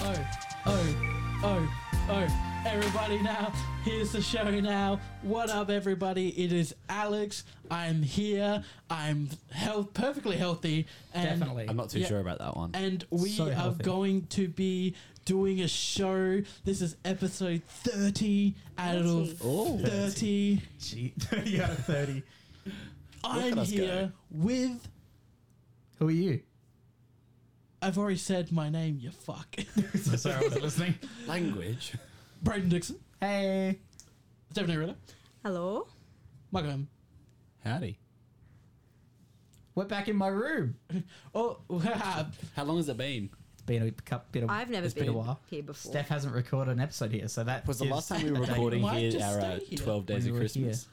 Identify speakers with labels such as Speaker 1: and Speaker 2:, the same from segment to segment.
Speaker 1: oh, oh, oh, oh. Everybody now, here's the show now. What up, everybody? It is Alex. I'm here. I'm health, perfectly healthy. And,
Speaker 2: Definitely.
Speaker 3: I'm not too
Speaker 1: Yeah.
Speaker 3: sure about that one.
Speaker 1: And we
Speaker 2: So
Speaker 1: are
Speaker 2: healthy.
Speaker 1: going to be doing a show. This is episode 30 out of 30.
Speaker 3: Oh,
Speaker 2: 30 out of 30.
Speaker 1: I'm
Speaker 3: us
Speaker 1: here with.
Speaker 2: Who are you?
Speaker 1: I've already said my name, you fuck.
Speaker 2: So sorry I wasn't listening.
Speaker 3: language.
Speaker 1: Braden Dixon,
Speaker 2: Hey.
Speaker 1: Stephanie Ritter,
Speaker 4: Hello.
Speaker 1: Michael Hammond.
Speaker 3: Howdy.
Speaker 2: We're back in my room.
Speaker 1: Oh,
Speaker 3: How long has it been?
Speaker 2: It's been a cup, bit of,
Speaker 4: I've never
Speaker 2: it's
Speaker 4: been
Speaker 2: a while.
Speaker 4: here before.
Speaker 2: Steph hasn't recorded an episode here, so that
Speaker 3: Was the
Speaker 2: gives-
Speaker 3: last time we were
Speaker 2: Date.
Speaker 3: recording
Speaker 1: Might
Speaker 3: here
Speaker 1: just
Speaker 3: our
Speaker 1: stay
Speaker 3: uh,
Speaker 1: here.
Speaker 3: 12 Days
Speaker 2: When
Speaker 3: of
Speaker 2: we were
Speaker 3: Christmas?
Speaker 2: here.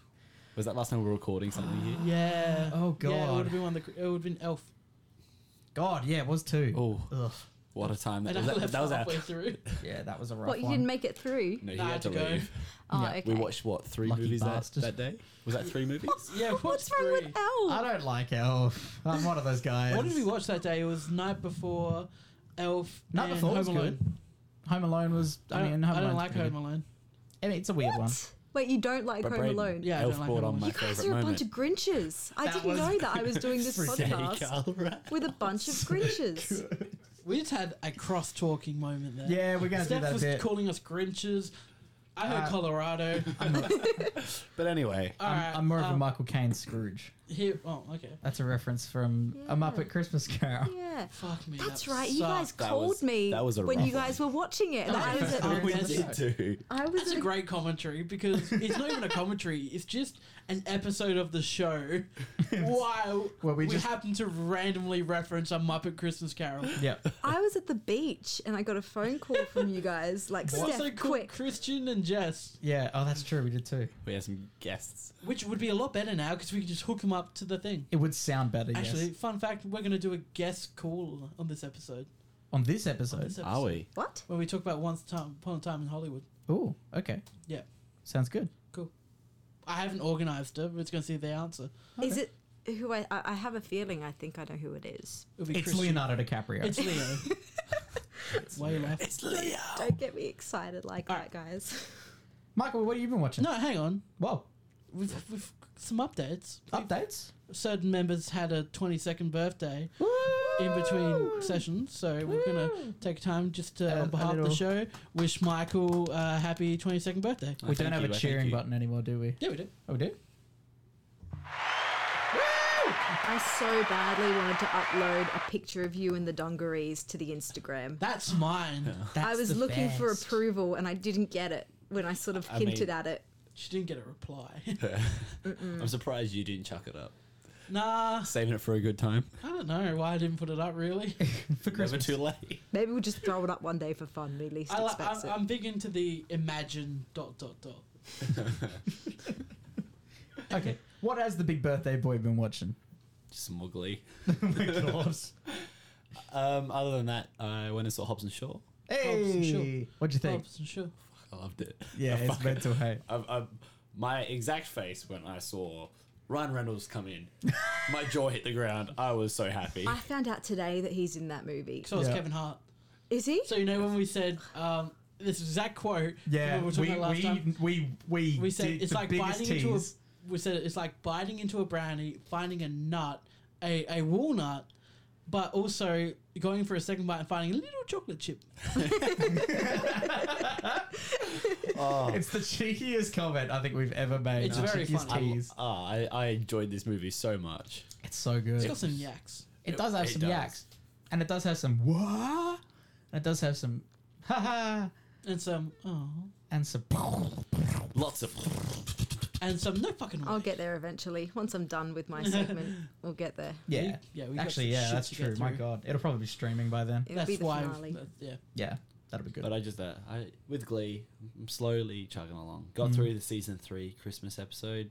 Speaker 3: Was that last time we were recording something
Speaker 1: Ah.
Speaker 3: here?
Speaker 1: yeah.
Speaker 2: Oh,
Speaker 1: Yeah, it
Speaker 2: God.
Speaker 1: would have been one. Of the, it would have been Elf.
Speaker 2: God, yeah, it was two.
Speaker 3: Oh.
Speaker 2: Ugh.
Speaker 3: What a time that
Speaker 1: And
Speaker 3: was.
Speaker 1: I
Speaker 3: That,
Speaker 1: left
Speaker 3: that was our.
Speaker 1: halfway through.
Speaker 2: Yeah, that was a rough
Speaker 4: What, you
Speaker 2: one.
Speaker 4: didn't make it through?
Speaker 3: No, he
Speaker 1: Nah, I
Speaker 3: had to
Speaker 1: had to go.
Speaker 3: leave.
Speaker 4: Oh,
Speaker 2: Yeah.
Speaker 4: okay.
Speaker 3: We watched, what, three
Speaker 2: Lucky
Speaker 3: movies that,
Speaker 2: bastard.
Speaker 3: that day? Was that three movies?
Speaker 1: Yeah, we
Speaker 4: What's
Speaker 1: watched
Speaker 4: wrong
Speaker 1: three.
Speaker 4: with Elle?
Speaker 2: I don't like Elf. I'm one of those guys.
Speaker 1: What did we watch that day? It was night before Elf.
Speaker 2: Night
Speaker 1: and
Speaker 2: Before
Speaker 1: Home
Speaker 2: was
Speaker 1: Alone.
Speaker 2: good. Home Alone was. I,
Speaker 1: I
Speaker 2: mean,
Speaker 1: don't,
Speaker 2: Home
Speaker 1: I don't
Speaker 2: Alone's
Speaker 1: like
Speaker 2: pretty
Speaker 1: Home
Speaker 2: good.
Speaker 1: Alone.
Speaker 2: I mean, it's a weird one.
Speaker 4: Wait, you don't like
Speaker 3: But
Speaker 4: Home
Speaker 3: Braden,
Speaker 4: Alone?
Speaker 1: Yeah, I
Speaker 3: Elf
Speaker 1: don't like
Speaker 3: brought
Speaker 1: Home
Speaker 3: on
Speaker 1: Alone.
Speaker 3: my
Speaker 1: You
Speaker 4: You guys
Speaker 3: favourite
Speaker 4: are a
Speaker 3: moment.
Speaker 4: bunch of Grinches. I
Speaker 2: That
Speaker 4: didn't
Speaker 2: was-
Speaker 4: know that I was doing this podcast
Speaker 3: Radical rat.
Speaker 4: with a bunch of Grinches.
Speaker 1: We just had a cross talking moment there.
Speaker 2: Yeah, we're gonna do
Speaker 1: Steph
Speaker 2: that a
Speaker 1: was
Speaker 2: bit.
Speaker 1: calling us Grinches. I heard
Speaker 2: Uh,
Speaker 1: Colorado.
Speaker 3: But anyway,
Speaker 1: All right,
Speaker 2: I'm, I'm more of a
Speaker 1: um,
Speaker 2: Michael Caine Scrooge.
Speaker 1: Here, oh, okay.
Speaker 2: That's a reference from A Muppet Christmas Carol.
Speaker 4: Yeah.
Speaker 1: Fuck me.
Speaker 4: That's
Speaker 1: that
Speaker 4: right. You guys
Speaker 1: sucked.
Speaker 3: That
Speaker 4: called
Speaker 3: was-
Speaker 4: me
Speaker 3: that was a
Speaker 4: when
Speaker 3: rough
Speaker 4: you guys were watching
Speaker 2: Oh,
Speaker 4: it. I was
Speaker 1: was
Speaker 4: at,
Speaker 1: a-
Speaker 3: we did too.
Speaker 4: I was
Speaker 1: That's
Speaker 4: at
Speaker 1: a great commentary because it's not even a commentary. It's just an episode of the show. While
Speaker 2: Well,
Speaker 1: we,
Speaker 2: we just-
Speaker 1: happen to randomly reference a Muppet Christmas Carol.
Speaker 2: Yep.
Speaker 4: I was at the beach and I got a phone call from you guys like
Speaker 1: What's
Speaker 4: Steph,
Speaker 1: so cool?
Speaker 4: quick.
Speaker 1: Christian and Jess,
Speaker 2: Yeah. Oh, that's true. We did too.
Speaker 3: We had some guests.
Speaker 1: which would be a lot better now because we can just hook them up to the thing.
Speaker 2: It would sound better,
Speaker 1: Actually,
Speaker 2: yes.
Speaker 1: fun fact: we're going to do a guest call on this episode.
Speaker 2: On this episode.
Speaker 1: This episode
Speaker 3: Are we?
Speaker 4: What?
Speaker 1: Where we talk about once time upon a time in Hollywood.
Speaker 2: Oh, okay.
Speaker 1: Yeah,
Speaker 2: Sounds good.
Speaker 1: cool. I haven't organised it, but it's going to see the answer.
Speaker 4: Is it who I, I? I have a feeling. I think I know who it is.
Speaker 1: It'll be
Speaker 2: It's
Speaker 1: Christian.
Speaker 2: Leonardo DiCaprio.
Speaker 1: It's Leo. Way left.
Speaker 3: It's Leo.
Speaker 4: Don't get me excited like
Speaker 1: All right.
Speaker 4: that, guys.
Speaker 2: Michael, what have you been watching?
Speaker 1: No, hang on.
Speaker 2: Whoa.
Speaker 1: We've, we've some updates.
Speaker 2: Updates?
Speaker 1: Certain members had a 22nd birthday in between sessions, so we're gonna take time just to,
Speaker 2: A-
Speaker 1: on
Speaker 2: a
Speaker 1: behalf of the
Speaker 2: little-
Speaker 1: show, wish Michael a happy 22nd birthday.
Speaker 2: We don't
Speaker 3: Thank
Speaker 2: have
Speaker 3: you,
Speaker 2: a
Speaker 3: I thank
Speaker 2: cheering
Speaker 3: you.
Speaker 2: button anymore, do we?
Speaker 1: Yeah, we did.
Speaker 2: Oh, we do?
Speaker 4: I so badly wanted to upload a picture of you in the dungarees to the Instagram.
Speaker 1: That's mine.
Speaker 4: I was looking for
Speaker 2: proof.
Speaker 4: approval and I didn't get it when I sort of
Speaker 3: I
Speaker 4: hinted
Speaker 3: mean-
Speaker 4: at it.
Speaker 1: She didn't get a reply.
Speaker 3: I'm surprised you didn't chuck it up.
Speaker 1: nah,
Speaker 3: Saving it for a good time.
Speaker 1: I don't know why I didn't put it up. Really,
Speaker 2: for
Speaker 3: Never
Speaker 2: Christmas.
Speaker 3: too late.
Speaker 4: Maybe we'll just throw it up one day for fun. We least
Speaker 1: I, li-
Speaker 4: expects
Speaker 1: I'm, I'm big into the imagine dot dot dot.
Speaker 2: Okay. What has the big birthday boy been watching?
Speaker 3: Smuggly.
Speaker 1: Oh
Speaker 2: Dwarves.
Speaker 3: Um, other than that, I went and saw Hobbs and Shaw.
Speaker 1: Hobbs
Speaker 2: Hey.
Speaker 1: and
Speaker 2: What'd you think?
Speaker 1: Robson, sure.
Speaker 3: I loved it.
Speaker 2: Yeah,
Speaker 3: I
Speaker 2: it's
Speaker 3: fucking-
Speaker 2: mental hate.
Speaker 3: I, I, my exact face when I saw Ryan Reynolds come in, my jaw hit the ground. I was so happy.
Speaker 4: it. I found out today that he's in that movie.
Speaker 1: So was
Speaker 2: Yeah.
Speaker 1: Kevin Hart.
Speaker 4: Is he?
Speaker 1: So you know when we said um, this exact quote?
Speaker 2: Yeah,
Speaker 1: we were
Speaker 2: we
Speaker 1: talking
Speaker 2: we,
Speaker 1: about last time.
Speaker 2: we we
Speaker 1: We said
Speaker 2: did
Speaker 1: it's
Speaker 2: the
Speaker 1: like
Speaker 2: biggest
Speaker 1: biting into
Speaker 2: tease.
Speaker 1: a. We said it's like biting into a brownie, finding a nut, a, a walnut, but also going for a second bite and finding a little chocolate chip.
Speaker 2: It's the cheekiest comment I think we've ever made.
Speaker 1: It's
Speaker 2: the
Speaker 1: very
Speaker 2: cheekiest
Speaker 1: funny.
Speaker 2: tease.
Speaker 3: Ah, I, I enjoyed this movie so much.
Speaker 2: It's so good.
Speaker 1: It's got some yaks.
Speaker 2: It does have
Speaker 3: It
Speaker 2: some
Speaker 3: does.
Speaker 2: yaks, and it does have some wah, and it does have some ha ha,
Speaker 1: And some oh,
Speaker 2: and some.
Speaker 3: Lots of.
Speaker 1: and some no fucking.
Speaker 4: I'll
Speaker 1: way.
Speaker 4: get there eventually. Once I'm done with my segment, we'll get there.
Speaker 2: Yeah,
Speaker 1: yeah, we got
Speaker 2: Actually,
Speaker 1: some
Speaker 2: yeah,
Speaker 1: shit
Speaker 2: that's
Speaker 1: to get
Speaker 2: true. My
Speaker 1: through.
Speaker 2: God, it'll probably be streaming by then.
Speaker 4: It'll be
Speaker 1: That's
Speaker 4: the
Speaker 1: why.
Speaker 4: finale.
Speaker 1: that- yeah.
Speaker 2: Yeah, that'll be good.
Speaker 3: But I just uh, I with Glee, I'm slowly chugging along.
Speaker 2: Mm.
Speaker 3: Got through the season three Christmas episode.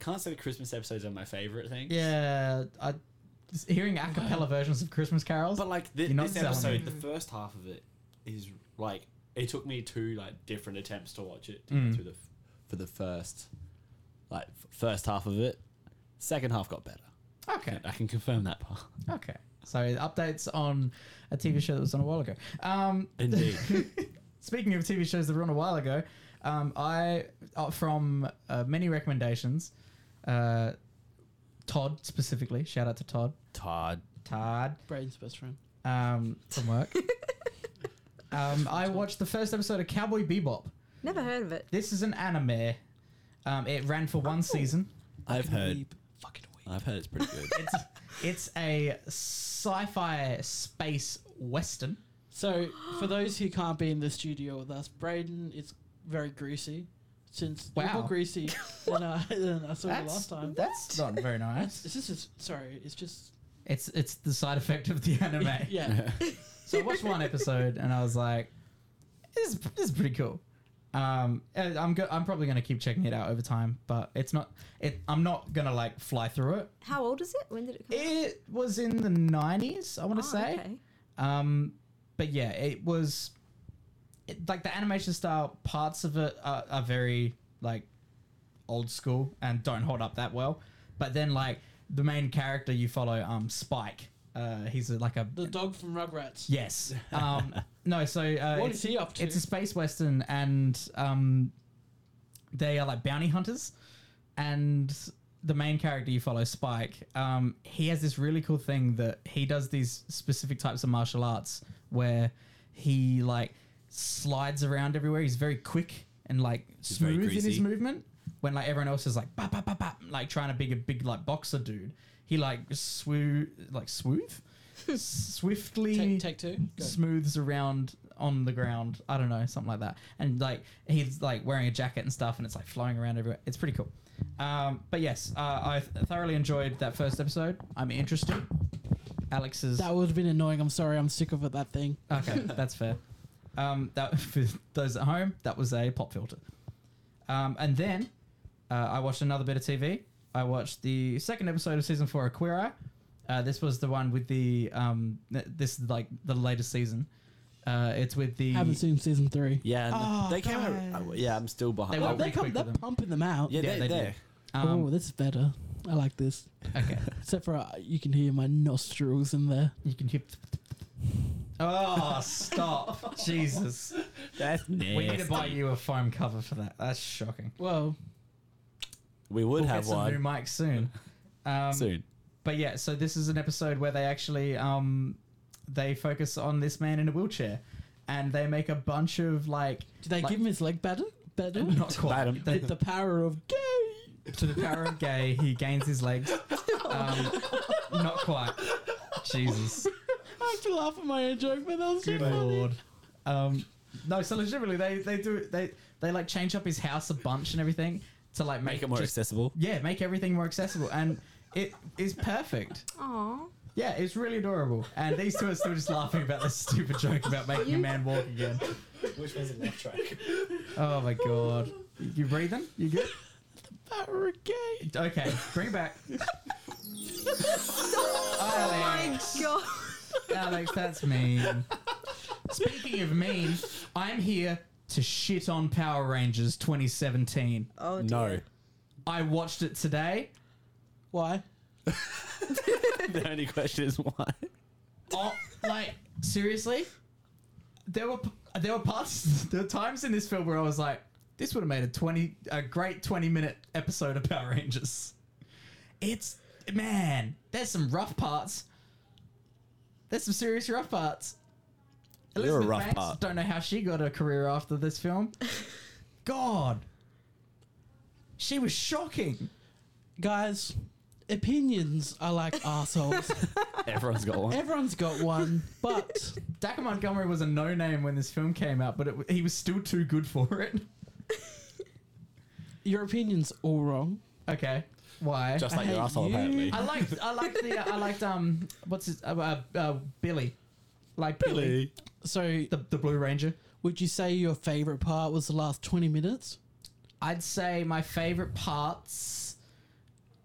Speaker 3: Can't say the Christmas episodes are my favorite thing.
Speaker 2: yeah, I just hearing a cappella versions of Christmas carols.
Speaker 3: But like thi-
Speaker 2: You're not
Speaker 3: this
Speaker 2: selling
Speaker 3: episode,
Speaker 2: me.
Speaker 3: the first half of it is like it took me two like different attempts to watch it to
Speaker 2: Mm.
Speaker 3: get through the f- for the first like f- first half of it. Second half got better.
Speaker 2: okay,
Speaker 3: I can confirm that part.
Speaker 2: okay, So updates on a TV show that was on a while ago. Um,
Speaker 3: Indeed.
Speaker 2: speaking of TV shows that were on a while ago, um, I uh, from uh, many recommendations, uh, Todd specifically. Shout out to Todd.
Speaker 3: Todd.
Speaker 2: Todd
Speaker 1: Brayden's best friend.
Speaker 2: um, from work. um, I watched the first episode of Cowboy Bebop.
Speaker 4: Never heard of it.
Speaker 2: This is an anime. Um, it ran for
Speaker 1: Oh.
Speaker 2: one season.
Speaker 3: I've
Speaker 1: Fucking
Speaker 3: heard.
Speaker 1: weep. Fucking weep.
Speaker 3: I've heard it's pretty good.
Speaker 2: It's it's a sci-fi space western.
Speaker 1: So, for those who can't be in the studio with us, Brayden is very greasy. Since you're
Speaker 2: Wow.
Speaker 1: more greasy than I, than I saw you
Speaker 2: That's
Speaker 1: last time.
Speaker 2: that's not very nice.
Speaker 1: It's just, it's, sorry, it's just.
Speaker 2: It's it's the side effect of the anime.
Speaker 1: Yeah.
Speaker 2: So I watched one episode and I was like, "This, this is pretty cool." Um, and I'm go- I'm probably gonna keep checking it out over time, but it's not. It I'm not gonna like fly through it.
Speaker 4: How old is it? When did it come? out?
Speaker 2: It was in the '90s, I want
Speaker 4: Oh,
Speaker 2: to say. Um, but yeah, it was it, like the animation style parts of it are, are very like old school and don't hold up that well. But then like the main character you follow, um, Spike. Uh, he's a, like a
Speaker 1: the dog from Rugrats.
Speaker 2: yes. Um, no, so uh,
Speaker 1: What
Speaker 2: it's-
Speaker 1: is he up to?
Speaker 2: it's a space western, and um, they are like bounty hunters. And the main character you follow, Spike, um, he has this really cool thing that he does these specific types of martial arts where he like slides around everywhere. He's very quick and like
Speaker 3: very
Speaker 2: smooth in his
Speaker 3: greasy.
Speaker 2: movement. When like everyone else is like bap, bap, bap, bap, like trying to be a big like boxer dude, he like swoo like smooth, swiftly
Speaker 1: Take, take two. Go.
Speaker 2: smooths around on the ground. I don't know, something like that. And like he's like wearing a jacket and stuff, and it's like flying around everywhere. It's pretty cool. Um, but yes, uh, I th- thoroughly enjoyed that first episode. I'm interested. Alex's
Speaker 1: That would have been annoying. I'm sorry. I'm sick of it, that thing.
Speaker 2: okay, that's fair. Um, that for those at home, that was a pop filter. Um, and then uh, I watched another bit of TV. I watched the second episode of season four of Queer Eye. Uh, this was the one with the um, th- this is like the latest season. Uh, it's with the
Speaker 1: Haven't seen season three.
Speaker 3: Yeah, and
Speaker 1: Oh,
Speaker 3: they came out.
Speaker 1: guys.
Speaker 3: oh, yeah, I'm still behind.
Speaker 2: They were
Speaker 1: Oh,
Speaker 3: oh,
Speaker 1: they
Speaker 2: pretty
Speaker 1: come,
Speaker 2: quick
Speaker 1: they're
Speaker 2: with them.
Speaker 1: pumping them out.
Speaker 3: yeah,
Speaker 2: yeah,
Speaker 3: they,
Speaker 2: they
Speaker 3: they
Speaker 2: um,
Speaker 1: oh, this is better. I like this.
Speaker 2: okay.
Speaker 1: Except for uh, you can hear my nostrils in there.
Speaker 2: You can hear. Oh, stop! Jesus,
Speaker 3: That's
Speaker 2: we need to buy
Speaker 3: nasty.
Speaker 2: you a foam cover for that. That's shocking.
Speaker 1: Well,
Speaker 3: We would
Speaker 2: we'll
Speaker 3: have
Speaker 2: get some new
Speaker 3: one
Speaker 2: mics soon. Um,
Speaker 3: soon.
Speaker 2: but yeah, so this is an episode where they actually um they focus on this man in a wheelchair and they make a bunch of like
Speaker 1: do they
Speaker 2: Like-
Speaker 1: give him his leg better? Better?
Speaker 2: not quite
Speaker 3: Madam.
Speaker 1: With the power of gay.
Speaker 2: to the power of gay he gains his legs. Um, not quite. Jesus.
Speaker 1: I have to laugh at my own joke, but that was too
Speaker 2: Good
Speaker 1: funny.
Speaker 2: lord. Um no, so legitimately they they do they they like change up his house a bunch and everything to like make,
Speaker 3: Make it more
Speaker 2: just-
Speaker 3: accessible.
Speaker 2: Yeah, make everything more accessible and it is perfect.
Speaker 4: Aw.
Speaker 2: Yeah, it's really adorable. And these two are still just laughing about this stupid joke about making a man walk again.
Speaker 3: Which was a laugh track.
Speaker 2: Oh my god. You breathing? You good?
Speaker 1: Power of gay.
Speaker 2: Okay, bring it back. Alex,
Speaker 4: God.
Speaker 2: Alex, that's mean. Speaking of mean, I'm here to shit on Power Rangers 2017.
Speaker 4: Oh, dear.
Speaker 3: No,
Speaker 2: I watched it today.
Speaker 1: Why?
Speaker 3: the only question is why.
Speaker 2: Oh, like seriously, there were there were parts, there were times in this film where I was like, this would have made a twenty a great twenty minute episode of Power Rangers. It's man, there's some rough parts. There's some serious rough parts.
Speaker 3: There were
Speaker 2: Elizabeth
Speaker 3: rough
Speaker 2: Banks,
Speaker 3: parts.
Speaker 2: Don't know how she got her career after this film. God, she was shocking.
Speaker 1: Guys, opinions are like arseholes.
Speaker 3: Everyone's got one.
Speaker 1: Everyone's got one, but
Speaker 2: Daka Montgomery was a no name when this film came out, but it, he was still too good for it.
Speaker 1: your opinion's all wrong.
Speaker 2: Okay. Why?
Speaker 3: Just like
Speaker 1: I
Speaker 3: your
Speaker 1: hate
Speaker 3: asshole,
Speaker 1: you.
Speaker 3: apparently.
Speaker 2: I liked I liked the uh, I liked um what's his uh, uh, uh Billy. Like Billy,
Speaker 1: So,
Speaker 2: The, the Blue Ranger.
Speaker 1: would you say your favorite part was the last 20 minutes?
Speaker 2: I'd say my favorite parts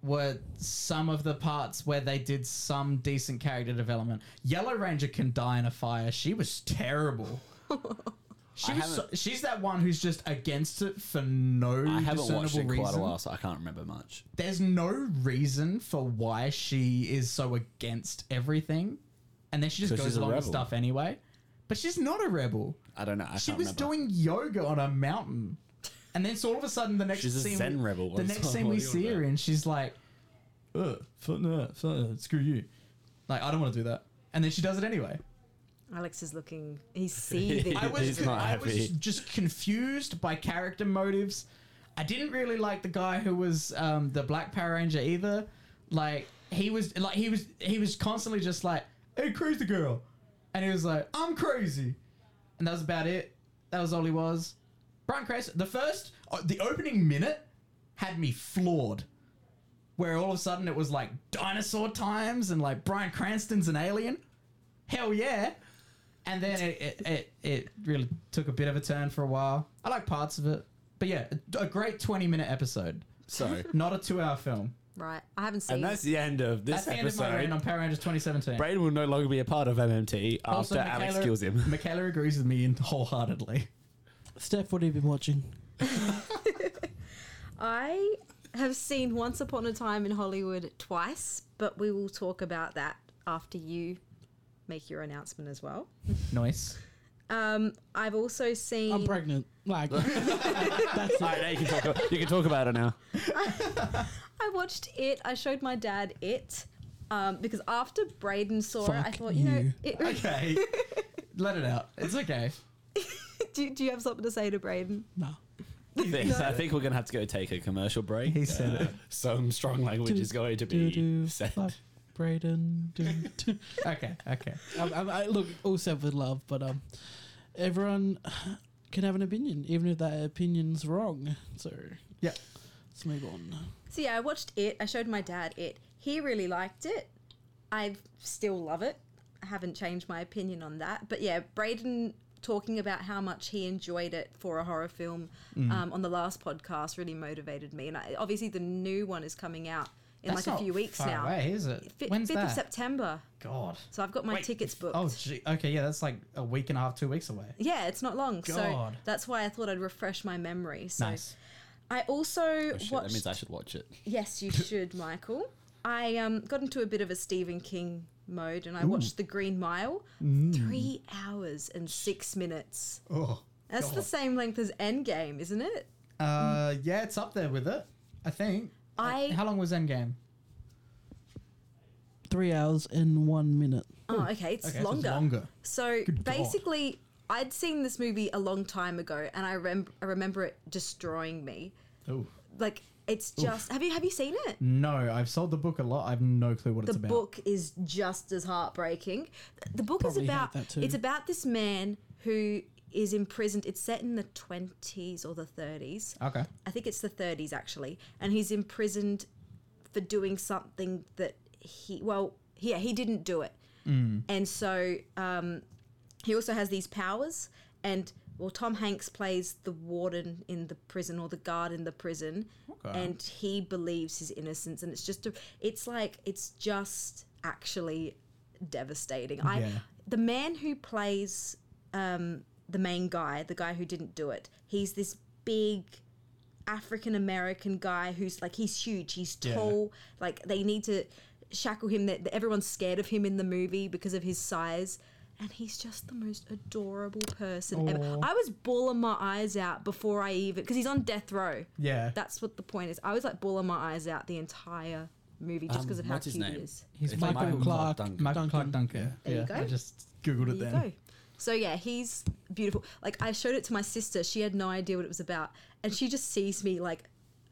Speaker 2: were some of the parts where they did some decent character development. Yellow Ranger can die in a fire. She was terrible. She
Speaker 3: I
Speaker 2: was so,
Speaker 3: haven't-
Speaker 2: she's that one who's just against it for no
Speaker 3: I haven't
Speaker 2: discernible
Speaker 3: watched it in
Speaker 2: reason.
Speaker 3: quite a while, so I can't remember much.
Speaker 2: there's no reason for why she is so against everything. and then she just
Speaker 3: So she's
Speaker 2: goes
Speaker 3: a
Speaker 2: along with
Speaker 3: rebel.
Speaker 2: stuff anyway. But she's not a rebel.
Speaker 3: I don't know. I
Speaker 2: she
Speaker 3: can't
Speaker 2: was
Speaker 3: remember.
Speaker 2: doing yoga on a mountain, and then so all of a sudden the next
Speaker 3: She's a
Speaker 2: scene,
Speaker 3: Zen rebel.
Speaker 2: the
Speaker 3: I'm
Speaker 2: next
Speaker 3: sorry,
Speaker 2: scene we
Speaker 3: what do you
Speaker 2: see
Speaker 3: want
Speaker 2: her
Speaker 3: to
Speaker 2: in, she's like, "Ugh, fuck no, fuck no, screw you." Like I don't want to do that, and then she does it anyway.
Speaker 4: Alex is looking. He's seething.
Speaker 2: I was,
Speaker 3: He's not
Speaker 2: I was
Speaker 3: happy.
Speaker 2: just confused by character motives. I didn't really like the guy who was um, the Black Power Ranger either. Like he was, like he was, he was constantly just like, "Hey, crazy girl," and he was like, "I'm crazy," and that was about it. That was all he was. Brian Cranston. The first, uh, the opening minute had me floored. Where all of a sudden it was like dinosaur times and like Brian Cranston's an alien. Hell yeah! And then it, it, it, it really took a bit of a turn for a while. I like parts of it. But yeah, a, a great 20 minute episode.
Speaker 3: So,
Speaker 2: Not a two hour film.
Speaker 4: right. I haven't seen.
Speaker 3: and that's the end of this
Speaker 2: That's the end of
Speaker 3: episode.
Speaker 2: my rant on Power Rangers 2017.
Speaker 3: Braden will no longer be a part of MMT
Speaker 2: Also,
Speaker 3: after Alex
Speaker 2: Michaela-
Speaker 3: kills him.
Speaker 2: Michaela agrees with me in- wholeheartedly.
Speaker 1: Steph, what have you been watching?
Speaker 4: I have seen Once Upon a Time in Hollywood twice, but we will talk about that after you make your announcement as well.
Speaker 2: Nice.
Speaker 4: Um, I've also seen.
Speaker 1: I'm pregnant. Like, that's
Speaker 3: All
Speaker 1: it.
Speaker 3: right, now you can talk. About, you can talk about it now.
Speaker 4: I watched it. I showed my dad it. Um, because after Braden saw it, I
Speaker 1: Fuck
Speaker 4: thought, you, know,
Speaker 1: you.
Speaker 4: it,
Speaker 2: Okay. Let it out. It's okay.
Speaker 4: do, do you have something to say to Braden?
Speaker 1: Nah.
Speaker 3: Thanks. I think we're gonna have to go take a commercial break. Uh,
Speaker 2: He said it.
Speaker 3: Some strong language is going to
Speaker 1: Do, do,
Speaker 3: be said.
Speaker 1: fuck, Brayden. Do, do.
Speaker 2: Okay. Okay.
Speaker 1: Um, um, I, look, all said with love, but um, everyone can have an opinion, even if that opinion's wrong. So
Speaker 2: Yeah.
Speaker 1: let's move on.
Speaker 4: So yeah, I watched it. I showed my dad it. He really liked it. I still love it. I haven't changed my opinion on that. But yeah, Braden talking about how much he enjoyed it for a horror film
Speaker 2: Mm.
Speaker 4: um, on the last podcast really motivated me. And I, obviously, the new one is coming out in
Speaker 2: That's
Speaker 4: like a
Speaker 2: not
Speaker 4: few weeks
Speaker 2: far
Speaker 4: now.
Speaker 2: Away, is it?
Speaker 4: Fi-
Speaker 2: When's
Speaker 4: 5th of
Speaker 2: that?
Speaker 4: September.
Speaker 2: God.
Speaker 4: So I've got my tickets booked.
Speaker 2: Oh, gee. Okay. Yeah, that's like a week and a half, two weeks away.
Speaker 4: yeah, it's not long. So
Speaker 2: God.
Speaker 4: that's why I thought I'd refresh my memory. So
Speaker 2: Nice.
Speaker 4: I also
Speaker 3: Oh, shit, that
Speaker 4: watched
Speaker 3: means I should watch it.
Speaker 4: Yes, you should, Michael. I um, got into a bit of a Stephen King mode and I watched The Green Mile.
Speaker 2: Mm.
Speaker 4: Three hours and six minutes.
Speaker 2: Oh.
Speaker 4: That's the same length as Endgame, isn't it?
Speaker 2: Uh, yeah, it's up there with it. I think.
Speaker 4: I-
Speaker 2: Uh, How long was Endgame?
Speaker 1: Three hours and one minute.
Speaker 4: Oh, okay, it's
Speaker 2: Okay, so it's
Speaker 4: longer.
Speaker 2: longer.
Speaker 4: So
Speaker 2: Good God.
Speaker 4: basically, I'd seen this movie a long time ago and I, rem- I remember it destroying me.
Speaker 2: Oh.
Speaker 4: Like, it's just. Have you have you seen it?
Speaker 2: No, I've sold the book a lot. I have no clue what
Speaker 4: the
Speaker 2: it's about.
Speaker 4: book is just as heartbreaking. Th- The book
Speaker 1: Probably
Speaker 4: is
Speaker 1: hate
Speaker 4: about
Speaker 1: that too.
Speaker 4: it's about this man who is imprisoned. It's set in the twenties or the thirties.
Speaker 2: Okay.
Speaker 4: I think it's the thirties actually, and he's imprisoned for doing something that he well yeah he didn't do it,
Speaker 2: Mm.
Speaker 4: and so um, he also has these powers and. Well, Tom Hanks plays the warden in the prison or the guard in the prison,
Speaker 2: Okay.
Speaker 4: and he believes his innocence and it's just a, it's like it's just actually devastating i
Speaker 2: Yeah.
Speaker 4: the man who plays um the main guy the guy who didn't do it he's this big african american guy who's like he's huge he's
Speaker 2: Yeah.
Speaker 4: tall like they need to shackle him that that everyone's scared of him in the movie because of his size and he's just the most adorable person ever.
Speaker 2: Aw.
Speaker 4: I was bawling my eyes out before I even because he's on death row.
Speaker 2: Yeah.
Speaker 4: That's what the point is. I was like bawling my eyes out the entire movie just
Speaker 3: Um,
Speaker 4: because of how
Speaker 3: what's his
Speaker 4: cute he
Speaker 3: name?
Speaker 4: is.
Speaker 2: He's
Speaker 3: It's
Speaker 2: Michael
Speaker 1: Clarke.
Speaker 3: Duncan.
Speaker 2: Michael Clark Duncan.
Speaker 4: There you
Speaker 2: yeah.
Speaker 4: go.
Speaker 2: I just googled it
Speaker 4: There you
Speaker 2: then.
Speaker 4: go. So yeah, he's beautiful. Like I showed it to my sister. She had no idea what it was about, and she just sees me like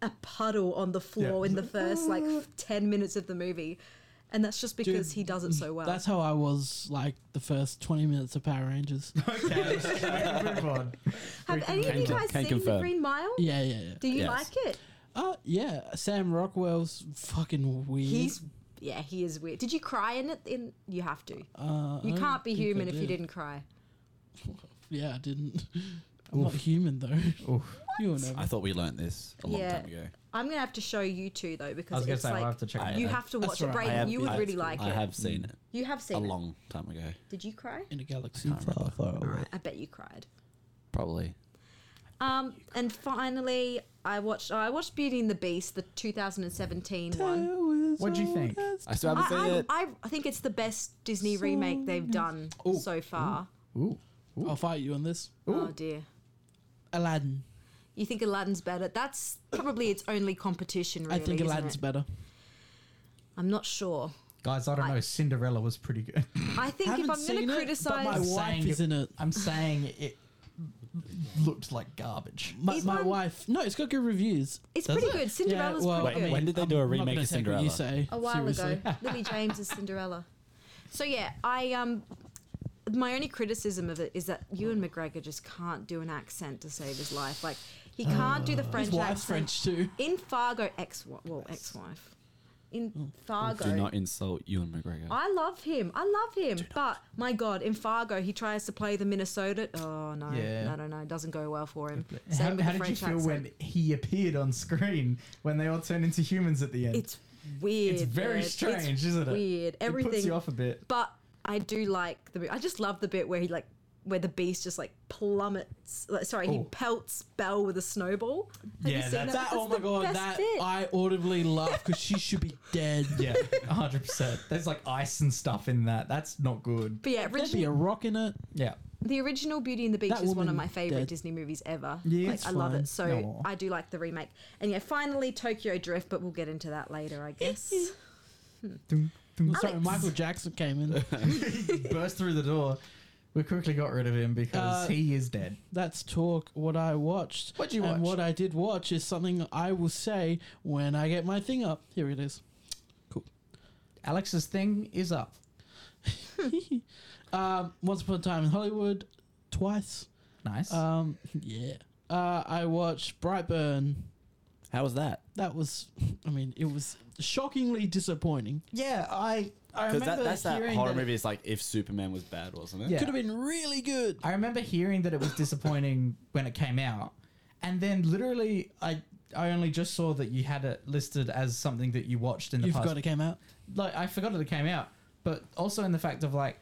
Speaker 4: a puddle on the floor
Speaker 2: Yeah.
Speaker 4: in the first like ten minutes of the movie, and that's just because he does it so well.
Speaker 1: That's how I was like the first twenty minutes of Power Rangers.
Speaker 2: Okay. move on.
Speaker 4: Have any of you
Speaker 3: Can-
Speaker 4: guys
Speaker 3: can
Speaker 4: seen the
Speaker 3: confirm.
Speaker 4: Green Mile?
Speaker 1: yeah, yeah, yeah.
Speaker 4: Do you
Speaker 3: Yes.
Speaker 4: like it?
Speaker 1: Uh, yeah, Sam Rockwell's fucking weird.
Speaker 4: He's yeah, he is weird. Did you cry in it? In you have to.
Speaker 1: uh, I
Speaker 4: You
Speaker 1: don't
Speaker 4: can't be
Speaker 1: think I
Speaker 4: human if you
Speaker 1: did.
Speaker 4: didn't cry.
Speaker 1: Yeah, I didn't. I'm not human though. You will never.
Speaker 3: I thought we learnt this a long
Speaker 4: Yeah.
Speaker 3: time ago.
Speaker 4: I'm gonna have to show you two though
Speaker 2: I was
Speaker 4: because
Speaker 2: gonna
Speaker 4: it's
Speaker 2: say I'll
Speaker 4: like
Speaker 2: have to check
Speaker 3: I-
Speaker 2: it
Speaker 4: you
Speaker 2: out.
Speaker 4: have to
Speaker 1: That's
Speaker 4: watch it.
Speaker 1: all right.
Speaker 4: Braden,
Speaker 3: I have-
Speaker 4: you would
Speaker 3: I-
Speaker 4: really like
Speaker 3: I
Speaker 4: it.
Speaker 3: have seen it
Speaker 4: you have
Speaker 3: a
Speaker 4: seen it.
Speaker 3: long time ago.
Speaker 4: Did you cry?
Speaker 1: in a galaxy far,
Speaker 3: remember.
Speaker 1: far away.
Speaker 4: Alright, I bet you cried.
Speaker 3: Probably.
Speaker 4: Um, oh, and finally, I watched. I watched Beauty and the Beast, the 2017 one.
Speaker 1: There will as
Speaker 2: What'd you
Speaker 1: old
Speaker 2: think?
Speaker 1: as-
Speaker 3: I still haven't seen
Speaker 4: I,
Speaker 3: it.
Speaker 4: I, I think it's the best Disney remake they've done
Speaker 1: Ooh.
Speaker 4: so far.
Speaker 2: Ooh.
Speaker 1: I'll fight you on this.
Speaker 4: Oh dear.
Speaker 1: Aladdin.
Speaker 4: You think Aladdin's better? That's probably its only competition, really.
Speaker 1: I think
Speaker 4: isn't
Speaker 1: Aladdin's
Speaker 4: it?
Speaker 1: better.
Speaker 4: I'm not sure.
Speaker 2: Guys, I don't know. Cinderella was pretty good.
Speaker 4: I think if
Speaker 1: Haven't
Speaker 4: I'm going
Speaker 1: seen
Speaker 4: to
Speaker 1: it, but my
Speaker 4: criticize,
Speaker 1: wife
Speaker 2: Saying-
Speaker 1: is in it.
Speaker 2: I'm saying it looked like garbage.
Speaker 1: My,
Speaker 4: Is
Speaker 1: my
Speaker 4: one-
Speaker 1: wife. No, it's got good reviews.
Speaker 4: it's
Speaker 2: Does
Speaker 4: pretty
Speaker 2: it?
Speaker 4: good. Cinderella's
Speaker 1: well,
Speaker 4: pretty
Speaker 1: I
Speaker 4: good.
Speaker 1: mean,
Speaker 3: When did they do a
Speaker 1: I'm not
Speaker 3: remake
Speaker 1: gonna
Speaker 3: of
Speaker 1: take what You
Speaker 3: Cinderella?
Speaker 1: say
Speaker 4: a while
Speaker 1: seriously.
Speaker 4: ago. Lily James is Cinderella. So yeah, I um, my only criticism of it is that Ewan McGregor just can't do an accent to save his life. Like he can't
Speaker 2: Uh,
Speaker 4: do the French
Speaker 1: His wife's
Speaker 4: accent.
Speaker 1: French too.
Speaker 4: In Fargo, ex well ex-wife.
Speaker 2: Mm.
Speaker 4: In Fargo,
Speaker 3: Do not insult Ewan McGregor.
Speaker 4: I love him. I love him. But my God, in Fargo, he tries to play the Minnesota. Oh no,
Speaker 2: Yeah.
Speaker 4: no, no, no! It doesn't go well for him. Same
Speaker 2: How,
Speaker 4: with
Speaker 2: how
Speaker 4: the
Speaker 2: did
Speaker 4: French
Speaker 2: you feel
Speaker 4: accent.
Speaker 2: when he appeared on screen when they all turned into humans at the end?
Speaker 4: It's weird.
Speaker 2: It's very
Speaker 4: man.
Speaker 2: strange, isn't it?
Speaker 4: Weird. Everything.
Speaker 2: It puts you off a bit.
Speaker 4: But I do like the. bit- I just love the bit where he like where the beast just like plummets. Like, sorry, he
Speaker 2: Ooh.
Speaker 4: pelts Belle with a snowball. Have
Speaker 2: Yeah,
Speaker 4: you seen
Speaker 2: that's-
Speaker 1: Oh. That, oh my
Speaker 4: That's the
Speaker 1: god,
Speaker 4: best
Speaker 1: that
Speaker 4: bit.
Speaker 1: I audibly laugh because she should be dead.
Speaker 2: Yeah, 100%. There's like ice and stuff in that. That's not good.
Speaker 4: But yeah,
Speaker 1: There'd be
Speaker 4: origi-
Speaker 1: a rock in it.
Speaker 2: Yeah.
Speaker 4: the original Beauty and the Beast
Speaker 1: That
Speaker 4: is one of
Speaker 1: woman
Speaker 4: my favorite
Speaker 1: dead.
Speaker 4: Disney movies ever.
Speaker 2: Yeah,
Speaker 4: like
Speaker 2: it's
Speaker 4: I love
Speaker 2: fine.
Speaker 4: it. So
Speaker 2: No.
Speaker 4: I do like the remake. And yeah, finally Tokyo Drift, but we'll get into that later, I guess.
Speaker 2: Dun, dun.
Speaker 1: Sorry,
Speaker 4: Alex.
Speaker 1: Michael Jackson came in.
Speaker 2: burst through the door. We quickly got rid of him because
Speaker 1: Uh,
Speaker 2: he is dead.
Speaker 1: That's talk what I watched.
Speaker 2: What'd you
Speaker 1: and
Speaker 2: watch?
Speaker 1: what I did watch is something I will say when I get my thing up. Here it is.
Speaker 2: Alex's thing is up.
Speaker 1: Um, Once Upon a Time in Hollywood, twice.
Speaker 2: Nice.
Speaker 1: Um, yeah. Uh, I watched Brightburn.
Speaker 3: How was that?
Speaker 1: That was, I mean, it was shockingly disappointing.
Speaker 2: yeah, I I
Speaker 3: Because
Speaker 2: remember
Speaker 3: that, that's that
Speaker 2: hearing
Speaker 3: horror
Speaker 2: that-
Speaker 3: movie. It's like if Superman was bad, wasn't it?
Speaker 2: Yeah.
Speaker 1: Could have been really good.
Speaker 2: I remember hearing that it was disappointing when it came out, and then literally I I only just saw that you had it listed as something that you watched in the
Speaker 1: You
Speaker 2: past.
Speaker 1: forgot it came out.
Speaker 2: Like I forgot that it came out, but also in the fact of like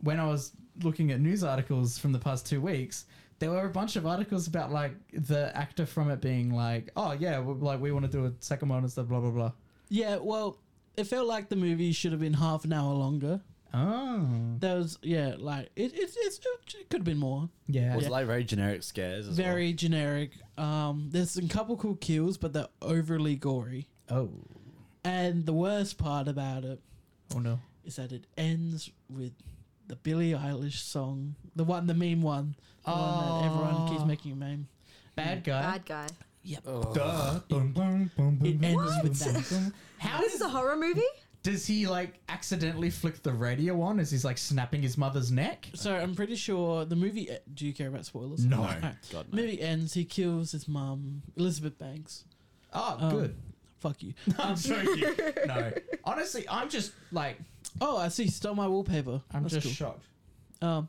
Speaker 2: when I was looking at news articles from the past two weeks. There were a bunch of articles about like the actor from it being like, oh yeah, we like we want to do a second one and stuff, blah blah blah.
Speaker 1: Yeah, well, it felt like the movie should have been half an hour longer.
Speaker 2: Oh
Speaker 1: There was, yeah, like, it, it, it's it could have been more.
Speaker 2: yeah,
Speaker 3: Was it like very generic scares? As
Speaker 1: Very generic. Um, there's a couple cool kills, but they're overly gory.
Speaker 2: oh
Speaker 1: And the worst part about it
Speaker 2: oh no,
Speaker 1: is that it ends with the Billie Eilish song, the one, the meme one, the one that
Speaker 3: Ah.
Speaker 1: everyone keeps
Speaker 2: Oh.
Speaker 1: making a meme.
Speaker 2: bad guy.
Speaker 4: Bad guy.
Speaker 3: well?
Speaker 2: Duh. Bum, bum, bum, bum,
Speaker 1: It
Speaker 2: bum,
Speaker 1: ends
Speaker 2: bum,
Speaker 1: with
Speaker 2: bum,
Speaker 1: that.
Speaker 2: bum. How
Speaker 4: This is
Speaker 2: does,
Speaker 4: a horror movie?
Speaker 2: does he like accidentally flick the radio on as he's like snapping his mother's neck?
Speaker 1: So I'm pretty sure the movie. eh, Do you care about spoilers?
Speaker 2: No.
Speaker 1: Alright.
Speaker 3: God, no.
Speaker 1: Movie ends. He kills his mum, Elizabeth Banks.
Speaker 2: Oh,
Speaker 1: Um,
Speaker 2: good.
Speaker 1: Fuck you.
Speaker 2: I'm joking. no, honestly, I'm just like
Speaker 1: Oh, I see. You stole my wallpaper.
Speaker 2: I'm
Speaker 1: That's
Speaker 2: just
Speaker 1: cool.
Speaker 2: shocked.
Speaker 1: Um.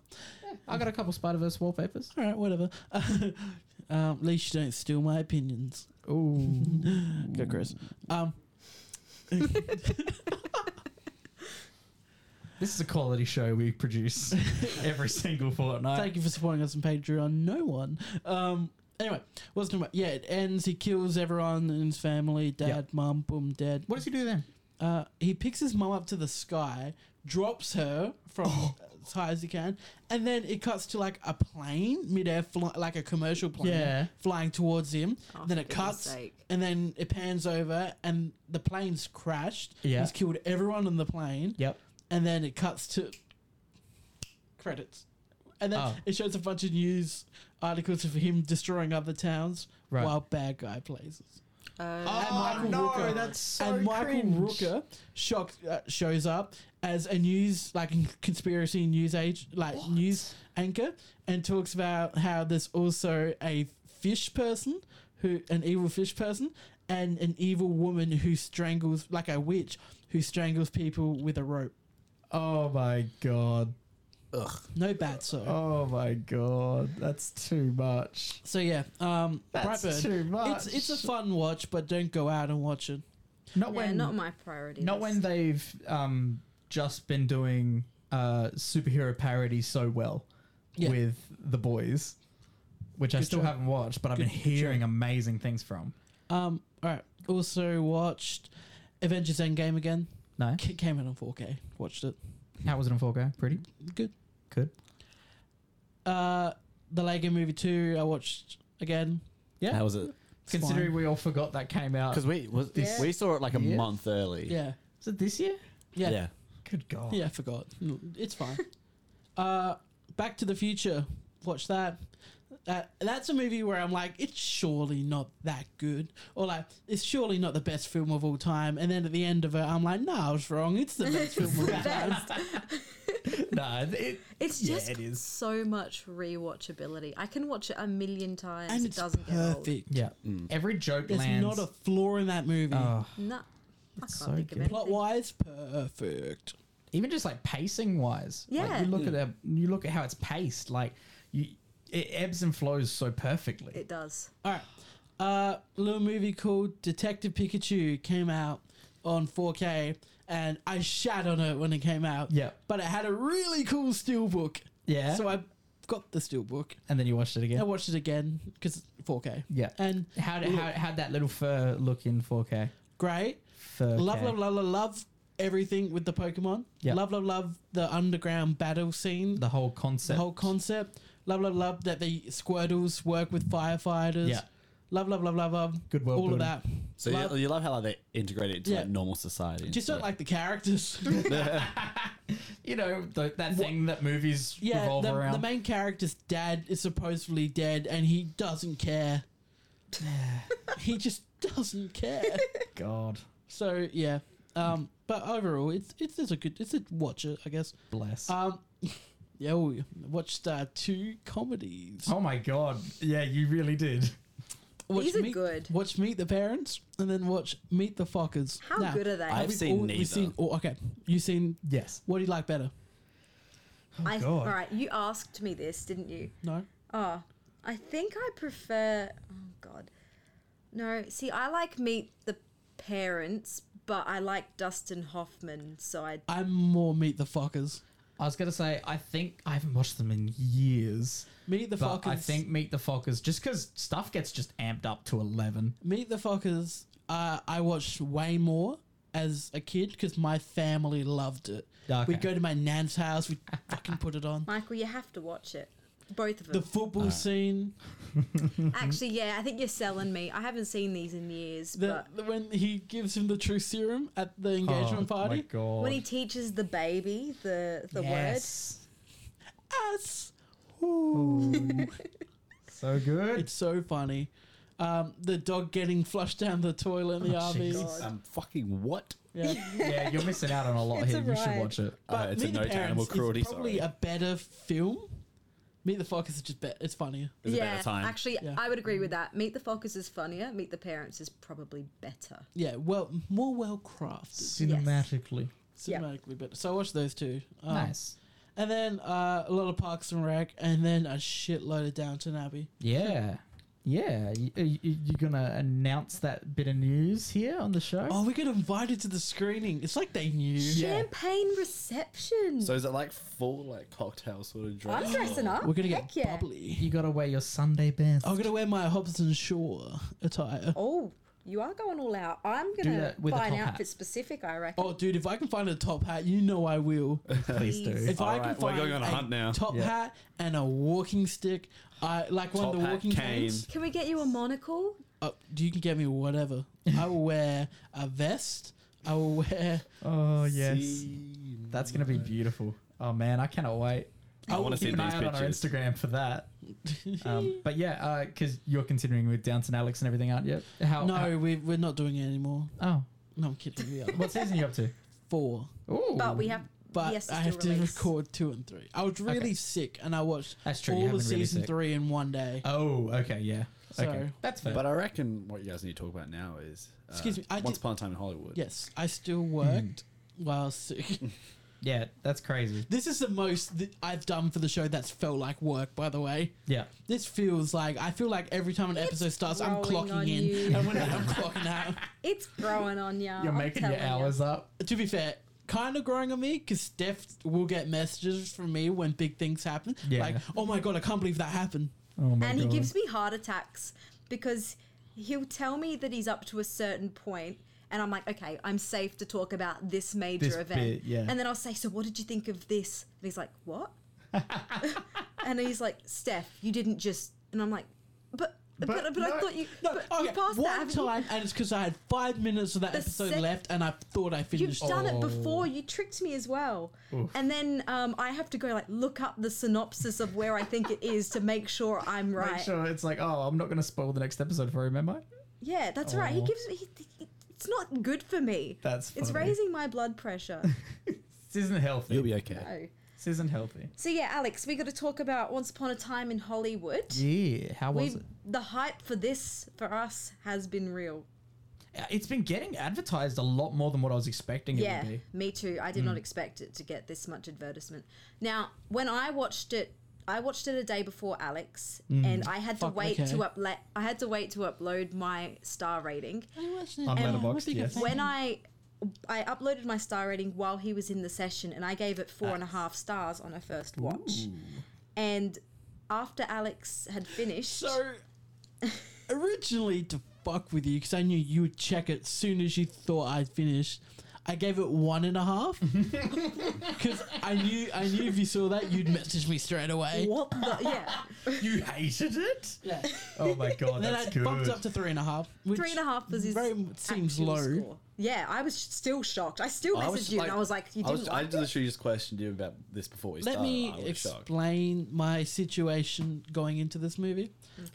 Speaker 2: I got a couple Spider Verse wallpapers.
Speaker 1: All right. Whatever. um. At least you don't steal my opinions.
Speaker 2: Ooh,
Speaker 1: Go, Chris. Um.
Speaker 2: this is a quality show we produce every single fortnight.
Speaker 1: Thank you for supporting us on Patreon. No one. Um. Anyway, what's talking about? Yeah, it ends. He kills everyone in his family. Dad,
Speaker 2: Yeah.
Speaker 1: mum, boom, dead.
Speaker 2: what does he do then?
Speaker 1: Uh, he picks his mum up to the sky, drops her from
Speaker 2: Oh.
Speaker 1: as high as he can, and then it cuts to like a plane midair, fly- like a commercial plane,
Speaker 2: Yeah.
Speaker 1: flying towards him.
Speaker 4: Oh,
Speaker 1: then
Speaker 4: for
Speaker 1: it
Speaker 4: goodness
Speaker 1: cuts,
Speaker 4: sake.
Speaker 1: and then it pans over, and the plane's crashed.
Speaker 2: Yeah.
Speaker 1: he's killed everyone on the plane,
Speaker 2: Yep.
Speaker 1: and then it cuts to credits, and then
Speaker 2: Oh.
Speaker 1: it shows a bunch of news articles of him destroying other towns
Speaker 2: Right.
Speaker 1: while bad guy plays.
Speaker 4: Uh,
Speaker 2: Oh
Speaker 1: Michael
Speaker 2: no,
Speaker 1: Rooker.
Speaker 2: that's so
Speaker 1: and Michael
Speaker 2: cringe.
Speaker 1: Rooker shock, uh, shows up as a news like in conspiracy news age like news anchor and talks about how there's also a fish person who an evil fish person and an evil woman who strangles like a witch who strangles people with a rope.
Speaker 2: Oh my god.
Speaker 1: No bad so.
Speaker 2: Oh my god. That's too much.
Speaker 1: So yeah, um,
Speaker 2: That's
Speaker 1: Brightburn.
Speaker 2: too
Speaker 1: It's
Speaker 2: much.
Speaker 1: it's a fun watch, but don't go out and watch it.
Speaker 2: Not
Speaker 4: no,
Speaker 2: when
Speaker 4: not my priority.
Speaker 2: Not
Speaker 4: list.
Speaker 2: when they've um, just been doing uh, superhero parody so well
Speaker 1: Yeah.
Speaker 2: with the boys, which I
Speaker 1: Good
Speaker 2: still
Speaker 1: show.
Speaker 2: haven't watched, but I've been
Speaker 1: Good- good show.
Speaker 2: hearing amazing things from.
Speaker 1: Um, all right. Also watched Avengers Endgame again.
Speaker 2: No.
Speaker 1: It came out on 4K. Watched it.
Speaker 2: How was it in 4K? Pretty
Speaker 1: Good.
Speaker 2: good.
Speaker 1: Uh, the Lego Movie 2, I watched again.
Speaker 2: Yeah.
Speaker 3: How was it?
Speaker 2: Considering
Speaker 1: fine.
Speaker 2: we all forgot that came out.
Speaker 3: Because we was
Speaker 4: Yeah.
Speaker 3: we saw it like a
Speaker 2: Yeah.
Speaker 3: month early.
Speaker 1: Yeah.
Speaker 2: Is it this year?
Speaker 1: Yeah. Yeah,
Speaker 2: Good
Speaker 4: Oh.
Speaker 2: God.
Speaker 1: I forgot. Mm, It's fine. uh, Back to the Future. Watch that. That that's a movie where I'm like, it's surely not that good, or like, it's surely not the best film of all time. And then at the end of it, I'm like, no, I was wrong. It's the best film of all
Speaker 4: the
Speaker 1: time.
Speaker 4: best.
Speaker 2: no, it,
Speaker 4: It's
Speaker 2: Yeah,
Speaker 4: just
Speaker 2: it is.
Speaker 4: so much rewatchability. I can watch it a million times.
Speaker 1: and
Speaker 4: it
Speaker 1: it's
Speaker 4: doesn't get
Speaker 1: perfect.
Speaker 2: yeah. Every joke
Speaker 1: There's
Speaker 2: lands.
Speaker 1: not a flaw in that movie.
Speaker 2: Oh,
Speaker 4: old. No, I can't
Speaker 2: It's so
Speaker 4: think
Speaker 2: good.
Speaker 4: of it.
Speaker 1: Plot wise, perfect.
Speaker 2: even just like pacing wise. Like
Speaker 4: Yeah.
Speaker 2: you look at a, you look at how it's paced. Like you, it ebbs and flows so perfectly.
Speaker 4: It does.
Speaker 1: All right, uh, little movie called Detective Pikachu came out on 4K, and I shat on it when it came out.
Speaker 2: Yeah.
Speaker 1: but it had a really cool steelbook.
Speaker 2: yeah.
Speaker 1: so Oh. I got the steelbook.
Speaker 2: and then you watched it
Speaker 1: I
Speaker 2: again.
Speaker 1: watched it again because 4K.
Speaker 2: Yeah.
Speaker 1: And
Speaker 2: How did how how'd that little fur look in 4K?
Speaker 1: great,
Speaker 2: Fur.
Speaker 1: love, love, love, love, love everything with the Pokemon.
Speaker 2: Yeah.
Speaker 1: love, love, love the underground battle scene.
Speaker 2: The whole concept.
Speaker 1: the whole concept. Love, love, love that the Squirtles work with firefighters.
Speaker 2: Yeah.
Speaker 1: Love, love, love, love, love.
Speaker 2: Good world
Speaker 1: All
Speaker 2: building.
Speaker 1: of that.
Speaker 3: So
Speaker 1: Love-
Speaker 3: you, you love how like, they integrate it into
Speaker 1: Yeah.
Speaker 3: like normal society.
Speaker 1: Just don't like the characters.
Speaker 2: You know th- that thing that movies
Speaker 1: yeah,
Speaker 2: revolve
Speaker 1: the,
Speaker 2: around.
Speaker 1: the main character's dad is supposedly dead, and he doesn't care. he just doesn't care.
Speaker 2: God
Speaker 1: So yeah, um, but overall, it's it's, it's a good it's a watch it, I guess.
Speaker 2: bless.
Speaker 1: Um, yeah, we watched uh, two comedies.
Speaker 2: oh my God. Yeah, you really did.
Speaker 1: Watch
Speaker 4: These are
Speaker 1: meet,
Speaker 4: good.
Speaker 1: Watch Meet the Parents, and then watch Meet the Fuckers.
Speaker 4: How
Speaker 1: Now,
Speaker 4: good are they?
Speaker 3: I've
Speaker 1: we've
Speaker 3: seen
Speaker 1: all-
Speaker 3: neither.
Speaker 1: We've seen, oh, okay, you've seen.
Speaker 2: Yes.
Speaker 1: What do you like better?
Speaker 4: I,
Speaker 2: Oh, God.
Speaker 4: all right, you asked me this, didn't you?
Speaker 1: No.
Speaker 4: Oh, I think I prefer. Oh God, no. See, I like meet the parents, but I like Dustin Hoffman, so I.
Speaker 1: I'm more Meet the Fuckers.
Speaker 2: I was gonna say I think I haven't watched them in years.
Speaker 1: Meet the
Speaker 2: But
Speaker 1: Fuckers.
Speaker 2: I think Meet the Fockers, just because stuff gets just amped up to 11.
Speaker 1: Meet the Fuckers. Uh, I watched way more as a kid because my family loved it.
Speaker 2: Okay.
Speaker 1: We'd go to my nan's house. We'd fucking put it on.
Speaker 4: Michael, you have to watch it. Both of
Speaker 1: The
Speaker 4: them.
Speaker 1: football scene.
Speaker 4: Actually, yeah, I think you're selling me. I haven't seen these in years,
Speaker 1: The,
Speaker 4: but
Speaker 1: the- when he gives him the truth serum at
Speaker 3: Oh,
Speaker 1: the engagement party.
Speaker 2: Oh God.
Speaker 4: when he teaches the baby the the
Speaker 1: Us. Ooh.
Speaker 2: So good.
Speaker 1: it's so funny. Um, the dog getting flushed down the toilet in the
Speaker 2: Oh,
Speaker 1: RV.
Speaker 2: Jesus.
Speaker 3: um, fucking what?
Speaker 1: Yeah.
Speaker 2: yeah, you're missing out on a lot
Speaker 4: It's
Speaker 2: here.
Speaker 4: a
Speaker 2: You should
Speaker 4: ride.
Speaker 2: watch it.
Speaker 1: But
Speaker 3: uh, it's a
Speaker 1: Meet the
Speaker 3: note to animal
Speaker 1: Parents
Speaker 3: cruelty.
Speaker 1: is probably
Speaker 3: Sorry.
Speaker 1: a better film. Meet the Fuckers is just better. It's funnier.
Speaker 4: word.
Speaker 3: It's a better
Speaker 4: Yeah,
Speaker 3: time.
Speaker 4: actually,
Speaker 1: Yeah.
Speaker 4: I would agree
Speaker 2: Mm.
Speaker 4: with that. Meet the Fockers is funnier. Meet the Parents is probably better.
Speaker 1: Yeah, well, more well crafted.
Speaker 2: Cinematically.
Speaker 4: Yeah.
Speaker 1: cinematically better. So I watched those two. Um,
Speaker 2: Nice.
Speaker 1: And then uh, a lot of Parks and Rec, and then a shitload of Downton Abbey.
Speaker 2: Yeah. Yeah. You, you, you're going to announce that bit of news here on the show?
Speaker 1: Oh, we got invited to the screening. It's like they knew.
Speaker 4: Champagne reception.
Speaker 3: So is it like full like cocktail sort of drink?
Speaker 4: I'm dressing up.
Speaker 1: We're gonna
Speaker 4: Heck
Speaker 1: get
Speaker 4: yeah.
Speaker 1: bubbly.
Speaker 2: You got to wear your Sunday best.
Speaker 1: I'm gonna wear my Hobson Shaw attire.
Speaker 4: Oh, you are going all out. I'm gonna
Speaker 2: that with a
Speaker 4: buy an
Speaker 2: top hat.
Speaker 4: outfit specific. I reckon.
Speaker 1: Oh, dude, if I can find a top hat, you know I will.
Speaker 2: Please do.
Speaker 1: If I can
Speaker 3: Alright, we're
Speaker 1: find
Speaker 3: going on a hunt now.
Speaker 1: top
Speaker 2: Yeah.
Speaker 1: hat and a walking stick, I like one
Speaker 3: Top
Speaker 1: of the
Speaker 3: hat,
Speaker 1: walking
Speaker 3: cane.
Speaker 1: canes.
Speaker 4: Can we get you a monocle?
Speaker 1: Uh, you can get me whatever. I will wear a vest. I will wear.
Speaker 2: Oh, yes.
Speaker 3: See-
Speaker 2: That's going to be beautiful. Oh, man. I cannot wait.
Speaker 3: I want to see
Speaker 2: Keep an
Speaker 3: these
Speaker 2: eye out on our
Speaker 3: pictures.
Speaker 2: Instagram for that. um, but yeah, because you're continuing with Downton Alex and everything, aren't you? How,
Speaker 1: No, we, we're not doing it anymore.
Speaker 2: how- oh,
Speaker 1: No, I'm kidding. We are
Speaker 2: what season are you up to?
Speaker 1: four.
Speaker 2: Ooh,
Speaker 4: But we have.
Speaker 1: But
Speaker 4: yes,
Speaker 1: I have to
Speaker 4: release.
Speaker 1: record two and three. I was really
Speaker 2: Okay.
Speaker 1: sick and I watched
Speaker 2: That's true, you
Speaker 1: all
Speaker 2: have
Speaker 1: of
Speaker 2: been really
Speaker 1: season
Speaker 2: sick.
Speaker 1: three in one day.
Speaker 2: Oh, okay, yeah. okay,
Speaker 1: So-
Speaker 2: that's fair.
Speaker 3: But I reckon what you guys need to talk about now is uh,
Speaker 1: Excuse me, I
Speaker 3: Once
Speaker 1: did-
Speaker 3: upon a time in Hollywood.
Speaker 1: yes, I still worked
Speaker 2: Hmm.
Speaker 1: while I was sick.
Speaker 2: yeah, that's crazy.
Speaker 1: this is the most that I've done for the show that's felt like work, by the way.
Speaker 2: Yeah,
Speaker 1: This feels like I feel like every time an episode starts, I'm
Speaker 4: growing
Speaker 1: clocking
Speaker 4: on
Speaker 1: in,
Speaker 4: you.
Speaker 1: and when I'm clocking out.
Speaker 4: It's growing on you.
Speaker 2: you're making your hours up.
Speaker 1: To be fair, kind of growing on me because Steph will get messages from me when big things happen.
Speaker 2: Yeah.
Speaker 1: Like, oh my god, I can't believe that happened.
Speaker 2: Oh my
Speaker 4: And he gives me heart attacks because he'll tell me that he's up to a certain point and I'm like, okay, I'm safe to talk about this major
Speaker 2: This
Speaker 4: event.
Speaker 2: bit, yeah.
Speaker 4: And then I'll say, so what did you think of this? And he's like, what? and he's like, Steph, you didn't just. And I'm like, but but but,
Speaker 2: But
Speaker 4: I
Speaker 2: no,
Speaker 4: thought you
Speaker 1: No,
Speaker 4: but you
Speaker 1: okay.
Speaker 4: passed that,
Speaker 1: One
Speaker 4: haven't you?
Speaker 1: time, and it's because I had five minutes of that
Speaker 4: The
Speaker 1: episode
Speaker 4: sec-
Speaker 1: left, and I thought I
Speaker 4: You've
Speaker 1: finished.
Speaker 4: done
Speaker 2: Oh.
Speaker 4: it before. You tricked me as well.
Speaker 2: Oof.
Speaker 4: And then um, I have to go like look up the synopsis of where I think it is to make sure I'm right.
Speaker 2: Make sure it's like, oh, I'm not going to spoil the next episode for him, am I?
Speaker 4: Yeah, that's right. He
Speaker 2: Oh.
Speaker 4: gives me. He, he- it's not good for me.
Speaker 2: That's
Speaker 4: it's
Speaker 2: funny.
Speaker 4: raising my blood pressure.
Speaker 2: This isn't healthy.
Speaker 3: You'll be okay.
Speaker 4: no.
Speaker 2: This isn't healthy.
Speaker 4: So yeah, Alex, we got to talk about Once Upon a Time in Hollywood.
Speaker 2: Yeah. How was
Speaker 4: We
Speaker 2: it?
Speaker 4: the hype for this for us has been real.
Speaker 2: Uh, It's been getting advertised a lot more than what I was expecting it
Speaker 4: Yeah,
Speaker 2: would be.
Speaker 4: me too. I did not
Speaker 2: Mm.
Speaker 4: expect it to get this much advertisement. Now, when I watched it, I watched it a day before Alex,
Speaker 2: Mm.
Speaker 4: and I had
Speaker 1: Fuck,
Speaker 4: to wait to
Speaker 1: okay.
Speaker 4: upla- I had to wait to upload my star rating.
Speaker 2: On
Speaker 1: Um,
Speaker 2: Letterboxd,
Speaker 1: what do you
Speaker 2: yes.
Speaker 1: think?
Speaker 4: When I I uploaded my star rating while he was in the session, and I gave it four and a half stars on a first watch. And after Alex had finished,
Speaker 1: So, originally to fuck with you, because I knew you would check it soon as you thought I'd finished. I gave it one and a half because I knew I knew if you saw that you'd message me straight away.
Speaker 4: what the yeah,
Speaker 2: You hated it?
Speaker 1: Yeah.
Speaker 2: Oh my god,
Speaker 1: And then
Speaker 2: that's
Speaker 1: I
Speaker 2: good.
Speaker 1: bumped up to three and a half. Which
Speaker 4: three and a half was his
Speaker 1: very m- seems
Speaker 4: actual
Speaker 1: low.
Speaker 4: Score. Yeah, I was still shocked. I still messaged you, and I was like, you
Speaker 3: I,
Speaker 4: didn't.
Speaker 3: was, I
Speaker 4: like it?
Speaker 3: literally just questioned you about this before we
Speaker 1: Let
Speaker 3: started.
Speaker 1: me
Speaker 3: I was shocked.
Speaker 1: explain my situation going into this movie.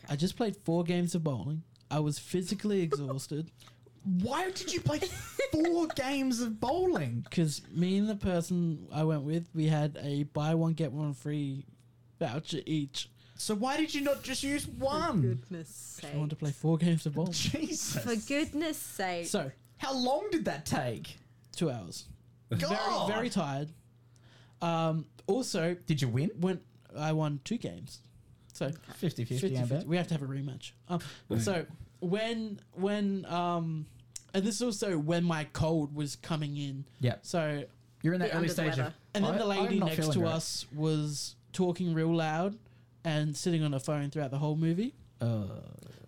Speaker 1: I just played four games of bowling. I was physically exhausted
Speaker 2: Why did you play four games of bowling?
Speaker 1: because me and the person I went with, we had a buy one get one free voucher each.
Speaker 2: So why did you not just use one?
Speaker 4: goodness sake.
Speaker 1: I want to play four games of bowling.
Speaker 4: For
Speaker 2: Jesus.
Speaker 4: goodness sake.
Speaker 1: So
Speaker 2: How long did that take?
Speaker 1: two hours.
Speaker 2: God.
Speaker 1: Very tired. Um, also,
Speaker 2: Did you win?
Speaker 1: when I won two games, so
Speaker 2: 50 50.
Speaker 1: 50-50. We have to have a rematch. Um, so when when um, and this is also when my cold was coming in.
Speaker 2: Yeah.
Speaker 1: So
Speaker 2: You're in
Speaker 4: Bit
Speaker 2: that early
Speaker 4: under the
Speaker 2: stage of.
Speaker 4: weather.
Speaker 1: and
Speaker 2: I-
Speaker 1: then the
Speaker 2: I'm
Speaker 1: lady
Speaker 2: not
Speaker 1: next
Speaker 2: feeling
Speaker 1: to
Speaker 2: great.
Speaker 1: us was talking real loud and sitting on her phone throughout the whole movie.
Speaker 2: Uh,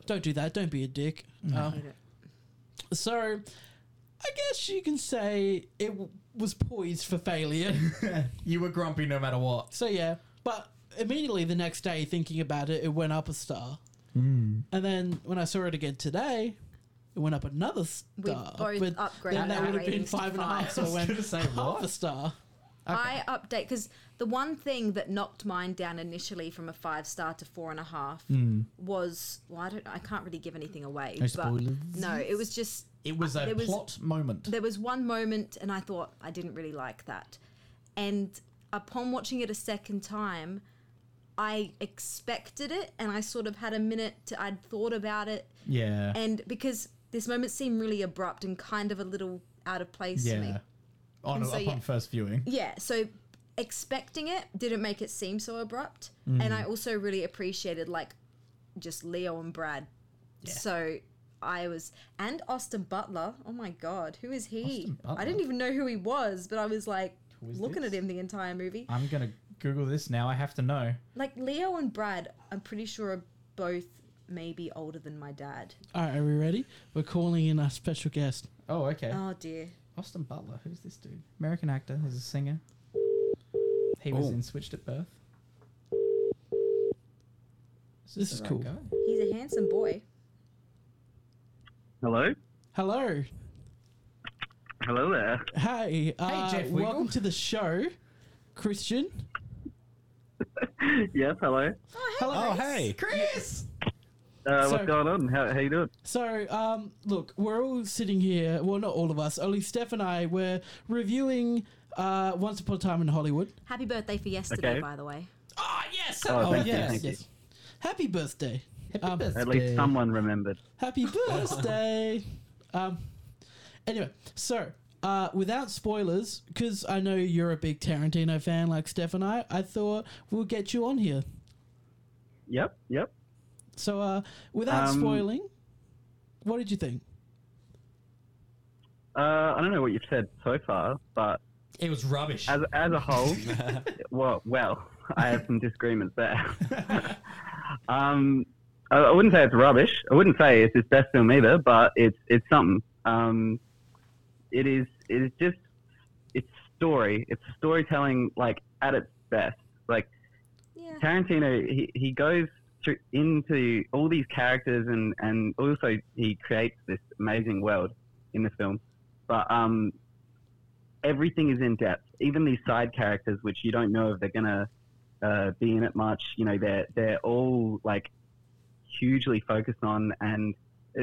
Speaker 1: Don't do that. Don't be a dick. Um,
Speaker 4: Hate it.
Speaker 1: So, I guess you can say it w- was poised for failure.
Speaker 2: you were grumpy no matter what.
Speaker 1: so, yeah. But immediately the next day, thinking about it, it went up a star.
Speaker 2: Hmm.
Speaker 1: And then when I saw it again today, it went up another
Speaker 4: We
Speaker 1: star.
Speaker 4: both
Speaker 1: but
Speaker 4: upgraded
Speaker 1: Then that
Speaker 4: our
Speaker 1: would have been
Speaker 4: ratings to
Speaker 1: five and a half,
Speaker 4: five.
Speaker 1: so it
Speaker 2: I was
Speaker 1: went
Speaker 2: gonna say,
Speaker 1: half
Speaker 2: what?
Speaker 1: a star.
Speaker 4: I update because the one thing that knocked mine down initially from a five star to four and a half
Speaker 2: Hmm.
Speaker 4: was well, I don't know, I can't really give anything away. but
Speaker 2: spoilers?
Speaker 4: no, it was just
Speaker 2: It was a
Speaker 4: there was-
Speaker 2: plot moment.
Speaker 4: there was one moment and I thought I didn't really like that. And upon watching it a second time, I expected it and I sort of had a minute to I'd thought about it
Speaker 2: yeah.
Speaker 4: and because this moment seemed really abrupt and kind of a little out of place to me.
Speaker 2: Yeah. On,
Speaker 4: And so,
Speaker 2: upon
Speaker 4: yeah.
Speaker 2: first viewing.
Speaker 4: Yeah, so expecting it didn't make it seem so abrupt.
Speaker 2: Mm.
Speaker 4: And I also really appreciated like just Leo and Brad. So I was and Austin Butler. Oh my god, who is he?
Speaker 2: Austin Butler?
Speaker 4: I didn't even know who he was, but I was like
Speaker 2: is
Speaker 4: looking
Speaker 2: this?
Speaker 4: at him the entire movie.
Speaker 2: I'm going to Google this now. I have to know.
Speaker 4: Like Leo and Brad, I'm pretty sure are both maybe older than my dad.
Speaker 1: All right, are we ready? We're calling in our special guest.
Speaker 2: Oh, okay.
Speaker 4: Oh dear.
Speaker 2: Austin Butler. Who's this dude? American actor. He's a singer. He was
Speaker 3: Oh.
Speaker 2: in Switched at Birth.
Speaker 1: This is
Speaker 2: the right
Speaker 1: cool.
Speaker 2: guy?
Speaker 4: He's a handsome boy.
Speaker 5: Hello?
Speaker 1: Hello.
Speaker 5: Hello there.
Speaker 1: Hey, uh,
Speaker 2: Jeff Wiggle.
Speaker 1: welcome to the show, Christian.
Speaker 5: yes, hello.
Speaker 3: Oh,
Speaker 1: Hello.
Speaker 2: Chris!
Speaker 5: Uh,
Speaker 1: So-
Speaker 5: what's going on? How, how you doing?
Speaker 1: So, um, look, we're all sitting here. Well, not all of us. Only Steph and I. We're reviewing uh, Once Upon a Time in Hollywood.
Speaker 4: Happy birthday for yesterday,
Speaker 5: Okay.
Speaker 4: by the way.
Speaker 1: Oh yes!
Speaker 5: Oh,
Speaker 1: Oh,
Speaker 5: thank you,
Speaker 1: yes.
Speaker 5: thank you.
Speaker 1: yes. Happy birthday! Um,
Speaker 5: At least someone remembered.
Speaker 1: Happy birthday! um, anyway, so uh, without spoilers, because I know you're a big Tarantino fan like Steph and I, I thought we'll get you on here.
Speaker 5: Yep, yep.
Speaker 1: So, uh, without
Speaker 5: Um,
Speaker 1: spoiling, what did you think?
Speaker 5: Uh, I don't know what you've said so far, but
Speaker 2: It was rubbish.
Speaker 5: as, as a whole, well, well, I have some disagreements there. um, I, I wouldn't say it's rubbish. I wouldn't say it's his best film either, but it's it's something. Um, it is it is just it's story. It's storytelling like at its best. Like
Speaker 4: Yeah.
Speaker 5: Tarantino, he, he goes through, into all these characters and, and also he creates this amazing world in the film. But um, everything is in depth. Even these side characters, which you don't know if they're gonna uh, be in it much. You know, they're they're all like hugely focused on, and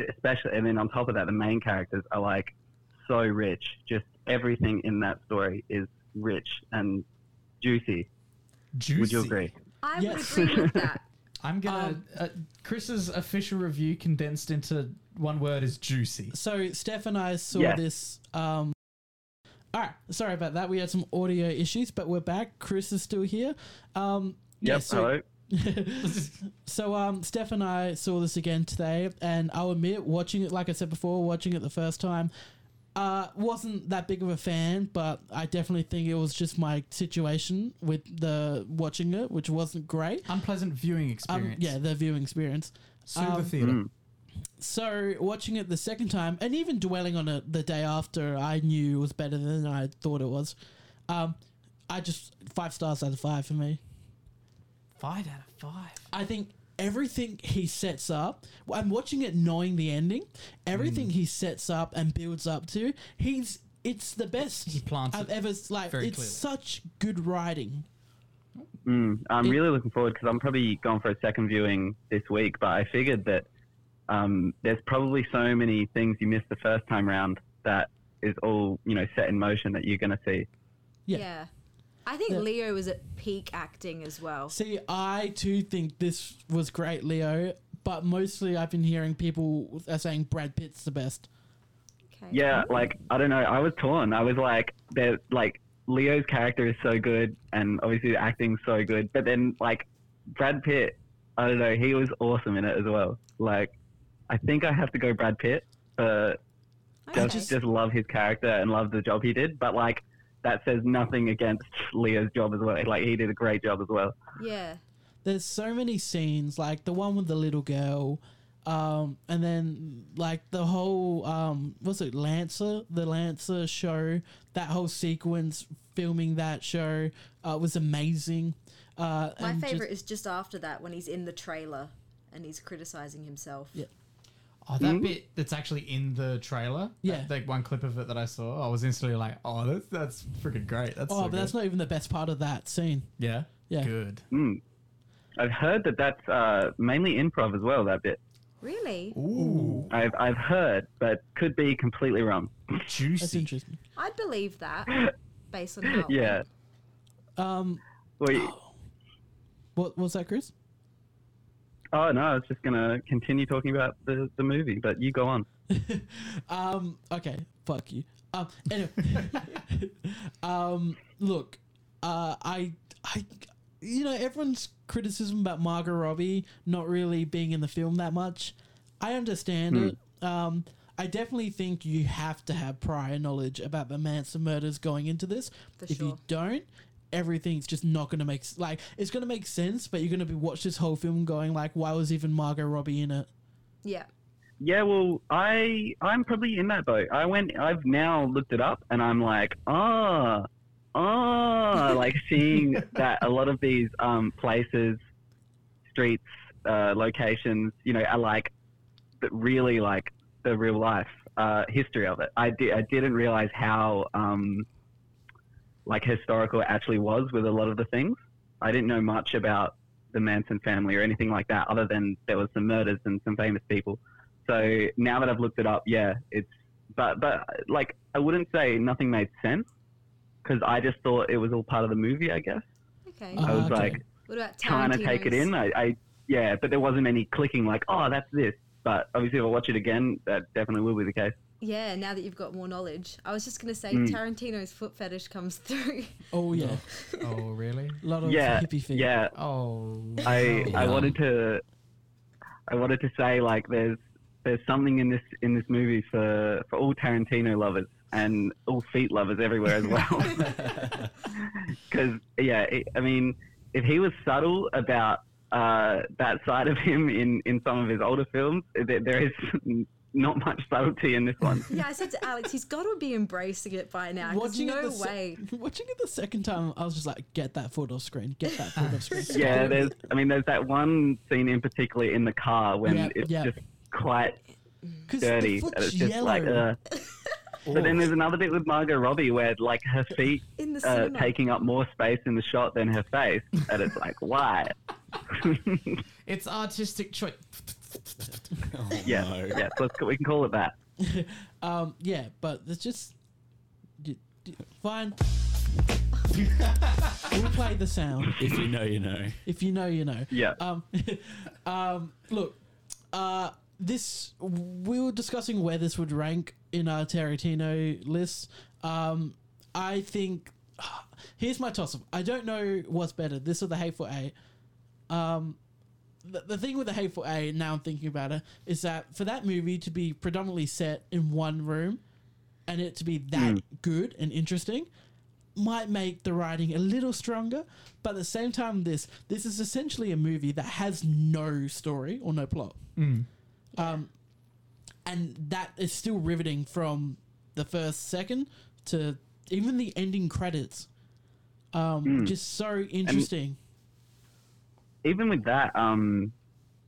Speaker 5: especially and then on top of that, the main characters are like so rich. Just everything in that story is rich and juicy.
Speaker 2: Juicy.
Speaker 5: Would you agree?
Speaker 4: I
Speaker 1: Yes.
Speaker 4: would agree with that.
Speaker 2: I'm gonna.
Speaker 1: Um,
Speaker 2: uh, Chris's official review condensed into one word is juicy.
Speaker 1: So Steph and I saw
Speaker 5: Yeah.
Speaker 1: this. Um, all right, sorry about that. We had some audio issues, but we're back. Chris is still here. Um, yeah,
Speaker 5: Yep.
Speaker 1: so,
Speaker 5: Hello.
Speaker 1: so um, Steph and I saw this again today, and I'll admit, watching it, like I said before, watching it the first time, uh, wasn't that big of a fan, but I definitely think it was just my situation with the watching it, which wasn't great.
Speaker 2: Unpleasant viewing
Speaker 1: Um,
Speaker 2: experience.
Speaker 1: yeah, the viewing experience.
Speaker 2: Super
Speaker 1: um,
Speaker 2: theater.
Speaker 1: So watching it the second time, and even dwelling on it the day after, I knew it was better than I thought it was. Um, I just five stars out of five for me.
Speaker 2: Five out of five.
Speaker 1: I think everything he sets up, well, I'm watching it knowing the ending. Everything
Speaker 2: Mm.
Speaker 1: he sets up and builds up to, he's it's the best
Speaker 2: He plants
Speaker 1: I've
Speaker 2: it
Speaker 1: ever like.
Speaker 2: very
Speaker 1: it's
Speaker 2: clearly.
Speaker 1: such good writing.
Speaker 5: Mm, I'm really looking forward because I'm probably going for a second viewing this week. But I figured that um, there's probably so many things you missed the first time round that is all you know set in motion that you're going to see.
Speaker 1: Yeah.
Speaker 4: Yeah. I think
Speaker 1: Yeah.
Speaker 4: Leo was at peak acting as well.
Speaker 1: See, I too think this was great, Leo. But mostly, I've been hearing people are saying Brad Pitt's the best.
Speaker 4: Okay.
Speaker 5: Yeah, like I don't know. I was torn. I was like, they're like Leo's character is so good, and obviously the acting's so good. But then like Brad Pitt, I don't know. He was awesome in it as well. Like I think I have to go Brad Pitt for
Speaker 4: Okay.
Speaker 5: just, just love his character and love the job he did. But like that says nothing against Leo's job as well. Like he did a great job as well.
Speaker 4: yeah.
Speaker 1: there's so many scenes like the one with the little girl um and then like the whole um what's it lancer the lancer show that whole sequence filming that show uh was amazing uh
Speaker 4: My
Speaker 1: and just-
Speaker 4: favorite is just after that when he's in the trailer and he's criticizing himself.
Speaker 1: Yeah.
Speaker 2: Oh, that bit that's actually in the trailer.
Speaker 1: Yeah.
Speaker 2: That, like one clip of it that I saw, I was instantly like, oh, that's, that's freaking great. That's
Speaker 1: oh
Speaker 2: so
Speaker 1: but that's
Speaker 2: good.
Speaker 1: not even the best part of that scene
Speaker 2: yeah.
Speaker 1: Yeah.
Speaker 2: Good.
Speaker 5: I've heard that that's uh, mainly improv as well. That bit
Speaker 4: Really?
Speaker 2: Ooh,
Speaker 5: I've I've heard, but could be completely wrong.
Speaker 1: that's
Speaker 2: juicy.
Speaker 1: interesting
Speaker 4: I'd believe that based on how.
Speaker 5: yeah.
Speaker 1: um
Speaker 5: Well,
Speaker 1: what was that chris
Speaker 5: Oh no, I was just gonna continue talking about the, the movie, but you go on.
Speaker 1: Um. Okay. Fuck you. Um. Anyway. um. Look. Uh. I. I. You know everyone's criticism about Margot Robbie not really being in the film that much. I understand it. Um. I definitely think you have to have prior knowledge about the Manson murders going into this.
Speaker 4: For
Speaker 1: if you
Speaker 4: sure.
Speaker 1: don't, everything's just not going to make s- like it's going to make sense. But you're going to be watch this whole film going like, why was even Margot Robbie in it?
Speaker 4: Yeah.
Speaker 5: Yeah, well, I I'm probably in that boat. I went, I've now looked it up, and I'm like, ah, ah, like seeing that a lot of these um, places, streets, uh, locations, you know, are like that really like the real life uh, history of it. I di- I didn't realize how um, like historical it actually was with a lot of the things. I didn't know much about the Manson family or anything like that, other than there was some murders and some famous people. So now that I've looked it up, yeah, it's but but like I wouldn't say nothing made sense because I just thought it was all part of the movie. I guess
Speaker 4: Okay.
Speaker 1: Uh,
Speaker 5: I was
Speaker 1: Okay.
Speaker 5: like
Speaker 4: what about
Speaker 5: trying to take it in. I, I yeah, but there wasn't any clicking like oh that's this. But obviously, if I watch it again, that definitely will be the case.
Speaker 4: Yeah, now that you've got more knowledge. I was just going to say
Speaker 5: Mm.
Speaker 4: Tarantino's foot fetish comes through.
Speaker 1: Oh yeah,
Speaker 2: Oh, really?
Speaker 1: a lot of
Speaker 5: Yeah,
Speaker 1: hippie things.
Speaker 5: Yeah,
Speaker 2: Oh.
Speaker 5: I I
Speaker 2: Yeah.
Speaker 5: wanted to I wanted to say like there's there's something in this in this movie for for all Tarantino lovers and all feet lovers everywhere as well. Because yeah, it, I mean, if he was subtle about uh, that side of him in in some of his older films, there, there is not much subtlety in this one.
Speaker 4: Yeah, I said to Alex, he's got to be embracing it by now. 'cause
Speaker 1: Watching
Speaker 4: no
Speaker 1: it the se-
Speaker 4: way.
Speaker 1: watching it the second time, I was just like, get that photo screen, get that photo screen.
Speaker 5: yeah, there's. I mean, there's that one scene in particular in the car when
Speaker 1: Yep,
Speaker 5: it's
Speaker 1: yep.
Speaker 5: just quite
Speaker 1: because
Speaker 5: dirty.
Speaker 1: the
Speaker 5: And
Speaker 1: foot's
Speaker 5: it's just
Speaker 1: yellow.
Speaker 5: like. Uh, but then there's another bit with Margot Robbie where like her feet
Speaker 4: In the
Speaker 5: uh,
Speaker 4: cinema.
Speaker 5: taking up more space in the shot than her face, and it's like why?
Speaker 2: It's artistic choice.
Speaker 3: Oh,
Speaker 5: Yeah,
Speaker 3: no.
Speaker 5: yeah. Let's, we can call it that.
Speaker 1: um, yeah, but it's just y- y- fine. we'll play the sound.
Speaker 3: If you know, you know.
Speaker 1: If you know, you know.
Speaker 5: Yeah.
Speaker 1: Um, um, look, uh, this we were discussing where this would rank in our Tarantino list. Um, I think here's my toss up. I don't know what's better, this or the Hateful Eight. Um, the, the thing with the Hateful Eight, now I'm thinking about it, is that for that movie to be predominantly set in one room, and it to be that good and interesting might make the writing a little stronger but at the same time this this is essentially a movie that has no story or no plot um and that is still riveting from the first second to even the ending credits um just so interesting
Speaker 5: even with that, um,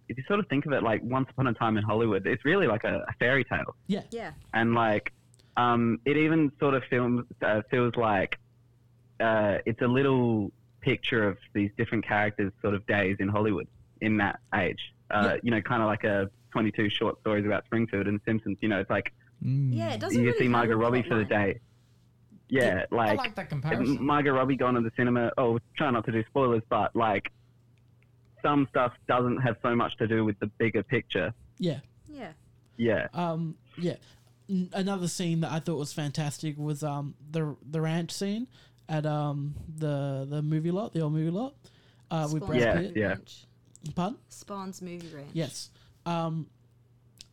Speaker 5: if you sort of think of it like Once Upon a Time in Hollywood, it's really like a, a fairy tale,
Speaker 1: yeah
Speaker 4: Yeah.
Speaker 5: and like um, it even sort of films uh, feels like uh, it's a little picture of these different characters' sort of days in Hollywood in that age. Uh,
Speaker 1: Yeah.
Speaker 5: You know, kind of like a 22 short stories about Springfield and Simpsons. You know, it's like
Speaker 1: Hmm.
Speaker 2: Mm.
Speaker 4: Yeah, it doesn't
Speaker 5: you
Speaker 4: really
Speaker 5: see
Speaker 4: have a
Speaker 5: Margot Robbie
Speaker 4: plot
Speaker 5: for the
Speaker 4: line.
Speaker 5: day. Yeah,
Speaker 2: I
Speaker 5: like
Speaker 2: like that
Speaker 5: M-
Speaker 2: comparison.
Speaker 5: Margot Robbie gone to the cinema. Oh, try not to do spoilers, but like some stuff doesn't have so much to do with the bigger picture.
Speaker 1: yeah
Speaker 4: Yeah.
Speaker 5: Yeah,
Speaker 1: Um, yeah. N- another scene that I thought was fantastic was um the the ranch scene at um the the movie lot, the old movie lot. Uh, with Brad
Speaker 4: Spawn's
Speaker 5: Yeah,
Speaker 1: Pitt.
Speaker 4: movie
Speaker 5: yeah.
Speaker 4: ranch.
Speaker 1: Pardon?
Speaker 4: Spawn's movie ranch.
Speaker 1: Yes. Um,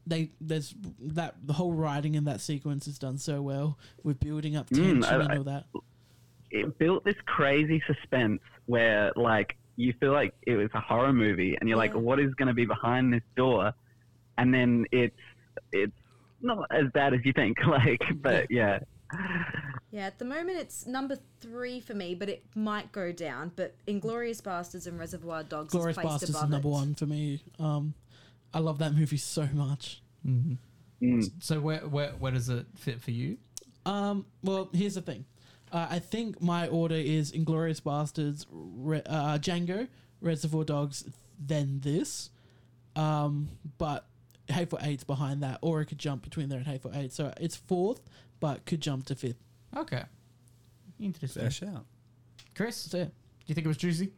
Speaker 1: they there's that the whole writing in that sequence is done so well with building up tension
Speaker 5: Mm, I-
Speaker 1: and
Speaker 5: I-
Speaker 1: all that.
Speaker 5: it built this crazy suspense where like you feel like it was a horror movie, and you're like,
Speaker 4: Yeah.
Speaker 5: what is going to be behind this door? And then it's it's not as bad as you think. Like, but yeah,
Speaker 4: Yeah, at the moment it's number three for me, but it might go down. But Inglorious Bastards and Reservoir Dogs
Speaker 1: Glorious
Speaker 4: is placed
Speaker 1: Bastards is
Speaker 4: above
Speaker 1: number
Speaker 4: it.
Speaker 1: one for me. Um, I love that movie so much.
Speaker 2: So where, where where does it fit for you?
Speaker 1: Um, well, here's the thing. Uh, I think my order is Inglorious Bastards, Re- uh, Django, Reservoir Dogs, then this. Um, but Hateful Eight's behind that, or it could jump between there and Hateful Eight. So it's fourth, but could jump to fifth.
Speaker 2: Okay. Interesting.
Speaker 3: Fair shout.
Speaker 2: Chris,
Speaker 1: So
Speaker 2: do
Speaker 1: yeah.
Speaker 2: you think it was juicy?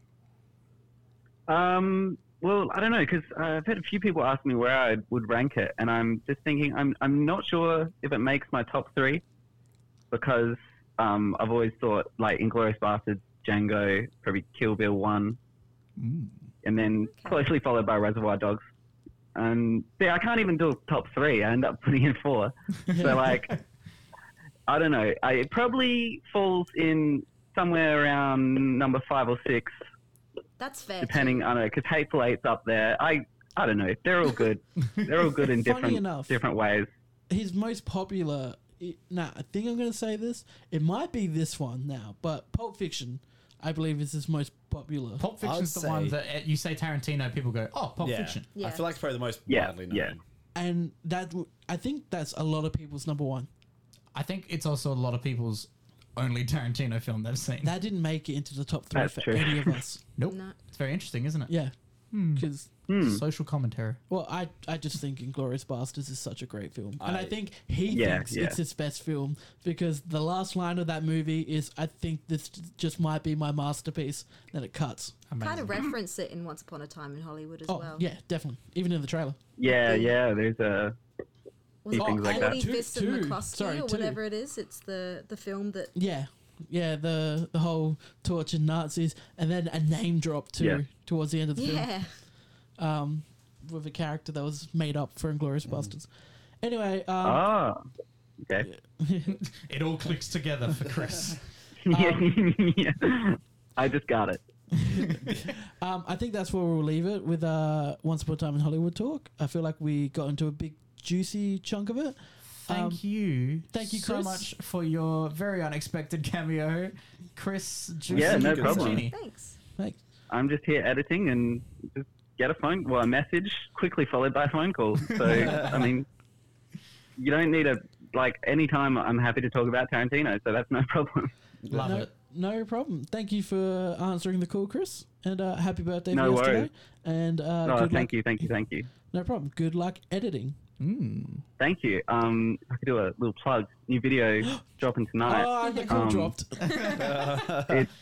Speaker 5: Um, well, I don't know because I've had a few people ask me where I would rank it, and I'm just thinking I'm I'm not sure if it makes my top three because um, I've always thought like Inglorious Bastards, Django, probably Kill Bill one, and then
Speaker 4: Okay.
Speaker 5: closely followed by Reservoir Dogs. And yeah, I can't even do a top three. I end up putting in four. so like, I don't know. I, it probably falls in somewhere around number five or six
Speaker 4: That's fair. too.
Speaker 5: depending on it because hateful eight's up there i i don't know they're all good they're all good in
Speaker 1: Funny
Speaker 5: different
Speaker 1: enough.
Speaker 5: different ways
Speaker 1: his most popular. i- Now, I think I'm going to say this. It might be this one now, but Pulp Fiction, I believe, is his most popular.
Speaker 2: Pulp Fiction's the
Speaker 3: say-
Speaker 2: one that uh, you say Tarantino, people go, oh, Pulp
Speaker 3: Yeah.
Speaker 2: Fiction.
Speaker 4: Yeah.
Speaker 3: I feel like it's probably the most
Speaker 5: Yeah,
Speaker 3: widely known.
Speaker 5: yeah.
Speaker 1: And that w- I think that's a lot of people's number one.
Speaker 2: I think it's also a lot of people's only Tarantino film they've seen.
Speaker 1: That didn't make it into the top three
Speaker 5: That's
Speaker 1: for
Speaker 5: true.
Speaker 1: any of us.
Speaker 2: nope.
Speaker 4: No.
Speaker 2: It's very interesting, isn't it?
Speaker 1: Yeah. Because,
Speaker 5: Hmm.
Speaker 2: Social commentary.
Speaker 1: well, I, I just think Inglorious Bastards is such a great film. and I
Speaker 3: I-
Speaker 1: think he
Speaker 5: Yeah,
Speaker 1: thinks
Speaker 5: yeah.
Speaker 1: it's his best film because the last line of that movie is, I think this j- just might be my masterpiece. Then it cuts.
Speaker 2: Amazing.
Speaker 4: Kind of reference it in Once Upon a Time in Hollywood as
Speaker 1: Oh,
Speaker 4: well.
Speaker 1: yeah, definitely. Even in the trailer.
Speaker 5: yeah yeah there's a
Speaker 4: Was it
Speaker 5: Things like that.
Speaker 4: Forty
Speaker 1: Two-
Speaker 4: Fist
Speaker 1: two.
Speaker 4: and McCloskey
Speaker 1: Sorry,
Speaker 4: or
Speaker 1: two.
Speaker 4: whatever it is? It's the the film that
Speaker 1: Yeah. Yeah, the, the whole torture Nazis and then a name drop too
Speaker 5: Yeah.
Speaker 1: towards the end of the film.
Speaker 4: yeah.
Speaker 1: with a character that was made up for Inglorious Bastards. Anyway, um,
Speaker 5: Mm. ah okay
Speaker 2: It all clicks together for Chris.
Speaker 4: Um,
Speaker 5: yeah. i just got it
Speaker 1: um, I think that's where we'll leave it with uh, Once Upon a Time in Hollywood talk. I feel like we got into a big juicy chunk of it.
Speaker 2: Thank
Speaker 1: Um,
Speaker 2: you.
Speaker 1: thank you,
Speaker 2: so
Speaker 1: Chris.
Speaker 2: much for your very unexpected cameo, Chris. Juicy
Speaker 3: Yeah, no
Speaker 5: problem.
Speaker 2: Genie.
Speaker 4: Thanks.
Speaker 1: Thanks.
Speaker 5: I'm just here editing and just get a phone, well, a message quickly followed by a phone call. So, I mean, you don't need a, like, any time I'm happy to talk about Tarantino, so that's no problem.
Speaker 2: Love
Speaker 1: no,
Speaker 2: it.
Speaker 1: No problem. Thank you for answering the call, Chris. And uh, happy birthday
Speaker 5: No
Speaker 1: for
Speaker 5: worries.
Speaker 1: yesterday. And uh,
Speaker 5: Oh,
Speaker 1: good
Speaker 5: thank
Speaker 1: luck.
Speaker 5: you, thank you, thank you.
Speaker 1: No problem. Good luck editing.
Speaker 2: Mm.
Speaker 5: Thank you. Um, I could do a little plug. New video dropping tonight.
Speaker 1: Oh, the call
Speaker 5: Um,
Speaker 1: dropped.
Speaker 5: It's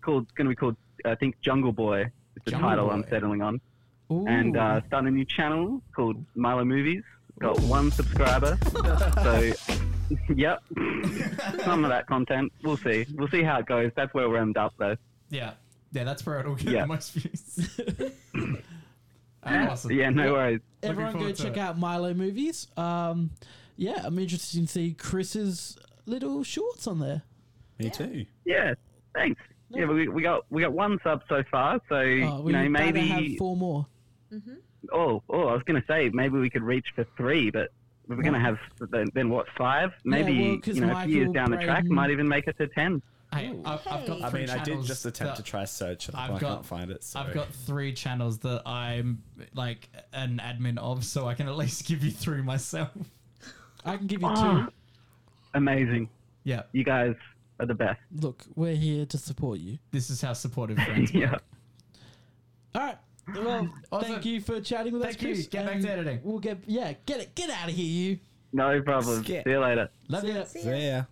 Speaker 5: called. It's going to be called. I think Jungle Boy is the
Speaker 2: Jungle
Speaker 5: title
Speaker 2: Boy.
Speaker 5: I'm settling on,
Speaker 1: Ooh.
Speaker 5: and uh, starting a new channel called Milo Movies. Got one subscriber, so yep, some of that content. We'll see. We'll see how it goes. That's where we're end up though.
Speaker 2: Yeah. Yeah, that's where it'll get
Speaker 5: Yeah.
Speaker 2: the most views. Oh, awesome.
Speaker 5: Yeah, no worries.
Speaker 1: Everyone go
Speaker 2: forward to
Speaker 1: check
Speaker 2: it.
Speaker 1: out Milo movies. Um, yeah, I'm interested to see Chris's little shorts on there.
Speaker 3: Me too.
Speaker 5: Yeah, thanks. Yeah, we, we got we got one sub so far, so
Speaker 1: Oh,
Speaker 5: you
Speaker 1: we
Speaker 5: know
Speaker 1: better
Speaker 5: maybe
Speaker 1: have four more.
Speaker 5: Oh, oh, I was going to say maybe we could reach for three, but we're going to have then, then what five? Maybe
Speaker 1: well, 'cause
Speaker 5: you know, a few years
Speaker 1: Michael
Speaker 5: down the track,
Speaker 1: Braden-
Speaker 5: might even make it to ten.
Speaker 2: Hey, I've, I've got
Speaker 4: Hey.
Speaker 2: three
Speaker 4: I
Speaker 3: I mean, I did
Speaker 2: channels
Speaker 3: just attempt to
Speaker 2: that-
Speaker 3: try search it, but
Speaker 2: I've
Speaker 3: I
Speaker 2: got-
Speaker 3: can't find it. So.
Speaker 2: I've got three channels that I'm like an admin of, so I can at least give you three myself.
Speaker 1: I can give you
Speaker 5: Ah.
Speaker 1: two.
Speaker 5: Amazing!
Speaker 2: Yeah,
Speaker 5: You guys are the best.
Speaker 1: Look, we're here to support you.
Speaker 2: this is how supportive friends work.
Speaker 5: yeah.
Speaker 1: All right. Well,
Speaker 2: Awesome.
Speaker 1: Um, thank you for chatting with us,
Speaker 2: Thank you.
Speaker 1: Chris.
Speaker 2: Get back
Speaker 1: and
Speaker 2: to editing.
Speaker 1: We'll get yeah, get it, get out of here, you.
Speaker 5: No problem.
Speaker 3: Skip.
Speaker 5: See you later.
Speaker 2: Love you.
Speaker 4: See ya.
Speaker 3: Yeah.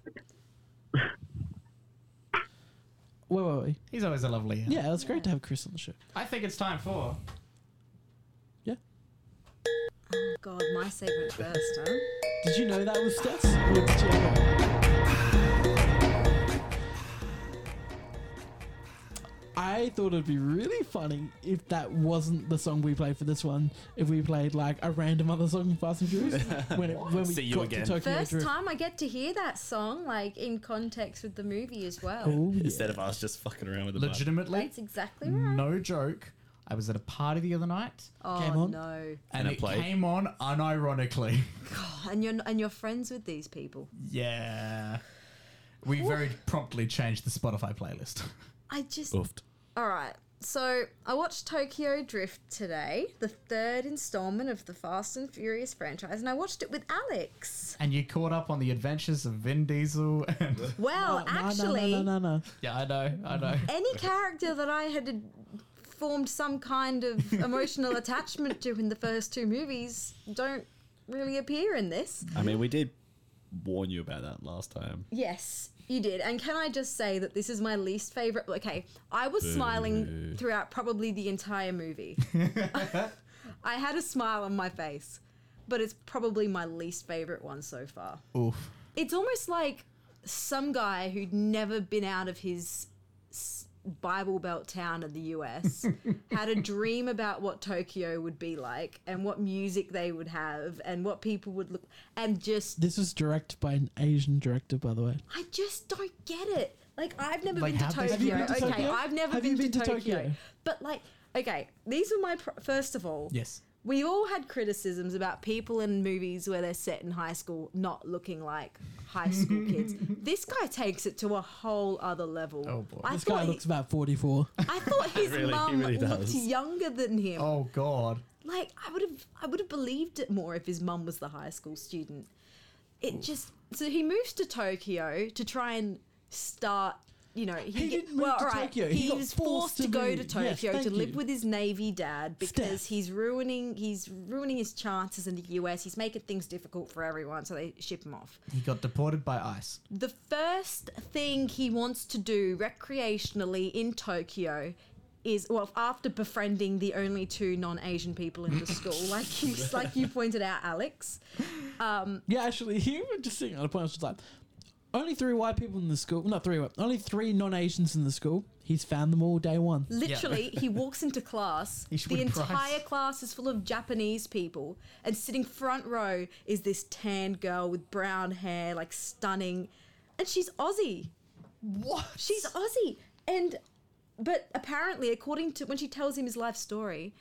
Speaker 1: Where were we?
Speaker 2: He's always a lovely.
Speaker 1: Yeah, it was great to have Chris on the show.
Speaker 2: I think it's time for.
Speaker 1: Yeah.
Speaker 4: Oh God, my segment first, huh?
Speaker 1: Did you know that was Steph's? Or did you I thought it'd be really funny if that wasn't the song we played for this one. If we played like a random other song from Fast and Furious when, it, when we
Speaker 3: See you
Speaker 1: got
Speaker 3: again.
Speaker 1: to Tokyo
Speaker 4: First
Speaker 1: Drift.
Speaker 4: time I get to hear that song, like in context with the movie as well.
Speaker 1: Oh, yeah.
Speaker 3: Instead of us just fucking around with the button.
Speaker 2: Legitimately,
Speaker 4: That's exactly right.
Speaker 2: no joke. I was at a party the other night,
Speaker 1: Game
Speaker 4: Oh
Speaker 1: on.
Speaker 4: no!
Speaker 2: and,
Speaker 3: it
Speaker 2: it
Speaker 3: played.
Speaker 2: came on unironically.
Speaker 4: And you're and you're friends with these people.
Speaker 2: yeah. We very promptly changed the Spotify playlist.
Speaker 4: I just
Speaker 3: Oofed.
Speaker 4: All right. So I watched Tokyo Drift today, the third installment of the Fast and Furious franchise, and I watched it with Alex.
Speaker 2: and you caught up on the adventures of Vin Diesel. And
Speaker 4: Well, actually,
Speaker 1: Oh, no, no, no, no, no.
Speaker 2: yeah, I know, I know.
Speaker 4: any character that I had formed some kind of emotional attachment to in the first two movies don't really appear in this.
Speaker 3: I mean, we did warn you about that last time.
Speaker 4: Yes, you did. And can I just say that this is my least favorite? Okay, I was smiling throughout probably the entire movie. I had a smile on my face, but it's probably my least favorite one so far.
Speaker 2: Oof.
Speaker 4: It's almost like some guy who'd never been out of his s- Bible Belt town of the US had a dream about what Tokyo would be like and what music they would have and what people would look and just
Speaker 1: This was directed by an Asian director, by the way.
Speaker 4: I just don't get it. Like I've never
Speaker 2: Like,
Speaker 4: been to
Speaker 2: have they-
Speaker 4: Tokyo.
Speaker 2: Have you
Speaker 1: been to
Speaker 4: okay,
Speaker 1: Tokyo?
Speaker 4: I've never
Speaker 1: Have you
Speaker 4: been,
Speaker 1: been
Speaker 4: to,
Speaker 1: to
Speaker 4: Tokyo.
Speaker 1: Tokyo?
Speaker 4: But like, okay, these were my pr- first of all.
Speaker 2: Yes.
Speaker 4: We all had criticisms about people in movies where they're set in high school not looking like high school kids. This guy takes it to a whole other level.
Speaker 2: Oh, boy.
Speaker 4: I
Speaker 1: This
Speaker 4: thought
Speaker 1: guy
Speaker 4: he-
Speaker 1: looks about 44.
Speaker 4: I thought his
Speaker 3: Really, he
Speaker 4: mum
Speaker 3: really
Speaker 4: looked
Speaker 3: does.
Speaker 4: younger than him.
Speaker 2: Oh God.
Speaker 4: Like I would have, I would have believed it more if his mum was the high school student. It just so he moves to Tokyo to try and start. You know, he,
Speaker 1: didn't move to
Speaker 4: alright,
Speaker 1: Tokyo,
Speaker 4: He,
Speaker 1: he got
Speaker 4: was
Speaker 1: forced
Speaker 4: forced
Speaker 1: to
Speaker 4: to go to
Speaker 1: move. Yes,
Speaker 4: Tokyo
Speaker 1: thank
Speaker 4: to live
Speaker 1: you.
Speaker 4: with his Navy dad because
Speaker 1: Steph.
Speaker 4: he's ruining he's ruining his chances in the US. He's making things difficult for everyone, so they ship him off
Speaker 2: He got deported by ICE.
Speaker 4: the first thing he wants to do recreationally in Tokyo is well after befriending the only two non-Asian people in the school, like you like you pointed out, Alex.
Speaker 1: Yeah, actually, you were just sitting on a point. I was just like, only three white people in the school. Not three white. Only three non-Asians in the school. He's found them all day one.
Speaker 4: Literally, he walks into class.
Speaker 2: He should
Speaker 4: The
Speaker 2: win prize.
Speaker 4: entire class is full of Japanese people, and sitting front row is this tan girl with brown hair, like stunning, and she's Aussie.
Speaker 2: What?
Speaker 4: She's Aussie, and but apparently, according to when she tells him his life story,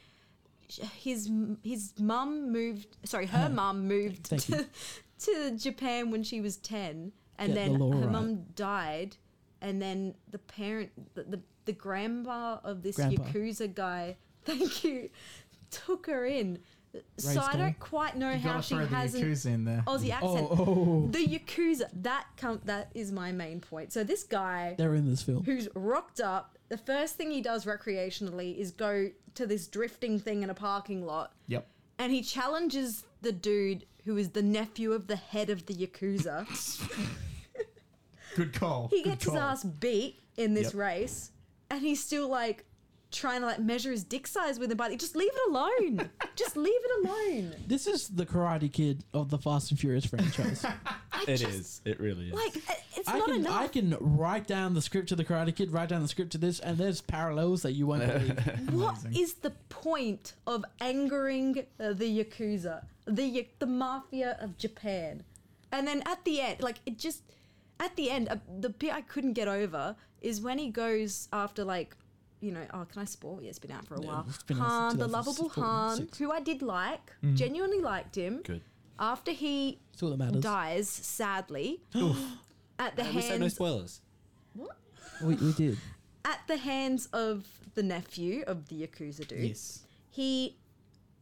Speaker 4: sh- his his mum moved. Sorry, her mum moved
Speaker 1: Oh, Thank you.
Speaker 4: to, to Japan when she was ten, and
Speaker 1: Get the
Speaker 4: then
Speaker 1: law
Speaker 4: her
Speaker 1: right.
Speaker 4: mum died, and then the parent, the the, the grandpa of this
Speaker 1: Grandpa.
Speaker 4: yakuza guy. Thank you. Took her in. so I
Speaker 1: her.
Speaker 4: don't quite know
Speaker 2: You
Speaker 4: how
Speaker 2: gotta
Speaker 4: she
Speaker 2: throw the
Speaker 4: has an
Speaker 2: Yakuza in there.
Speaker 4: Aussie accent.
Speaker 1: Oh, oh,
Speaker 4: The Yakuza. That com- that is my main point. So this guy
Speaker 1: they're in this film.
Speaker 4: who's rocked up, the first thing he does recreationally is go to this drifting thing in a parking lot
Speaker 2: Yep.
Speaker 4: and he challenges the dude who is the nephew of the head of the Yakuza.
Speaker 2: Good call.
Speaker 4: He
Speaker 2: Good
Speaker 4: gets
Speaker 2: call.
Speaker 4: his ass beat in this
Speaker 2: Yep.
Speaker 4: race and he's still like trying to like measure his dick size with him, but just leave it alone. just leave it alone.
Speaker 1: This is the Karate Kid of the Fast and Furious franchise.
Speaker 3: It is. It really is.
Speaker 4: Like, it- it's
Speaker 1: I
Speaker 4: not
Speaker 1: can
Speaker 4: enough.
Speaker 1: I can write down the script to the Karate Kid, write down the script to this, and there's parallels that you won't believe.
Speaker 4: What
Speaker 2: Amazing.
Speaker 4: is the point of angering uh, the yakuza, the ya- the mafia of Japan? And then at the end, like it just at the end, uh, the bit I couldn't get over is when he goes after like. You know, oh, can I spoil? Yeah, it's been out for a while.
Speaker 1: it's been out since
Speaker 4: Han, the
Speaker 1: 2006,
Speaker 4: lovable Han,
Speaker 1: 2006.
Speaker 4: who I did like, genuinely liked him.
Speaker 3: Good.
Speaker 4: After he
Speaker 1: That's all that matters.
Speaker 4: dies, sadly, at the
Speaker 3: And we said no
Speaker 4: hands
Speaker 3: spoilers.
Speaker 1: We, we did.
Speaker 4: at the hands of the nephew of the yakuza dude.
Speaker 2: Yes.
Speaker 4: he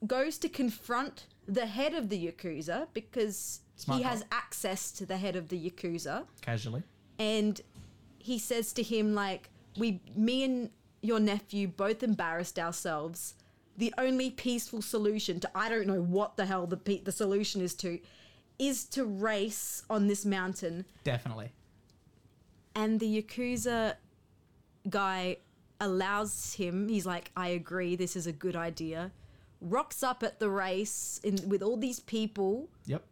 Speaker 4: goes to confront the head of the yakuza because
Speaker 2: Smart
Speaker 4: he
Speaker 2: guy.
Speaker 4: has access to the head of the yakuza
Speaker 2: Casually.
Speaker 4: and he says to him like we me and your nephew both embarrassed ourselves the only peaceful solution to i don't know what the hell the pe- the solution is to is to race on this mountain
Speaker 2: Definitely.
Speaker 4: and the yakuza guy allows him he's like i agree this is a good idea rocks up at the race in, with all these people
Speaker 2: Yep.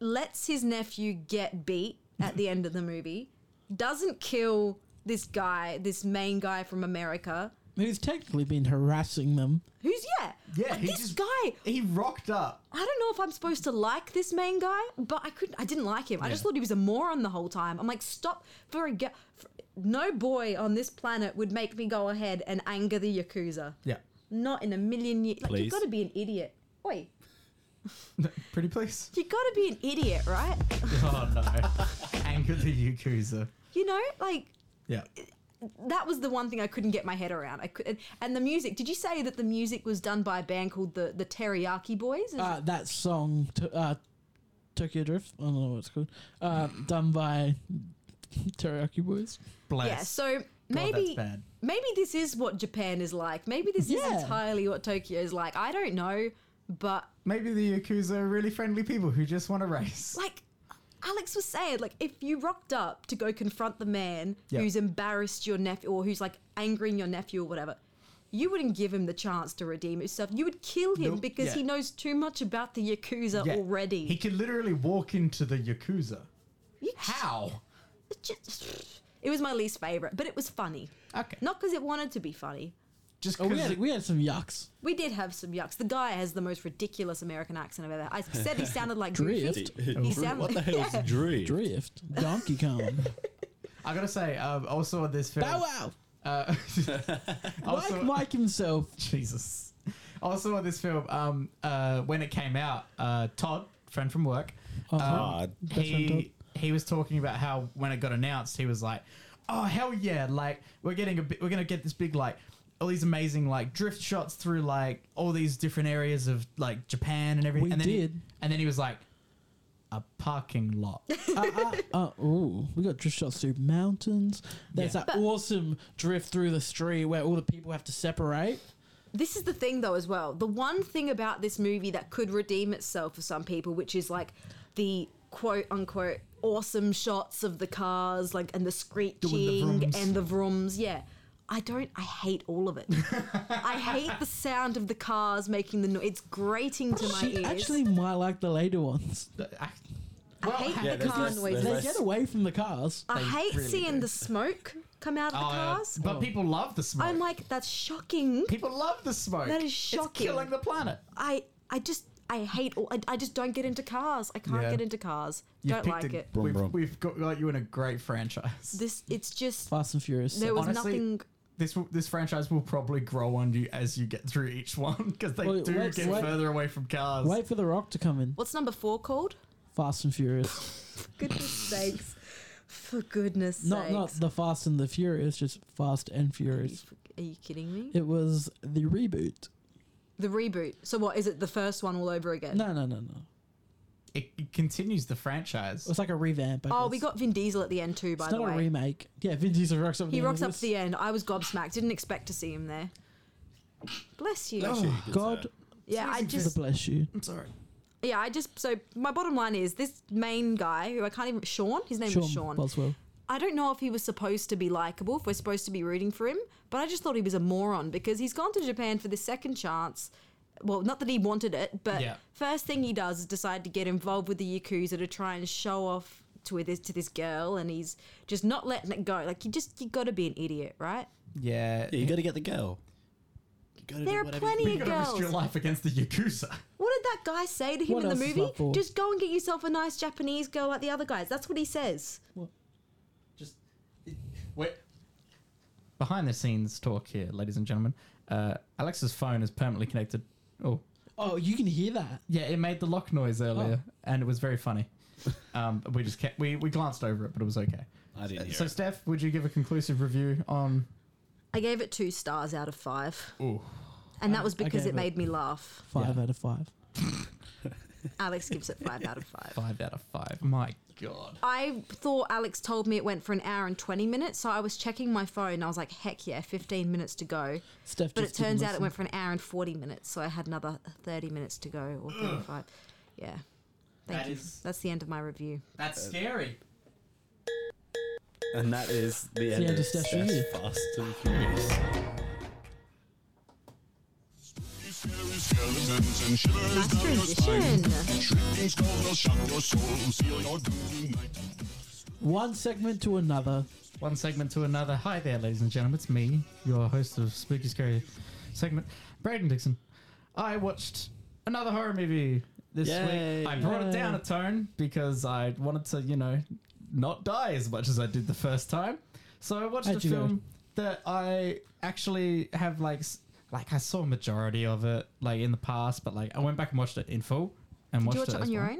Speaker 4: lets his nephew get beat at the end of the movie doesn't kill this guy this main guy from america
Speaker 1: Who's technically been harassing them?
Speaker 4: who's yeah
Speaker 2: Yeah,
Speaker 4: Like,
Speaker 2: he
Speaker 4: this
Speaker 2: just-
Speaker 4: guy
Speaker 2: He rocked up.
Speaker 4: i don't know if i'm supposed to like this main guy but i couldn't i didn't like him i just
Speaker 2: Yeah.
Speaker 4: thought he was a moron the whole time i'm like stop for a ge- for, no boy on this planet would make me go ahead and anger the yakuza
Speaker 2: Yeah.
Speaker 4: Not in a million years. Like,
Speaker 3: Please.
Speaker 4: you've got to be an idiot. Oi,
Speaker 2: Pretty please.
Speaker 4: you got to be an idiot, right?
Speaker 2: Oh no. Anger the Yakuza.
Speaker 4: You know, like,
Speaker 2: Yeah.
Speaker 4: that was the one thing I couldn't get my head around. I could, and, and the music. Did you say that the music was done by a band called the, the Teriyaki Boys? Is-
Speaker 1: Uh, that song, to, uh, Tokyo Drift. I don't know what it's called. Uh, done by Teriyaki Boys.
Speaker 2: Bless.
Speaker 4: yeah, so
Speaker 2: God,
Speaker 4: maybe
Speaker 2: that's bad.
Speaker 4: maybe this is what Japan is like. Maybe this
Speaker 1: Yeah.
Speaker 4: is entirely what Tokyo is like. I don't know, but
Speaker 2: Maybe the Yakuza are really friendly people who just want to race.
Speaker 4: like Alex was saying, like if you rocked up to go confront the man
Speaker 2: Yeah.
Speaker 4: who's embarrassed your nephew or who's like angering your nephew or whatever, you wouldn't give him the chance to redeem himself. You would kill him
Speaker 2: Nope.
Speaker 4: because
Speaker 2: Yeah.
Speaker 4: he knows too much about the yakuza
Speaker 2: Yeah.
Speaker 4: already.
Speaker 2: He could literally walk into the Yakuza.
Speaker 4: You-
Speaker 2: How?
Speaker 4: it just- it was my least favorite, but it was funny.
Speaker 2: Okay.
Speaker 4: Not Oh, because it wanted to be funny.
Speaker 2: Just
Speaker 1: Oh, we
Speaker 2: because
Speaker 1: had we had some yucks.
Speaker 4: We did have some yucks. The guy has the most ridiculous American accent I've ever. I said he sounded like Goofy.
Speaker 1: Drift.
Speaker 4: He sounded
Speaker 3: What the
Speaker 4: like
Speaker 3: hell is Drew?
Speaker 1: Drift. Donkey Kong.
Speaker 2: I gotta say, um, also on this film,
Speaker 1: Bow Wow.
Speaker 2: uh, also,
Speaker 1: Like Mike himself.
Speaker 2: Jesus. Also on this film, um, uh, when it came out, uh, Todd, friend from work,
Speaker 1: Uh-huh.
Speaker 2: um,
Speaker 1: Best friend Todd.
Speaker 2: he he was talking about how when it got announced, he was like, "Oh hell yeah! Like we're getting a bit, we're gonna get this big like." All these amazing like drift shots through like all these different areas of like Japan and everything.
Speaker 1: We
Speaker 2: and then He,
Speaker 1: did.
Speaker 2: and then he was like, a parking lot.
Speaker 1: uh, uh, uh, ooh, we got drift shots through mountains. There's
Speaker 2: Yeah.
Speaker 1: that awesome drift through the street where all the people have to separate.
Speaker 4: This is the thing, though, as well. The one thing about this movie that could redeem itself for some people, which is like the quote unquote awesome shots of the cars, like and the screeching
Speaker 2: vrooms.
Speaker 4: and the vrooms. Yeah, I don't. I hate all of it. I hate the sound of the cars making the noise. It's grating to my
Speaker 1: She
Speaker 4: ears.
Speaker 1: actually might like the later ones.
Speaker 2: I-
Speaker 4: I hate
Speaker 3: Yeah,
Speaker 4: the
Speaker 3: there's
Speaker 4: car
Speaker 3: less-
Speaker 4: noises.
Speaker 1: They
Speaker 3: Nice.
Speaker 1: get away from the cars.
Speaker 4: I hate
Speaker 2: really
Speaker 4: seeing
Speaker 2: do.
Speaker 4: the smoke come out of the
Speaker 2: Oh, yeah.
Speaker 4: cars.
Speaker 2: But people love the smoke.
Speaker 4: I'm like, that's shocking.
Speaker 2: people love the smoke.
Speaker 4: That is
Speaker 2: It's
Speaker 4: shocking.
Speaker 2: killing the planet.
Speaker 4: I I just I hate all. I, I just don't get into cars. I can't
Speaker 2: Yeah.
Speaker 4: get into cars.
Speaker 2: You
Speaker 4: don't
Speaker 2: picked
Speaker 4: like
Speaker 2: a-
Speaker 4: it.
Speaker 3: Brum,
Speaker 2: We've,
Speaker 3: brum.
Speaker 2: we've got, got you in a great franchise.
Speaker 4: This it's just
Speaker 1: Fast and Furious.
Speaker 4: there was
Speaker 2: Honestly,
Speaker 4: nothing.
Speaker 2: this will- this franchise will probably grow on you as you get through each one because they
Speaker 1: Wait,
Speaker 2: do
Speaker 1: let's-
Speaker 2: get
Speaker 1: wait-
Speaker 2: further away from cars.
Speaker 1: Wait for The Rock to come in.
Speaker 4: What's number four called?
Speaker 1: Fast and Furious.
Speaker 4: Goodness sakes. For goodness
Speaker 1: not
Speaker 4: sakes.
Speaker 1: not the Fast and the Furious, just Fast and
Speaker 4: Are you
Speaker 1: Furious.
Speaker 4: f- Are you kidding me?
Speaker 1: It was the reboot.
Speaker 4: The reboot. So what is it? The first one all over again?
Speaker 1: No, no, no, no.
Speaker 2: It, it continues the franchise.
Speaker 1: It's like a revamp. I
Speaker 4: Oh,
Speaker 1: guess.
Speaker 4: we got Vin Diesel at the end too. By
Speaker 1: It's
Speaker 4: the
Speaker 1: not a
Speaker 4: way,
Speaker 1: remake. Yeah, Vin Diesel rocks up. at
Speaker 4: he
Speaker 1: the end
Speaker 4: rocks
Speaker 1: of
Speaker 4: up
Speaker 1: this.
Speaker 4: at the end. I was gobsmacked. Didn't expect to see him there. Bless you.
Speaker 3: Bless you.
Speaker 1: Oh,
Speaker 3: It's,
Speaker 1: God,
Speaker 4: Yeah, I
Speaker 1: the
Speaker 4: just
Speaker 1: bless you.
Speaker 2: I'm sorry.
Speaker 4: yeah, I just so my bottom line is this main guy who I can't even Sean. His name
Speaker 1: Sean,
Speaker 4: was Sean.
Speaker 1: Boswell.
Speaker 4: I don't know if he was supposed to be likable, if we're supposed to be rooting for him, but I just thought he was a moron because he's gone to Japan for the second chance. Well, not that he wanted it, but
Speaker 2: Yeah.
Speaker 4: first thing he does is decide to get involved with the yakuza to try and show off to this to this girl, and he's just not letting it go. Like you just you got to be an idiot, right?
Speaker 2: Yeah.
Speaker 3: Yeah, you got to get the girl. You gotta
Speaker 4: There
Speaker 3: do
Speaker 4: are
Speaker 3: whatever you-
Speaker 4: plenty
Speaker 2: you
Speaker 4: of
Speaker 2: gotta risk
Speaker 4: girls.
Speaker 2: your life against the Yakuza.
Speaker 4: What did that guy say to him
Speaker 1: What
Speaker 4: in the
Speaker 1: else is
Speaker 4: movie?
Speaker 1: that for?
Speaker 4: Just go and get yourself a nice Japanese girl like the other guys. That's what he says.
Speaker 2: Just wait. Behind the scenes talk here, ladies and gentlemen. Uh, Alex's phone is permanently connected. Oh,
Speaker 1: Oh, you can hear that.
Speaker 2: yeah, it made the lock noise earlier, and it was very funny. Um, we just kept, we, we glanced over it, but it was okay.
Speaker 3: I didn't hear
Speaker 2: So,
Speaker 3: it.
Speaker 2: Steph, would you give a conclusive review on?
Speaker 4: I gave it two stars out of five,
Speaker 2: Ooh,
Speaker 4: and that was
Speaker 1: I
Speaker 4: because
Speaker 1: gave
Speaker 4: it
Speaker 1: it-
Speaker 4: made me laugh.
Speaker 1: Five
Speaker 2: Yeah.
Speaker 1: out of five.
Speaker 4: Alex gives it five out of five.
Speaker 2: five out of five. My God.
Speaker 4: I thought Alex told me it went for an hour and 20 minutes, so I was checking my phone. and I was like, heck yeah, 15 minutes to go.
Speaker 1: Steph
Speaker 4: But it
Speaker 1: just didn't
Speaker 4: turns out it
Speaker 1: listen.
Speaker 4: went for an hour and 40 minutes, so I had another 30 minutes to go or 35. Yeah. Thank
Speaker 2: That
Speaker 4: you.
Speaker 2: is-
Speaker 4: That's the end of my review.
Speaker 2: That's scary.
Speaker 3: And that is the
Speaker 1: end
Speaker 3: end of
Speaker 1: of Steph's
Speaker 3: Steph's
Speaker 1: review.
Speaker 3: Fast and Furious.
Speaker 6: Scary skeletons and shivers
Speaker 4: Nice
Speaker 6: down your spine.
Speaker 4: transition.
Speaker 6: Shrieking skulls will shock your soul, seal your doom tonight.
Speaker 1: One segment to another.
Speaker 2: One segment to another. Hi there, ladies and gentlemen. It's me, your host of Spooky Scary segment, Braden Dixon. I watched another horror movie this
Speaker 3: Yay.
Speaker 2: week. I brought
Speaker 1: Yay.
Speaker 2: it down a tone because I wanted to, you know, not die as much as I did the first time. So I watched
Speaker 1: How'd
Speaker 2: a
Speaker 1: you go?
Speaker 2: film that I actually have like, s- like I saw a majority of it like in the past, but like I went back and watched it in full. And
Speaker 4: Did
Speaker 2: watched
Speaker 4: you watch it
Speaker 2: as
Speaker 4: on your
Speaker 2: well.
Speaker 4: own?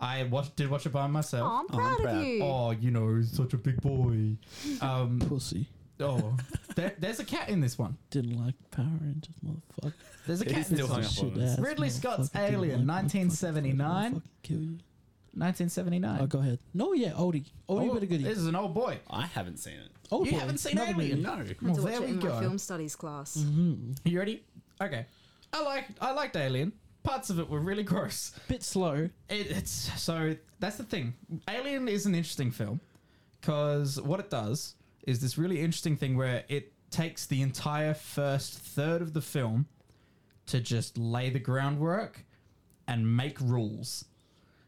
Speaker 2: I watched, did watch it by myself.
Speaker 4: Oh, I'm
Speaker 3: Oh, I'm
Speaker 4: proud of
Speaker 3: proud.
Speaker 4: you.
Speaker 2: Oh, you know, such a big boy. Um,
Speaker 1: Pussy.
Speaker 2: Oh, there, there's a cat in this one.
Speaker 1: Didn't like Power Rangers, motherfucker.
Speaker 2: There's a cat in this
Speaker 3: still
Speaker 2: one.
Speaker 3: hung up on us.
Speaker 1: Shit-ass
Speaker 2: Ridley Scott's
Speaker 1: motherfucker. Didn't
Speaker 2: Alien,
Speaker 1: like motherfucker.
Speaker 2: 1979.
Speaker 1: I'll fucking Kill you. Oh,
Speaker 2: 1979.
Speaker 1: go ahead. No, yeah, oldie. Oldie,
Speaker 2: Oh,
Speaker 1: bit of goodie.
Speaker 2: this is an old boy.
Speaker 3: I haven't seen it.
Speaker 1: Old
Speaker 2: you
Speaker 1: boy.
Speaker 2: haven't seen
Speaker 1: Another
Speaker 2: Alien?
Speaker 1: medium.
Speaker 4: I had
Speaker 2: Well,
Speaker 4: to watch
Speaker 2: there
Speaker 4: it
Speaker 2: we
Speaker 4: in my
Speaker 2: go.
Speaker 4: film studies class.
Speaker 2: You ready? Okay. I like I liked Alien. Parts of it were really gross.
Speaker 1: Bit slow.
Speaker 2: It, it's so that's the thing. Alien is an interesting film because what it does is this really interesting thing where it takes the entire first third of the film to just lay the groundwork and make rules.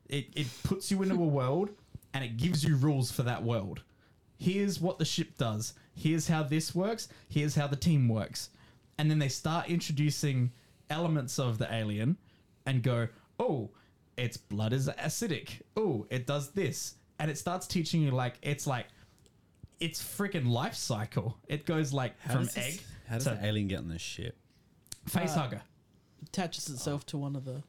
Speaker 2: It, it puts you into a world and it gives you rules for that world. Here's what the ship does. Here's how this works. Here's how the team works. And then they start introducing elements of the alien and go, oh, its blood is acidic. Oh, it does this. And it starts teaching you, like, it's like, it's freaking life cycle. It goes like from
Speaker 3: does
Speaker 2: egg
Speaker 3: this- How does
Speaker 2: to
Speaker 3: the alien get on this ship?
Speaker 2: face hugger.
Speaker 1: Attaches itself to one of the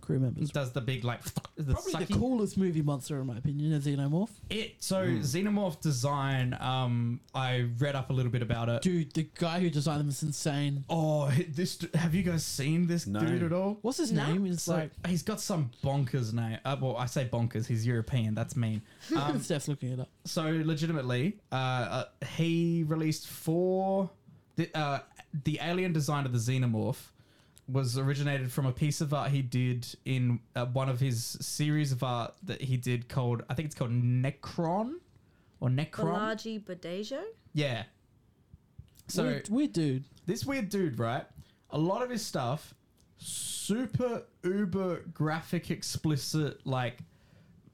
Speaker 1: crew members.
Speaker 2: Does the big like the
Speaker 1: Probably the
Speaker 2: sucky-
Speaker 1: coolest movie monster, in my opinion, is Xenomorph.
Speaker 2: It so xenomorph design. Um, I read up a little bit about it.
Speaker 1: Dude, the guy who designed them is insane.
Speaker 2: Oh, this! Have you guys seen this
Speaker 3: No.
Speaker 2: dude at all?
Speaker 1: What's his name? It's
Speaker 2: So
Speaker 1: like
Speaker 2: he's got some bonkers name. Uh, well, I say bonkers. He's European. That's mean. Um,
Speaker 1: Steph's looking it up.
Speaker 2: so legitimately, uh, uh, he released four. The, uh, the alien design of the xenomorph was originated from a piece of art he did in uh, one of his series of art that he did called I think it's called Necron or Necron.
Speaker 4: Balaji Badejo?
Speaker 2: Yeah. So
Speaker 1: weird, weird dude.
Speaker 2: this weird dude, right? A lot of his stuff, super uber graphic, explicit, like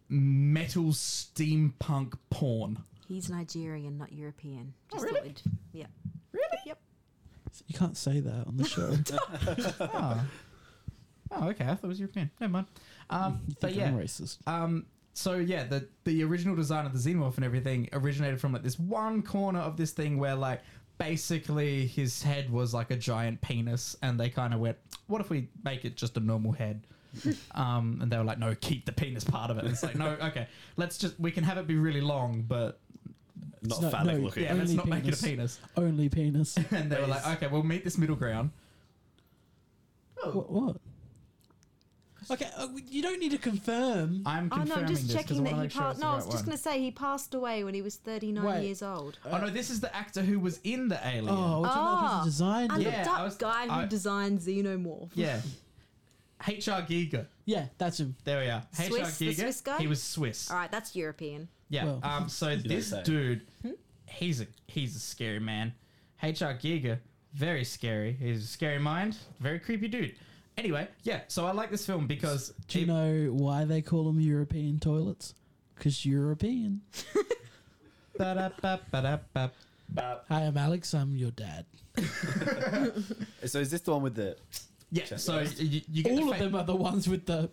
Speaker 2: metal steampunk porn.
Speaker 4: He's Nigerian, not European. Just thought we'd. Yeah.
Speaker 2: Really? Yep.
Speaker 1: You can't say that on the show.
Speaker 2: Oh. oh, okay. I thought it was European. Never mind. Um,
Speaker 1: you
Speaker 2: but
Speaker 1: think
Speaker 2: yeah.
Speaker 1: I'm racist.
Speaker 2: Um, so yeah, the the original design of the xenomorph and everything originated from like this one corner of this thing where like basically his head was like a giant penis, and they kind of went, "What if we make it just a normal head?" um, and they were like, "No, keep the penis part of it." It's like, "No, okay, let's just we can have it be really long, but
Speaker 3: Not
Speaker 1: No,
Speaker 3: phallic
Speaker 1: no,
Speaker 3: looking.
Speaker 2: yeah, let's
Speaker 1: Only
Speaker 2: not make it a
Speaker 1: penis.
Speaker 2: penis."
Speaker 1: Only penis.
Speaker 2: And they were like, "Okay, we'll meet this middle ground."
Speaker 1: what? what? Okay, uh, you don't need to confirm.
Speaker 2: I'm
Speaker 4: Oh
Speaker 2: confirming
Speaker 4: no, I'm just
Speaker 2: this 'cause I
Speaker 4: checking that
Speaker 2: wanna
Speaker 4: he
Speaker 2: make sure
Speaker 4: passed.
Speaker 2: it's the
Speaker 4: no, I
Speaker 2: right
Speaker 4: was just
Speaker 2: one.
Speaker 4: going to say he passed away when he was 39
Speaker 1: Wait.
Speaker 4: years old.
Speaker 2: Oh no, this is the actor who was in the Alien.
Speaker 1: Oh, which oh,
Speaker 4: Ah,
Speaker 1: designed
Speaker 4: I
Speaker 1: it?
Speaker 2: Yeah,
Speaker 4: looked
Speaker 2: I
Speaker 4: up
Speaker 2: was-
Speaker 4: guy who
Speaker 2: I-
Speaker 4: designed Xenomorph.
Speaker 2: Yeah. H.R. Giger.
Speaker 1: Yeah, that's him.
Speaker 2: There we are.
Speaker 4: Swiss,
Speaker 2: H.R.
Speaker 4: the
Speaker 2: Giger.
Speaker 4: Swiss guy?
Speaker 2: He was Swiss.
Speaker 4: All right, that's European.
Speaker 2: Yeah.
Speaker 1: Well.
Speaker 2: um, so this
Speaker 3: say.
Speaker 2: dude,
Speaker 4: Hmm?
Speaker 2: he's a he's a scary man. H.R. Giger, very scary. He's a scary mind, very creepy dude. Anyway, yeah. So I like this film because
Speaker 1: Do you
Speaker 2: it-
Speaker 1: know why they call them European toilets? Because European.
Speaker 2: Ba-da-ba-ba-da-ba.
Speaker 1: Hi, I'm Alex. I'm your dad.
Speaker 3: So is this the one with the?
Speaker 2: Yeah.
Speaker 3: Check
Speaker 2: So
Speaker 3: it.
Speaker 2: you, you get the
Speaker 1: All of
Speaker 2: fa-
Speaker 1: them are the ones with the.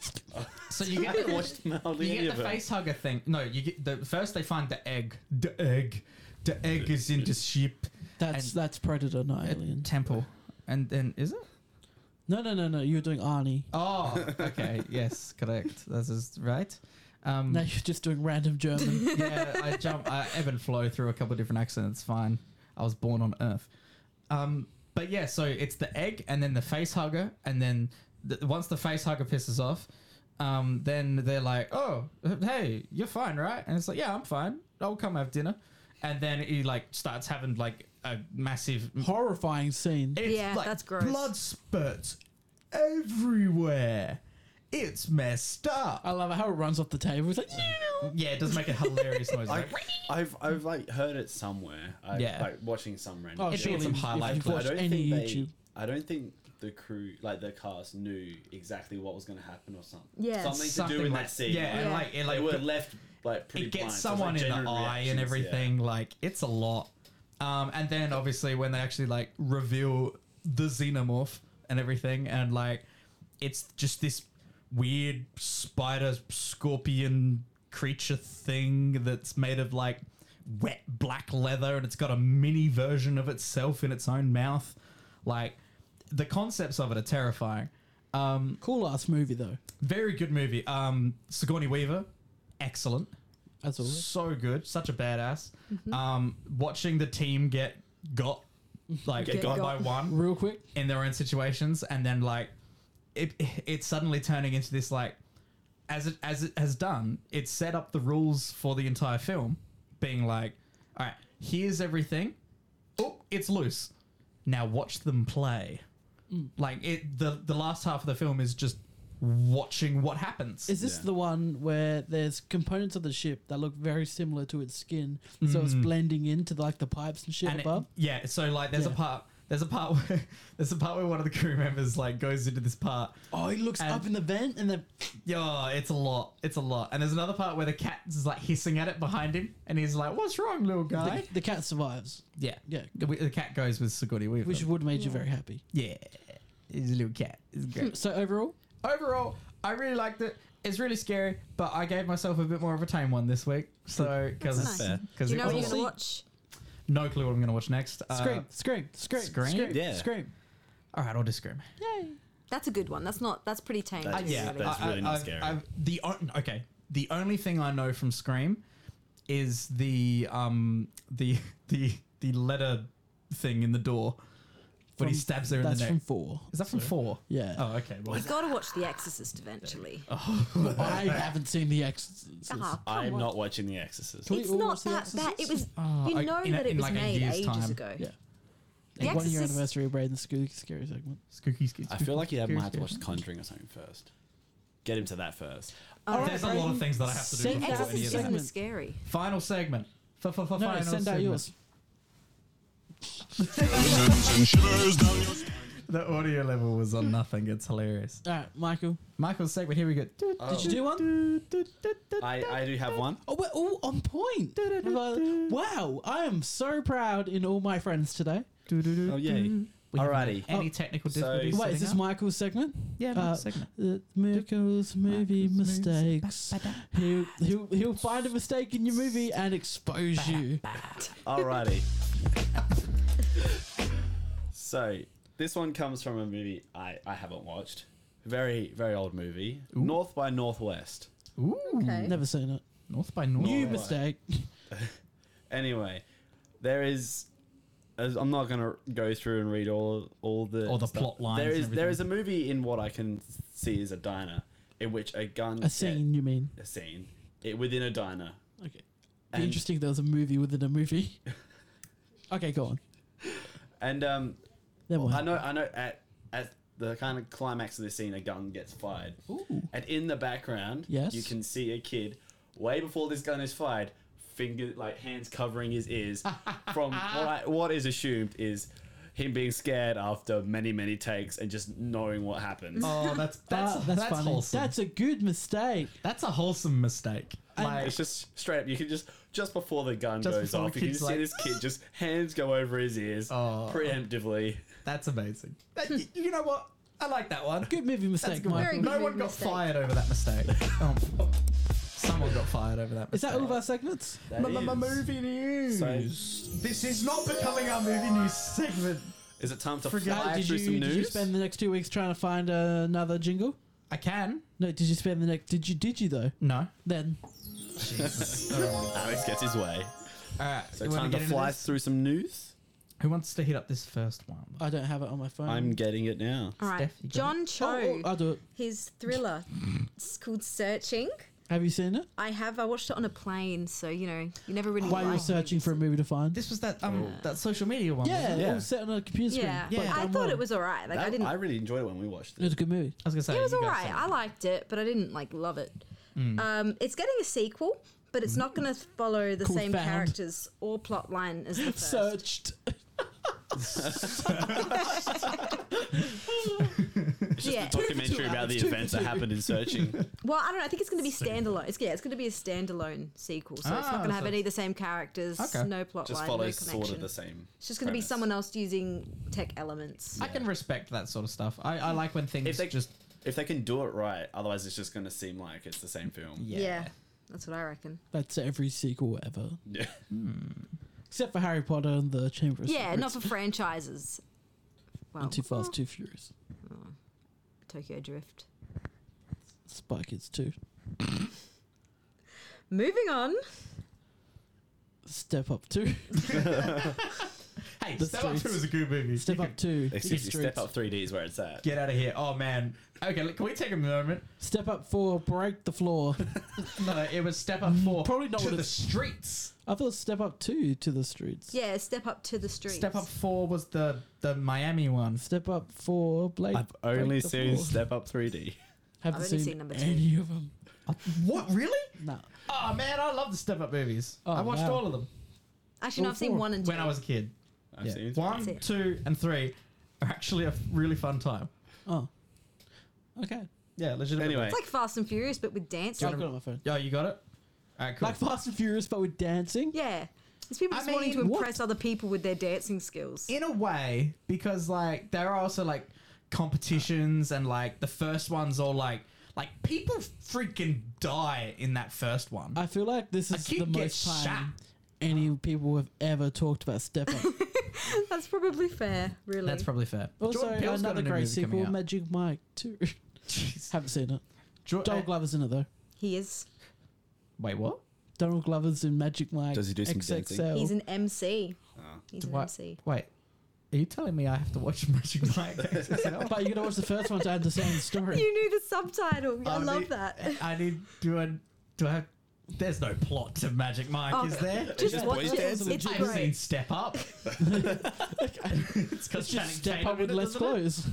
Speaker 2: So you
Speaker 3: I
Speaker 2: get
Speaker 3: haven't
Speaker 2: the
Speaker 3: watched hardly
Speaker 2: You
Speaker 3: any
Speaker 2: get
Speaker 3: of
Speaker 2: the
Speaker 3: it.
Speaker 2: face hugger thing. No, you get the first they find the egg. The egg. The egg is in the sheep
Speaker 1: That's
Speaker 2: And-
Speaker 1: that's Predator, not Alien.
Speaker 2: temple. And then is it?
Speaker 1: No, no, no, no. You were doing Arnie.
Speaker 2: Oh, okay. yes, correct. That is right. Um,
Speaker 1: Now you're just doing random German.
Speaker 2: yeah, I jump, I ebb and flow through a couple of different accents. Fine. I was born on Earth. Um, but yeah, so it's the egg and then the face hugger, and then th- once the face hugger pisses off, um, then they're like, "Oh, hey, you're fine, right?" And it's like, "Yeah, I'm fine. I'll come have dinner." And then he like starts having like a massive.
Speaker 1: Horrifying scene.
Speaker 2: It's
Speaker 4: Yeah,
Speaker 2: like
Speaker 4: that's gross.
Speaker 2: Blood spurts everywhere. It's messed up.
Speaker 1: I love how it runs off the table. It's like,
Speaker 2: Yeah, it does make a hilarious noise.
Speaker 3: I,
Speaker 2: like,
Speaker 3: I've I've like heard it somewhere. I,
Speaker 2: Yeah.
Speaker 3: like watching some random.
Speaker 1: oh,
Speaker 2: It'd be
Speaker 1: surely
Speaker 2: some
Speaker 1: if
Speaker 2: highlight
Speaker 1: you've
Speaker 2: clip.
Speaker 1: watched
Speaker 3: I don't
Speaker 1: any
Speaker 3: think
Speaker 1: YouTube.
Speaker 3: They, I don't think the crew, like the cast, knew exactly what was going to happen or something.
Speaker 4: Yeah.
Speaker 3: something,
Speaker 2: Something
Speaker 3: to do with
Speaker 2: like-
Speaker 3: that scene.
Speaker 2: yeah,
Speaker 3: like,
Speaker 4: and
Speaker 2: like-
Speaker 3: they
Speaker 2: and like
Speaker 3: were
Speaker 2: the-
Speaker 3: left like pretty
Speaker 2: it gets someone
Speaker 3: blind. So it's, like,
Speaker 2: in the
Speaker 3: general
Speaker 2: eye and
Speaker 3: reactions, yeah.
Speaker 2: everything. Like it's a lot. Um, and then obviously when they actually like reveal the xenomorph and everything, and like it's just this weird spider scorpion creature thing that's made of like wet black leather, and it's got a mini version of itself in its own mouth. Like the concepts of it are terrifying. Um,
Speaker 1: Cool ass movie though.
Speaker 2: very good movie. Um, Sigourney Weaver, excellent,
Speaker 1: As always.
Speaker 2: so good, such a badass. Um, watching the team get got, like
Speaker 4: Get
Speaker 2: got,
Speaker 4: got.
Speaker 2: by one
Speaker 1: Real quick.
Speaker 2: in their own situations, and then like it, it's suddenly turning into this like as it as it has done, it's set up the rules for the entire film, being like, all right, here's everything. Oh, it's loose. Now watch them play.
Speaker 1: Mm.
Speaker 2: Like it, the the last half of the film is just watching what happens.
Speaker 1: Is this the one where there's components of the ship that look very similar to its skin, so it's blending into like the pipes and shit
Speaker 2: Mm. And it-
Speaker 1: above?
Speaker 2: yeah, so like there's a
Speaker 1: Yeah.
Speaker 2: part there's a part where there's a part where one of the crew members like goes into this part.
Speaker 1: oh, it looks
Speaker 2: and-
Speaker 1: up in the vent and then
Speaker 2: Yeah, it's a lot. It's a lot. And there's another part where the cat is like hissing at it behind him and he's like, What's wrong, little guy?
Speaker 1: the, the cat survives,
Speaker 2: yeah.
Speaker 1: yeah.
Speaker 2: The, the cat goes with Sigourney Weaver.
Speaker 1: which would have made you very happy.
Speaker 2: yeah. He's a little cat. It's great.
Speaker 1: So overall,
Speaker 4: Hmm.
Speaker 2: Overall, I really liked it. It's really scary, but I gave myself a bit more of a tame one this week. So, because
Speaker 4: That's nice. Do you know what you're going to watch?
Speaker 2: no clue what I'm going to watch next. Uh,
Speaker 1: scream, scream, scream,
Speaker 2: Scream?
Speaker 1: scream, scream,
Speaker 3: Yeah.
Speaker 2: All right, I'll just scream.
Speaker 4: That's a good one. That's not. That's pretty tame.
Speaker 3: That's-
Speaker 4: too,
Speaker 2: yeah,
Speaker 4: really.
Speaker 3: that's
Speaker 2: I- I-
Speaker 3: really not
Speaker 2: I've-
Speaker 3: scary.
Speaker 2: I've- the on- okay, the only thing I know from Scream is the um the the the letter thing in the door when he
Speaker 1: From-
Speaker 2: stabs her in the
Speaker 1: That's
Speaker 2: neck.
Speaker 1: from four.
Speaker 2: is that from four?
Speaker 1: Yeah.
Speaker 2: Oh, okay. Well,
Speaker 4: You've got to watch The Exorcist eventually. Oh,
Speaker 1: I haven't seen the Exorcist.
Speaker 4: come
Speaker 3: I am
Speaker 4: on.
Speaker 3: not watching The Exorcist.
Speaker 1: Can we
Speaker 4: It's
Speaker 1: all
Speaker 4: not
Speaker 1: watch The
Speaker 4: that bad. It
Speaker 1: Exorcist?
Speaker 4: was.
Speaker 2: Oh, I-
Speaker 4: you know
Speaker 2: in a-
Speaker 4: that
Speaker 2: in
Speaker 4: it was
Speaker 2: like a
Speaker 4: made
Speaker 2: year's
Speaker 4: ages
Speaker 2: time.
Speaker 4: ago.
Speaker 1: Yeah.
Speaker 4: The
Speaker 1: One year
Speaker 4: Exorcist.
Speaker 1: anniversary of Braden's scary, scary segment.
Speaker 2: Skooky, skooky,
Speaker 3: I feel like you have, might have to
Speaker 2: skooky.
Speaker 3: watch The Conjuring or something first. Get him to that first.
Speaker 2: There's a lot of things that I have to do
Speaker 1: Send
Speaker 2: before
Speaker 1: out
Speaker 2: any of
Speaker 4: Exorcist
Speaker 1: the
Speaker 2: that.
Speaker 4: isn't
Speaker 1: segment.
Speaker 4: as scary.
Speaker 2: Final segment. F-f-f-
Speaker 1: No,
Speaker 2: final
Speaker 1: send out
Speaker 2: segment.
Speaker 1: yours.
Speaker 6: Presents and shivers down your spine.
Speaker 2: The audio level was on nothing. It's hilarious.
Speaker 1: All right, Michael.
Speaker 2: Michael's segment. Here we go.
Speaker 1: Did you do one?
Speaker 3: I, I do have one.
Speaker 1: Oh, we're all on point. wow, I am so proud in all my friends today.
Speaker 3: Oh yay!
Speaker 2: We haven't
Speaker 3: Alrighty.
Speaker 2: had Any technical
Speaker 3: So-
Speaker 1: Wait,
Speaker 2: difficulties?
Speaker 3: Wait,
Speaker 1: is
Speaker 2: setting
Speaker 1: this
Speaker 2: up?
Speaker 1: Michael's segment?
Speaker 2: Yeah,
Speaker 1: Uh,
Speaker 2: Michael's segment.
Speaker 1: Uh, miracles, movie
Speaker 2: Michael's movies.
Speaker 1: mistakes. He'll, he'll, he'll find a mistake in your movie and expose you.
Speaker 3: Alrighty. So this one comes from a movie I, I haven't watched. Very very old movie. North by Northwest.
Speaker 2: Ooh.
Speaker 4: Okay.
Speaker 1: Never seen it.
Speaker 2: North by North.
Speaker 1: New
Speaker 3: Alright.
Speaker 1: mistake.
Speaker 3: Anyway, there is. As I'm not gonna go through and read all all the
Speaker 2: All the
Speaker 3: stuff.
Speaker 2: plot lines
Speaker 3: There
Speaker 2: and
Speaker 3: is there is a movie in what I can see is a diner in which a gun
Speaker 1: A scene, you mean?
Speaker 3: a scene it, within a diner.
Speaker 1: Okay.
Speaker 3: And-
Speaker 1: Interesting. There was a movie within a movie. okay, go on.
Speaker 3: And um,
Speaker 1: Never
Speaker 3: I
Speaker 1: mind.
Speaker 3: know, I know. At at the kind of climax of this scene, a gun gets fired,
Speaker 1: Ooh.
Speaker 3: and in the background,
Speaker 1: Yes.
Speaker 3: you can see a kid way before this gun is fired, finger like hands covering his ears, from what, I, what is assumed is him being scared after many many takes and just knowing what happens.
Speaker 2: Oh, that's that's
Speaker 1: Ah,
Speaker 2: that's,
Speaker 1: funny.
Speaker 2: wholesome. That's,
Speaker 1: That's a good mistake.
Speaker 2: a wholesome mistake.
Speaker 3: It's
Speaker 2: Like,
Speaker 3: just straight up. You can just just before the gun
Speaker 2: Just
Speaker 3: goes
Speaker 2: before the
Speaker 3: off, you can
Speaker 2: kid's
Speaker 3: just
Speaker 2: like-
Speaker 3: see this kid just hands go over his ears
Speaker 2: Oh.
Speaker 3: preemptively.
Speaker 2: that's amazing. That- y- you know what? I like that one.
Speaker 1: Good movie mistake,
Speaker 2: good one.
Speaker 1: Michael.
Speaker 4: Very
Speaker 2: No
Speaker 4: good
Speaker 2: one got
Speaker 4: mistake.
Speaker 2: fired over that mistake. Oh, someone got fired over that.
Speaker 1: Is
Speaker 2: Mistake.
Speaker 1: that all of our segments?
Speaker 3: That
Speaker 2: M- m-
Speaker 3: is-
Speaker 2: movie news.
Speaker 3: So-
Speaker 2: This is not becoming our movie news segment.
Speaker 3: Is it time to
Speaker 1: Forgot-
Speaker 3: fly
Speaker 1: did,
Speaker 3: through
Speaker 1: you,
Speaker 3: some
Speaker 1: did you
Speaker 3: news?
Speaker 1: spend the next two weeks trying to find uh, another jingle?
Speaker 2: I can.
Speaker 1: No, did you spend the next? Did you? Did you though?
Speaker 2: No.
Speaker 1: Then
Speaker 2: Jesus. all right.
Speaker 3: Alex gets his way.
Speaker 2: All right.
Speaker 3: So
Speaker 2: you wanna
Speaker 3: time
Speaker 2: get
Speaker 3: to
Speaker 2: into
Speaker 3: fly
Speaker 2: this?
Speaker 3: through some news.
Speaker 2: Who wants to hit up this first one?
Speaker 1: I don't have it on my phone.
Speaker 3: I'm getting it now.
Speaker 4: All right.
Speaker 2: Steph, you got
Speaker 4: John
Speaker 1: Oh,
Speaker 4: Cho,
Speaker 1: oh, I'll do it.
Speaker 4: his thriller. it's called Searching.
Speaker 1: Have you seen it?
Speaker 4: I have. I watched it on a plane, so you know you never really.
Speaker 1: While you were
Speaker 4: like-
Speaker 1: searching for a movie to find.
Speaker 2: This was that um that social media one.
Speaker 1: yeah,
Speaker 2: wasn't it?
Speaker 3: Yeah.
Speaker 1: all set on a computer screen.
Speaker 4: Yeah,
Speaker 1: but
Speaker 4: I
Speaker 1: done
Speaker 4: thought
Speaker 1: well.
Speaker 4: it was alright. Like I
Speaker 3: That-
Speaker 4: didn't.
Speaker 3: really enjoyed it when we watched
Speaker 1: It was a
Speaker 3: it.
Speaker 1: good movie.
Speaker 2: I was gonna say
Speaker 4: it was
Speaker 2: you guys
Speaker 4: alright.
Speaker 2: said-
Speaker 4: I liked it, but I didn't like love it. Um, it's getting a sequel, but it's not going to follow the
Speaker 1: Called
Speaker 4: same
Speaker 1: Found.
Speaker 4: characters or plot line as the first.
Speaker 1: Searched.
Speaker 3: It's just
Speaker 4: Yeah.
Speaker 3: a documentary about the events that happened in searching.
Speaker 4: Well, I don't know. I think it's going to be standalone. It's, yeah, it's going to be a standalone sequel, so it's
Speaker 2: Ah,
Speaker 4: not going to have
Speaker 2: so
Speaker 4: any of the same characters,
Speaker 2: Okay.
Speaker 4: no plot
Speaker 3: just
Speaker 4: line, no
Speaker 3: follows
Speaker 4: connection.
Speaker 3: sort of the same.
Speaker 4: it's just going to be
Speaker 3: premise.
Speaker 4: someone else using tech elements.
Speaker 2: I can respect that sort of stuff. I, I like when things
Speaker 3: If they
Speaker 2: just
Speaker 3: if they can do it right, otherwise it's just going to seem like it's the same film.
Speaker 2: yeah.
Speaker 4: yeah. that's what I reckon.
Speaker 1: That's every sequel ever, Hmm.
Speaker 3: Yeah.
Speaker 1: except for Harry Potter and the Chamber of
Speaker 4: Yeah,
Speaker 1: Secrets.
Speaker 4: not for franchises. Well,
Speaker 1: and Too Fast, Too Furious.
Speaker 4: Tokyo Drift.
Speaker 1: Spy Kids 2.
Speaker 4: Moving on.
Speaker 1: Step Up 2.
Speaker 2: Hey,
Speaker 1: The
Speaker 2: Step Up
Speaker 1: streets.
Speaker 2: Two was a good movie.
Speaker 1: Step
Speaker 2: You
Speaker 1: Up
Speaker 2: could
Speaker 1: 2.
Speaker 3: Excuse me.
Speaker 1: Streets.
Speaker 3: Step Up 3D is where it's at.
Speaker 2: Get out of here. Oh man. Okay, look, can we take a moment?
Speaker 1: Step Up 4. Break the Floor.
Speaker 2: No, it was Step Up Four.
Speaker 1: Probably not
Speaker 2: to
Speaker 1: what
Speaker 2: the
Speaker 1: it's-
Speaker 2: streets.
Speaker 1: I thought Step Up 2 to the streets.
Speaker 4: Yeah, step up to the streets.
Speaker 2: Step Up Four was the the Miami one.
Speaker 1: Step Up 4. Blake.
Speaker 3: I've only
Speaker 1: break the
Speaker 3: seen
Speaker 1: floor.
Speaker 3: Step Up 3D.
Speaker 1: Haven't
Speaker 4: I've only
Speaker 1: seen,
Speaker 4: seen number two.
Speaker 1: any of them.
Speaker 2: What really?
Speaker 1: No.
Speaker 2: Oh man, I love the Step Up movies.
Speaker 1: Oh,
Speaker 2: I watched
Speaker 1: wow.
Speaker 2: all of them
Speaker 4: Actually, no,
Speaker 1: all
Speaker 4: I've seen
Speaker 1: four.
Speaker 4: one and two.
Speaker 2: when I was a kid.
Speaker 3: I've
Speaker 2: Yeah.
Speaker 3: seen
Speaker 2: One,
Speaker 4: That's it.
Speaker 2: two, and three are actually a really fun time.
Speaker 1: Oh. Okay.
Speaker 2: Yeah, legitimately.
Speaker 3: Anyway,
Speaker 4: It's like Fast and Furious, but with dancing.
Speaker 1: I've got it on my phone.
Speaker 2: Yo, you got it? All right, cool.
Speaker 1: Like Fast and Furious, but with dancing.
Speaker 4: Yeah. It's people
Speaker 2: I
Speaker 4: just wanting to
Speaker 2: mean, what?
Speaker 4: impress other people with their dancing skills.
Speaker 2: in a way because like there are also like competitions and like the first one's all like like people freaking die in that first one.
Speaker 1: I feel like this is
Speaker 2: kid
Speaker 1: the
Speaker 2: gets
Speaker 1: most time
Speaker 2: shot.
Speaker 1: any people have ever talked about Step Up.
Speaker 4: That's probably fair, really.
Speaker 2: That's probably fair.
Speaker 1: also,
Speaker 2: Jordan Peele's got
Speaker 1: another
Speaker 2: a new
Speaker 1: great
Speaker 2: movie coming
Speaker 1: sequel,
Speaker 2: out.
Speaker 1: Magic Mike 2.
Speaker 2: Jeez.
Speaker 1: Haven't seen it.
Speaker 2: Jo-
Speaker 1: Donald
Speaker 2: eh,
Speaker 1: Glover's in it, though.
Speaker 4: he is.
Speaker 2: wait, what?
Speaker 1: Donald Glover's in Magic Mike.
Speaker 3: Does he do some
Speaker 1: XXL.
Speaker 3: dancing?
Speaker 4: He's an MC. He's an
Speaker 2: What?
Speaker 4: MC.
Speaker 2: Wait, are you telling me I have to watch Magic Mike? XXL?
Speaker 1: But you gotta watch the first one to understand the story.
Speaker 4: You knew the subtitle. I
Speaker 2: Um,
Speaker 4: love
Speaker 2: it-
Speaker 4: that.
Speaker 2: I need do I do I? Have, there's no plot to Magic Mike,
Speaker 4: Oh,
Speaker 2: is there?
Speaker 4: Just
Speaker 3: just
Speaker 4: watch
Speaker 3: boys
Speaker 4: it.
Speaker 3: dancing.
Speaker 4: It's
Speaker 2: I've seen
Speaker 4: great.
Speaker 2: Step Up. it's got
Speaker 1: It's just
Speaker 2: Channing
Speaker 1: Step
Speaker 2: Tatum
Speaker 1: Up
Speaker 2: in
Speaker 1: with
Speaker 2: it,
Speaker 1: Less
Speaker 2: doesn't it?
Speaker 1: Clothes.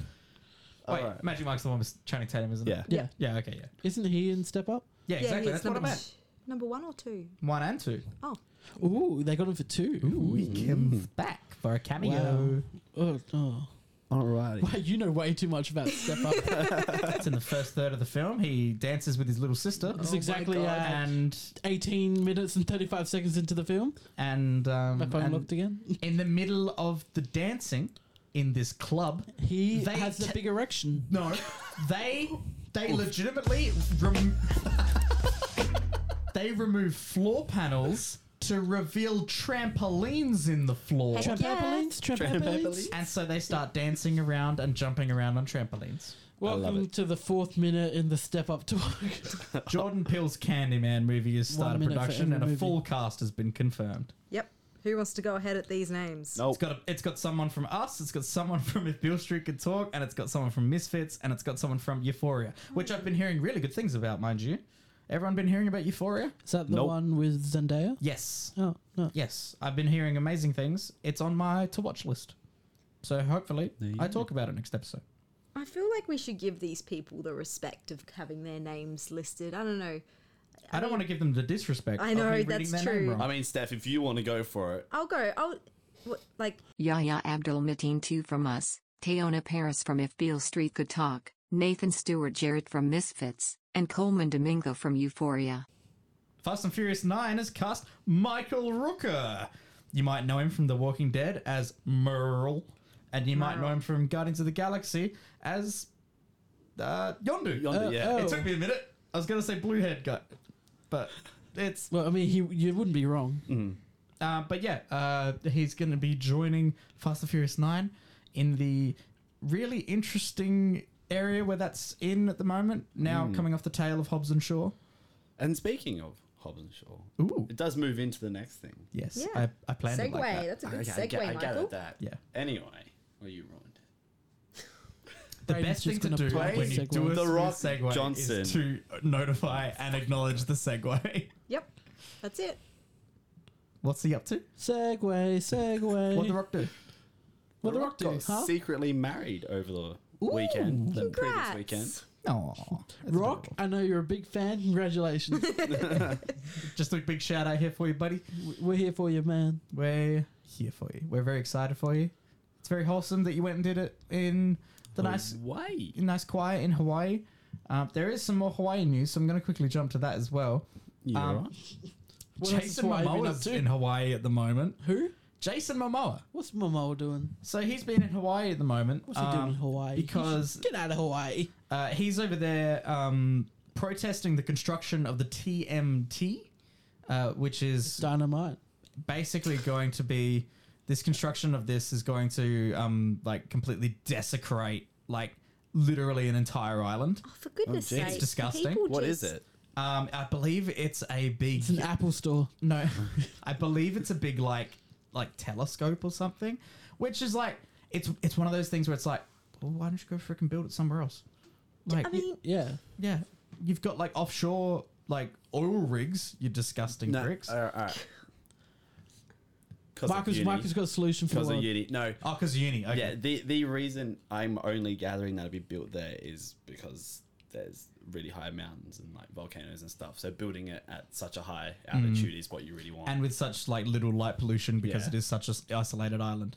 Speaker 2: Wait,
Speaker 3: Alright.
Speaker 2: Magic Mike's the one with Channing Tatum, isn't
Speaker 3: Yeah.
Speaker 2: it?
Speaker 1: Yeah.
Speaker 2: Yeah, okay, yeah.
Speaker 1: Isn't he in Step Up?
Speaker 2: Yeah, exactly.
Speaker 4: he's
Speaker 2: That's what I
Speaker 4: number,
Speaker 2: meant.
Speaker 4: number one or two.
Speaker 2: One and two.
Speaker 4: Oh,
Speaker 1: Ooh, they got him for two.
Speaker 2: He comes back for a
Speaker 1: Wow. Oh, oh.
Speaker 3: Alrighty.
Speaker 1: Wow, you know way too much about Step Up.
Speaker 2: That's in the first third of the film. He dances with his little sister.
Speaker 1: It's exactly uh,
Speaker 2: and
Speaker 1: 18 minutes and 35 seconds into the film.
Speaker 2: and um
Speaker 1: My phone
Speaker 2: and
Speaker 1: locked again.
Speaker 2: in the middle of the dancing in this club.
Speaker 1: He
Speaker 2: They
Speaker 1: has
Speaker 2: ca-
Speaker 1: a big erection.
Speaker 2: No, they they legitimately rem- they remove floor panels to reveal trampolines in the floor.
Speaker 4: Heck yeah.
Speaker 1: Trampolines, trampolines.
Speaker 2: And so they start dancing around and jumping around on trampolines.
Speaker 1: Welcome
Speaker 3: it.
Speaker 1: to the fourth minute in the Step Up Talk.
Speaker 2: Jordan Peele's Candyman movie has
Speaker 1: One
Speaker 2: started
Speaker 1: minute for
Speaker 2: production
Speaker 1: every
Speaker 2: and a
Speaker 1: movie.
Speaker 2: full cast has been confirmed.
Speaker 4: Yep. Who wants to go ahead at these names?
Speaker 3: No.
Speaker 2: It's got a, it's got someone from Us, it's got someone from If Bill Street Could Talk, and it's got someone from Misfits, and it's got someone from Euphoria, which I've been hearing really good things about, mind you. Everyone been hearing about Euphoria?
Speaker 1: Is that the
Speaker 3: Nope.
Speaker 1: one with Zendaya?
Speaker 2: Yes,
Speaker 1: Oh no.
Speaker 2: yes, I've been hearing amazing things. It's on my to watch list, so hopefully I talk about it next episode.
Speaker 4: I feel like we should give these people the respect of having their names listed. I don't know.
Speaker 2: I, don't want to give them the disrespect.
Speaker 4: I
Speaker 2: of
Speaker 4: know,
Speaker 2: me reading
Speaker 4: that's
Speaker 2: their name
Speaker 4: true.
Speaker 2: wrong.
Speaker 3: I mean, Steph, if you want to go for it,
Speaker 4: I'll go. I'll what, like
Speaker 7: Yahya Abdul Mateen 2 from Us, Tayona Paris from If Beale Street Could Talk, Nathan Stewart Jarrett from Misfits, and Coleman Domingo from Euphoria.
Speaker 2: Fast and Furious 9 has cast Michael Rooker. You might know him from The Walking Dead as Merle, and you might know him from Guardians of the Galaxy as uh, Yondu.
Speaker 3: Yondu,
Speaker 1: Uh,
Speaker 3: yeah.
Speaker 1: oh.
Speaker 2: It took me a minute. I was going to say blue-haired guy, but it's
Speaker 1: Well, I mean, he you wouldn't be wrong.
Speaker 3: Mm.
Speaker 2: uh, but yeah, uh, he's going to be joining Fast and Furious 9 in the really interesting area where that's in at the moment. Now coming off the tail of Hobbs and Shaw.
Speaker 3: And speaking of Hobbs and Shaw,
Speaker 2: Ooh.
Speaker 3: it does move into the next thing.
Speaker 2: Yes,
Speaker 4: yeah.
Speaker 2: I, I planned
Speaker 4: segue.
Speaker 2: it like that.
Speaker 4: That's a good
Speaker 3: Okay,
Speaker 4: segue,
Speaker 3: I, get, I
Speaker 4: Michael.
Speaker 3: gathered that.
Speaker 2: Yeah.
Speaker 3: Anyway, well, you ruined. it.
Speaker 2: The
Speaker 1: Braden's
Speaker 2: best
Speaker 1: just
Speaker 2: thing to
Speaker 1: gonna
Speaker 2: do
Speaker 1: play
Speaker 2: when you
Speaker 1: segue.
Speaker 2: do
Speaker 1: The
Speaker 2: a smooth
Speaker 3: Rock
Speaker 2: segue
Speaker 3: Johnson.
Speaker 2: is to notify and acknowledge the segue.
Speaker 4: Yep. That's it.
Speaker 2: What's he up to?
Speaker 1: Segway, segway.
Speaker 2: What the Rock do?
Speaker 1: What the rock, do?
Speaker 3: got
Speaker 1: Huh?
Speaker 3: secretly married over the weekend, the
Speaker 4: Congrats.
Speaker 3: previous weekend.
Speaker 2: Oh,
Speaker 1: Rock, I know you're a big fan. Congratulations.
Speaker 2: Just a big shout out here for you, buddy.
Speaker 1: We're here for you, man.
Speaker 2: We're here for you. We're very excited for you. It's very wholesome that you went and did it in the nice,
Speaker 3: Why?
Speaker 2: nice choir in Hawaii. Um, there is some more Hawaiian news, so I'm going to quickly jump to that as well. Um,
Speaker 1: What else has
Speaker 2: Jason
Speaker 1: Hawaii been
Speaker 2: Momoa's in Hawaii at the moment.
Speaker 1: Who?
Speaker 2: Jason Momoa.
Speaker 1: What's Momoa doing?
Speaker 2: So he's been in Hawaii at the moment.
Speaker 1: What's he doing
Speaker 2: um,
Speaker 1: in Hawaii? He should
Speaker 2: Because
Speaker 1: get out of Hawaii.
Speaker 2: Uh, he's over there um, protesting the construction of the TMT, uh, which is
Speaker 1: Dynamite.
Speaker 2: basically going to be this construction of this is going to um, like completely desecrate like literally an entire island.
Speaker 4: Oh, for goodness
Speaker 3: geez.
Speaker 4: sake.
Speaker 2: It's disgusting.
Speaker 4: People
Speaker 3: What
Speaker 4: just-
Speaker 3: is it?
Speaker 2: Um, I believe it's a big
Speaker 1: It's an Apple store.
Speaker 2: no, I believe it's a big like like telescope or something, which is like it's it's one of those things where it's like, well, why don't you go freaking build it somewhere else? Like
Speaker 4: I mean,
Speaker 1: Yeah.
Speaker 2: Yeah. You've got like offshore like oil rigs, you disgusting
Speaker 3: No,
Speaker 2: pricks.
Speaker 3: all right, all right. 'Cause of
Speaker 1: Michael's,
Speaker 3: uni.
Speaker 1: Michael's got a solution for the
Speaker 3: because of
Speaker 1: world.
Speaker 3: uni. No,
Speaker 2: oh, because uni. Okay.
Speaker 3: yeah. The the reason I'm only gathering that'll be built there is because there's really high mountains and like volcanoes and stuff. So building it at such a high
Speaker 1: Mm.
Speaker 3: altitude is what you really want.
Speaker 2: And with such like little light pollution because
Speaker 3: Yeah. Mm.
Speaker 2: it is such an isolated island.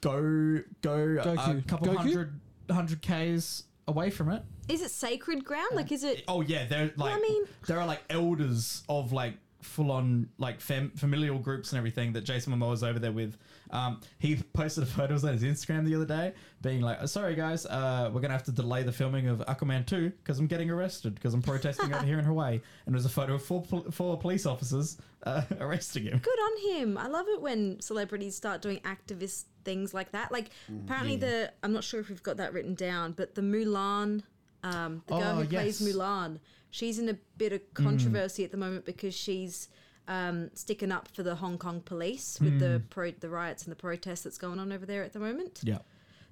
Speaker 2: Go go a
Speaker 1: Goku.
Speaker 2: couple
Speaker 1: Goku?
Speaker 2: hundred hundred Ks away from it.
Speaker 4: is it sacred ground? Like, is it?
Speaker 2: Oh yeah, they're like
Speaker 4: I mean-
Speaker 2: there are like elders of like full on like fam- familial groups and everything that Jason Momoa's over there with. Um, he posted photos on his Instagram the other day, being like, oh, "Sorry guys, uh, we're gonna have to delay the filming of Aquaman 2 because I'm getting arrested because I'm protesting over here in Hawaii." And there's a photo of four pol- four police officers uh, arresting him.
Speaker 4: Good on him. I love it when celebrities start doing activist things like that. Like,
Speaker 2: Mm,
Speaker 4: apparently, the I'm not sure if we've got that written down, but the Mulan, um, the girl
Speaker 2: Oh,
Speaker 4: who plays
Speaker 2: yes. Mm.
Speaker 4: Mulan, she's in a bit of controversy at the moment because she's um, sticking up for the Hong Kong police with the pro- the riots and the protests that's going on over there at the moment.
Speaker 2: Mm. Yeah,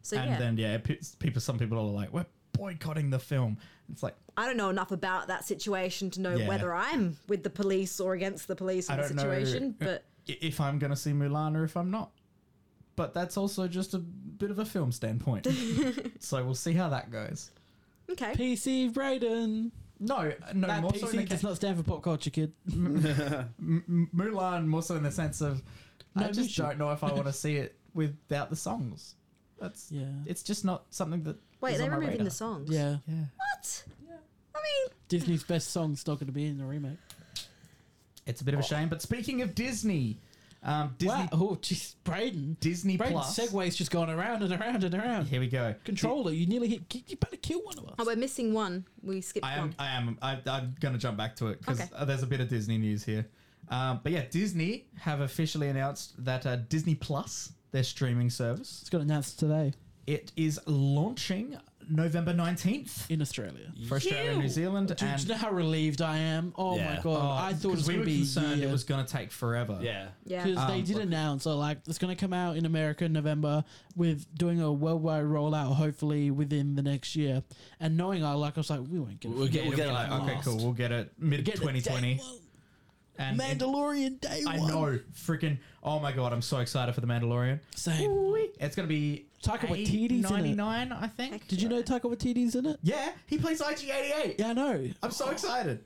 Speaker 4: So
Speaker 2: and
Speaker 4: yeah,
Speaker 2: then yeah, pe- people. Some people are like, "We're boycotting the film." It's like
Speaker 4: I don't know enough about that situation to know
Speaker 2: Yeah.
Speaker 4: whether I'm with the police or against the police
Speaker 2: I
Speaker 4: in the
Speaker 2: don't know
Speaker 4: situation,
Speaker 2: i-
Speaker 4: but.
Speaker 2: if I'm going to see Mulan or if I'm not. But that's also just a bit of a film standpoint. so we'll see how that goes.
Speaker 4: Okay.
Speaker 1: PC Braden.
Speaker 2: No, no,
Speaker 1: That
Speaker 2: more so in the
Speaker 1: PC does
Speaker 2: ca-
Speaker 1: not stand for pop culture, kid.
Speaker 2: Mulan, more so in the sense of
Speaker 1: No,
Speaker 2: I
Speaker 1: we
Speaker 2: just
Speaker 1: should-
Speaker 2: don't know if I want to see it without the songs. That's
Speaker 1: Yeah.
Speaker 2: It's just not something that.
Speaker 4: Wait,
Speaker 2: is
Speaker 4: they're
Speaker 2: on my
Speaker 4: removing
Speaker 2: radar.
Speaker 4: the songs.
Speaker 1: Yeah.
Speaker 2: Yeah,
Speaker 4: What? I mean,
Speaker 1: Disney's best song's not going to be in the remake.
Speaker 2: it's a bit of a shame. But speaking of Disney, um, Disney,
Speaker 1: Wow. Oh, jeez. Braden.
Speaker 2: Disney
Speaker 1: Braden,
Speaker 2: Plus.
Speaker 1: Segway's just going around and around and around.
Speaker 2: Here we go.
Speaker 1: Controller, you nearly hit. You better kill one of us.
Speaker 4: oh, we're missing one. We skipped
Speaker 2: I
Speaker 4: one.
Speaker 2: am. I am. I, I'm going to jump back to it uh, because
Speaker 4: Okay.
Speaker 2: there's a bit of Disney news here. Um, but yeah, Disney have officially announced that uh, Disney Plus, their streaming service,
Speaker 1: It's got announced today
Speaker 2: it is launching November 19th
Speaker 1: in Australia.
Speaker 2: for Australia and New Zealand.
Speaker 1: Do,
Speaker 2: and
Speaker 1: do you know how relieved I am? Oh my
Speaker 3: Yeah.
Speaker 1: god!
Speaker 2: Oh,
Speaker 1: I thought it
Speaker 2: 'cause
Speaker 1: was
Speaker 2: we
Speaker 1: going
Speaker 2: were
Speaker 1: to be
Speaker 2: concerned
Speaker 1: year.
Speaker 2: it was going to take forever.
Speaker 3: Yeah.
Speaker 4: Yeah.
Speaker 1: Because they did
Speaker 2: look-
Speaker 1: announce, oh, like, it's going to come out in America in November with doing a worldwide rollout, hopefully within the next year. And knowing our luck, I was like, we won't get it.
Speaker 3: We'll
Speaker 1: for
Speaker 3: get-
Speaker 1: years.
Speaker 3: we'll get it
Speaker 2: Like,
Speaker 3: like
Speaker 2: okay,
Speaker 3: last.
Speaker 2: cool. We'll get it mid
Speaker 1: Get it day
Speaker 2: 2020.
Speaker 1: one.
Speaker 2: And it-
Speaker 1: Mandalorian day
Speaker 2: I
Speaker 1: one.
Speaker 2: know, freaking! Oh my god, I'm so excited for the Mandalorian.
Speaker 1: Same.
Speaker 2: It's gonna be
Speaker 1: Taika Waititi's in it.
Speaker 2: 99, I think.
Speaker 1: Did you know Taika Waititi's in it?
Speaker 2: Yeah, he plays IG88.
Speaker 1: Yeah, I know.
Speaker 2: I'm so excited.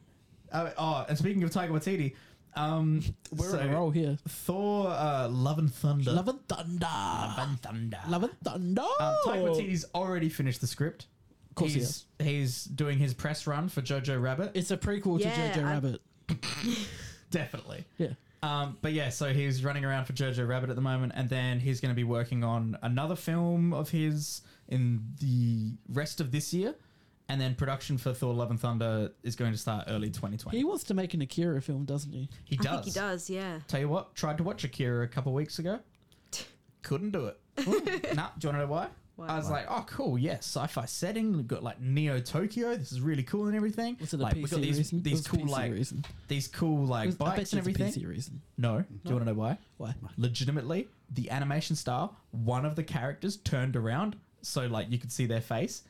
Speaker 2: Uh, oh, and speaking of Taika Waititi, um,
Speaker 1: We're
Speaker 2: so
Speaker 1: on a roll here.
Speaker 2: Thor, uh, Love and Thunder.
Speaker 1: Love and Thunder.
Speaker 2: and Thunder.
Speaker 1: Love and Thunder.
Speaker 2: um, Taika Waititi's already finished the script. Of
Speaker 1: course he
Speaker 2: he's, he's doing his press run for Jojo Rabbit.
Speaker 1: It's a prequel to
Speaker 4: Yeah,
Speaker 1: Jojo
Speaker 4: I-
Speaker 1: Rabbit.
Speaker 2: Definitely.
Speaker 1: Yeah.
Speaker 2: Um, but yeah, so he's running around for Jojo Rabbit at the moment, and then he's going to be working on another film of his in the rest of this year, and then production for Thor: Love and Thunder is going to start early 2020.
Speaker 1: He wants to make an Akira film, doesn't he?
Speaker 2: He
Speaker 4: I think he does, yeah.
Speaker 2: Tell you what, tried to watch Akira a couple weeks ago, couldn't do it. nah, do you want to know why?
Speaker 4: Why?
Speaker 2: I was like, oh, cool, yeah, sci-fi setting. We've got like Neo Tokyo. This is really cool and everything.
Speaker 1: Was it a
Speaker 2: like,
Speaker 1: PC
Speaker 2: we got these
Speaker 1: reason? It
Speaker 2: these
Speaker 1: was a
Speaker 2: cool
Speaker 1: PC
Speaker 2: like
Speaker 1: reason.
Speaker 2: these cool
Speaker 1: It was-
Speaker 2: like
Speaker 1: I bet
Speaker 2: bikes
Speaker 1: it's a
Speaker 2: and everything.
Speaker 1: PC reason.
Speaker 2: No. Do you want to know why?
Speaker 1: Why?
Speaker 2: Legitimately, the animation style, one of the characters turned around so like you could see their face.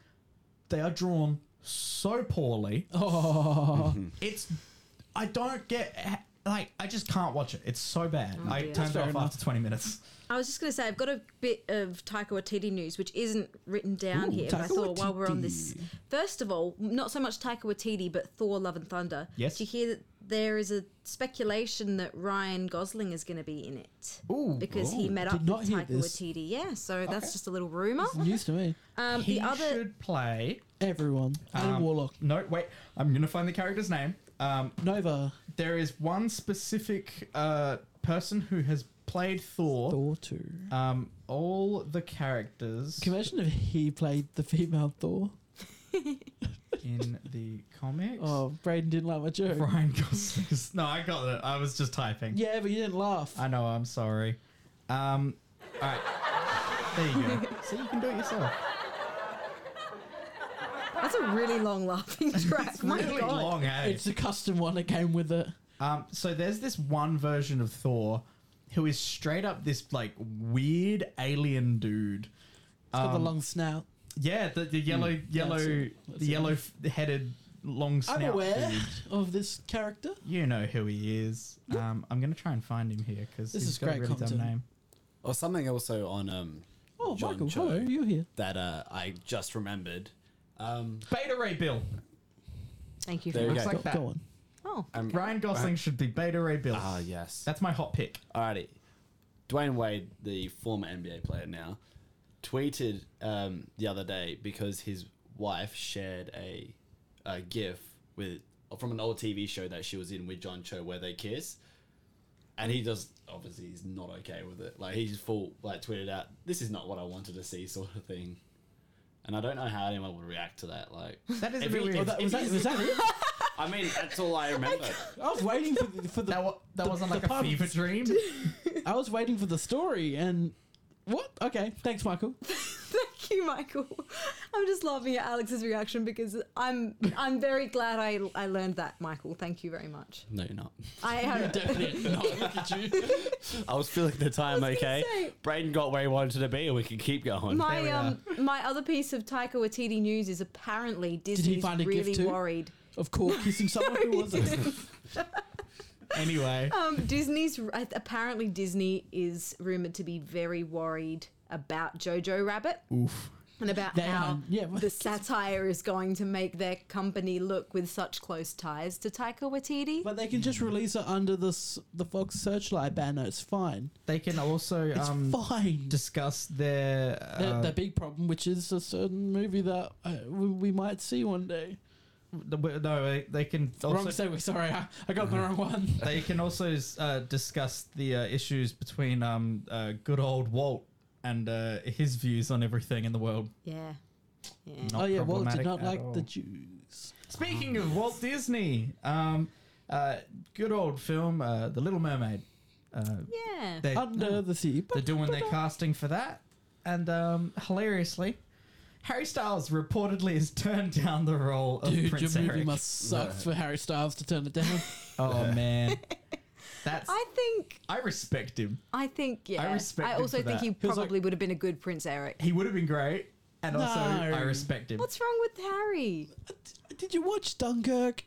Speaker 2: They are drawn so poorly.
Speaker 1: Oh,
Speaker 2: It's I don't get like I just can't watch it. It's so bad. I
Speaker 4: Oh, dear.
Speaker 2: turned it
Speaker 1: fair
Speaker 2: off
Speaker 1: enough.
Speaker 2: after 20 minutes.
Speaker 4: I was just going to say, I've got a bit of Taika Waititi news, which isn't written down
Speaker 1: Ooh,
Speaker 4: here, but I
Speaker 1: Taika
Speaker 4: thought while we're on this.
Speaker 1: Waititi.
Speaker 4: First of all, not so much Taika Waititi, but Thor Love and Thunder.
Speaker 2: Yes.
Speaker 4: Do you hear that there is a speculation that Ryan Gosling is going to be in it?
Speaker 2: Ooh.
Speaker 4: Because he met up
Speaker 1: oh, Did not
Speaker 4: with
Speaker 1: hear
Speaker 4: Taika
Speaker 1: this.
Speaker 4: Waititi. Yeah, so that's just a little rumour.
Speaker 1: news to me.
Speaker 4: Um,
Speaker 2: he
Speaker 4: the other.
Speaker 2: should play
Speaker 1: Everyone. Adam
Speaker 2: um,
Speaker 1: Warlock.
Speaker 2: No, wait. I'm going to find the character's name. Um,
Speaker 1: Nova.
Speaker 2: there is one specific uh, person who has played Thor.
Speaker 1: Thor 2.
Speaker 2: Um, all the characters.
Speaker 1: Can you imagine if he played the female Thor?
Speaker 2: in the comics.
Speaker 1: Oh, Braden didn't like my joke.
Speaker 2: Brian Gosling's. No, I got it. I was just typing.
Speaker 1: Yeah, but you didn't laugh.
Speaker 2: I know. I'm sorry. Um, all right. There you go. so you can do it yourself.
Speaker 4: That's a really long laughing track. My
Speaker 2: really
Speaker 4: God.
Speaker 2: long, eh?
Speaker 1: It's a custom one that came with it.
Speaker 2: Um, so there's this one version of Thor, who is straight up this like weird alien dude.
Speaker 1: It's got the
Speaker 2: Um,
Speaker 1: long snout.
Speaker 2: Yeah, the, the yellow,
Speaker 1: Hmm.
Speaker 2: yellow,
Speaker 1: That's it. That's
Speaker 2: the
Speaker 1: it.
Speaker 2: yellow headed long snout.
Speaker 1: I'm aware
Speaker 2: dude.
Speaker 1: of this character.
Speaker 2: You know who he is. Um, I'm gonna try and find him here because
Speaker 1: This
Speaker 2: he's
Speaker 1: is
Speaker 2: got a
Speaker 1: great
Speaker 2: really dumb
Speaker 1: content.
Speaker 2: name.
Speaker 3: Or something also on um
Speaker 1: Oh,
Speaker 3: John
Speaker 1: Michael,
Speaker 3: Cho.
Speaker 1: hello, you're here.
Speaker 3: that uh, I just remembered. Um,
Speaker 2: Beta Ray Bill.
Speaker 4: Thank you
Speaker 3: There
Speaker 4: very
Speaker 3: you
Speaker 4: much.
Speaker 3: go.
Speaker 2: like
Speaker 1: Go,
Speaker 2: that.
Speaker 1: go on.
Speaker 4: Oh,
Speaker 2: Ryan Gosling should be Beta Ray Bill.
Speaker 3: Ah, yes.
Speaker 2: That's my hot pick.
Speaker 3: Alrighty. Dwayne Wade, the former NBA player now, tweeted um, the other day because his wife shared a, a GIF with from an old TV show that she was in with John Cho where they kiss, and he just obviously he's not okay with it. Like he just full like tweeted out, "This is not what I wanted to see," sort of thing. And I don't know how anyone would react to that. Like,
Speaker 2: That is
Speaker 3: If
Speaker 2: a bit
Speaker 3: he-
Speaker 2: weird.
Speaker 3: if
Speaker 1: Oh, That,
Speaker 2: that
Speaker 1: was, that, was that it?
Speaker 3: I mean, that's all I remember.
Speaker 1: I was waiting for the, for the,
Speaker 2: wa- that
Speaker 1: the-
Speaker 2: wasn't
Speaker 1: the
Speaker 2: like a
Speaker 1: part of-
Speaker 2: fever dream.
Speaker 1: I was waiting for the story and what? Okay, thanks, Michael.
Speaker 4: thank you, Michael. I'm just laughing at Alex's reaction because I'm I'm very glad I, I learned that, Michael. Thank you very much.
Speaker 3: no, you're not.
Speaker 4: I have
Speaker 3: Definitely not. Look at you. I was feeling the time,
Speaker 4: was gonna
Speaker 3: okay?
Speaker 4: say-
Speaker 3: Braden got where he wanted to be, and we can keep going.
Speaker 2: There we
Speaker 4: my um my other piece of Taika Waititi news is apparently Disney's
Speaker 1: find a gift
Speaker 4: really
Speaker 1: too?
Speaker 4: worried.
Speaker 1: Of course, kissing someone who was it?
Speaker 2: anyway,
Speaker 4: Um, Disney's I- apparently Disney is rumored to be very worried about Jojo Rabbit.
Speaker 2: oof.
Speaker 4: and about
Speaker 1: They
Speaker 4: how
Speaker 1: are, yeah.
Speaker 4: the satire is going to make their company look with such close ties to Taika Waititi.
Speaker 1: But they can just release it under the s- the Fox Searchlight banner. It's fine.
Speaker 2: They can also
Speaker 1: It's
Speaker 2: um,
Speaker 1: fine.
Speaker 2: discuss their.
Speaker 1: the,
Speaker 2: Uh,
Speaker 1: the big problem, which is a certain movie that uh, we, we might see one day.
Speaker 2: the- w- no, they, they can
Speaker 1: wrong
Speaker 2: also. Uh-huh.
Speaker 1: segue. Sorry, I, I got the wrong one.
Speaker 2: They can also uh, discuss the uh, issues between um, uh, good old Walt and uh, his views on everything in the world.
Speaker 4: yeah. Yeah.
Speaker 2: Not
Speaker 1: Oh yeah, Walt did
Speaker 2: problematic
Speaker 1: not
Speaker 2: at
Speaker 1: like
Speaker 2: all.
Speaker 1: the Jews.
Speaker 2: Speaking of Walt Disney, um, Uh, good old film, uh, The Little Mermaid. Uh,
Speaker 4: Yeah.
Speaker 2: they,
Speaker 1: Under the sea.
Speaker 2: they're doing their casting for that, and um, hilariously, Harry Styles reportedly has turned down the role of
Speaker 1: Dude,
Speaker 2: Prince
Speaker 1: your movie
Speaker 2: Eric.
Speaker 1: must suck for Harry Styles to turn it down.
Speaker 2: Oh man, that's
Speaker 4: I
Speaker 2: I,
Speaker 4: think
Speaker 2: respect him.
Speaker 4: I think yeah.
Speaker 2: I respect him
Speaker 4: also
Speaker 2: for
Speaker 4: think
Speaker 2: that.
Speaker 4: he
Speaker 2: He
Speaker 1: was
Speaker 4: probably would have been a good Prince Eric.
Speaker 2: He would have been great, and also
Speaker 1: No.
Speaker 2: I respect him.
Speaker 4: What's wrong with Harry?
Speaker 1: Did you watch Dunkirk?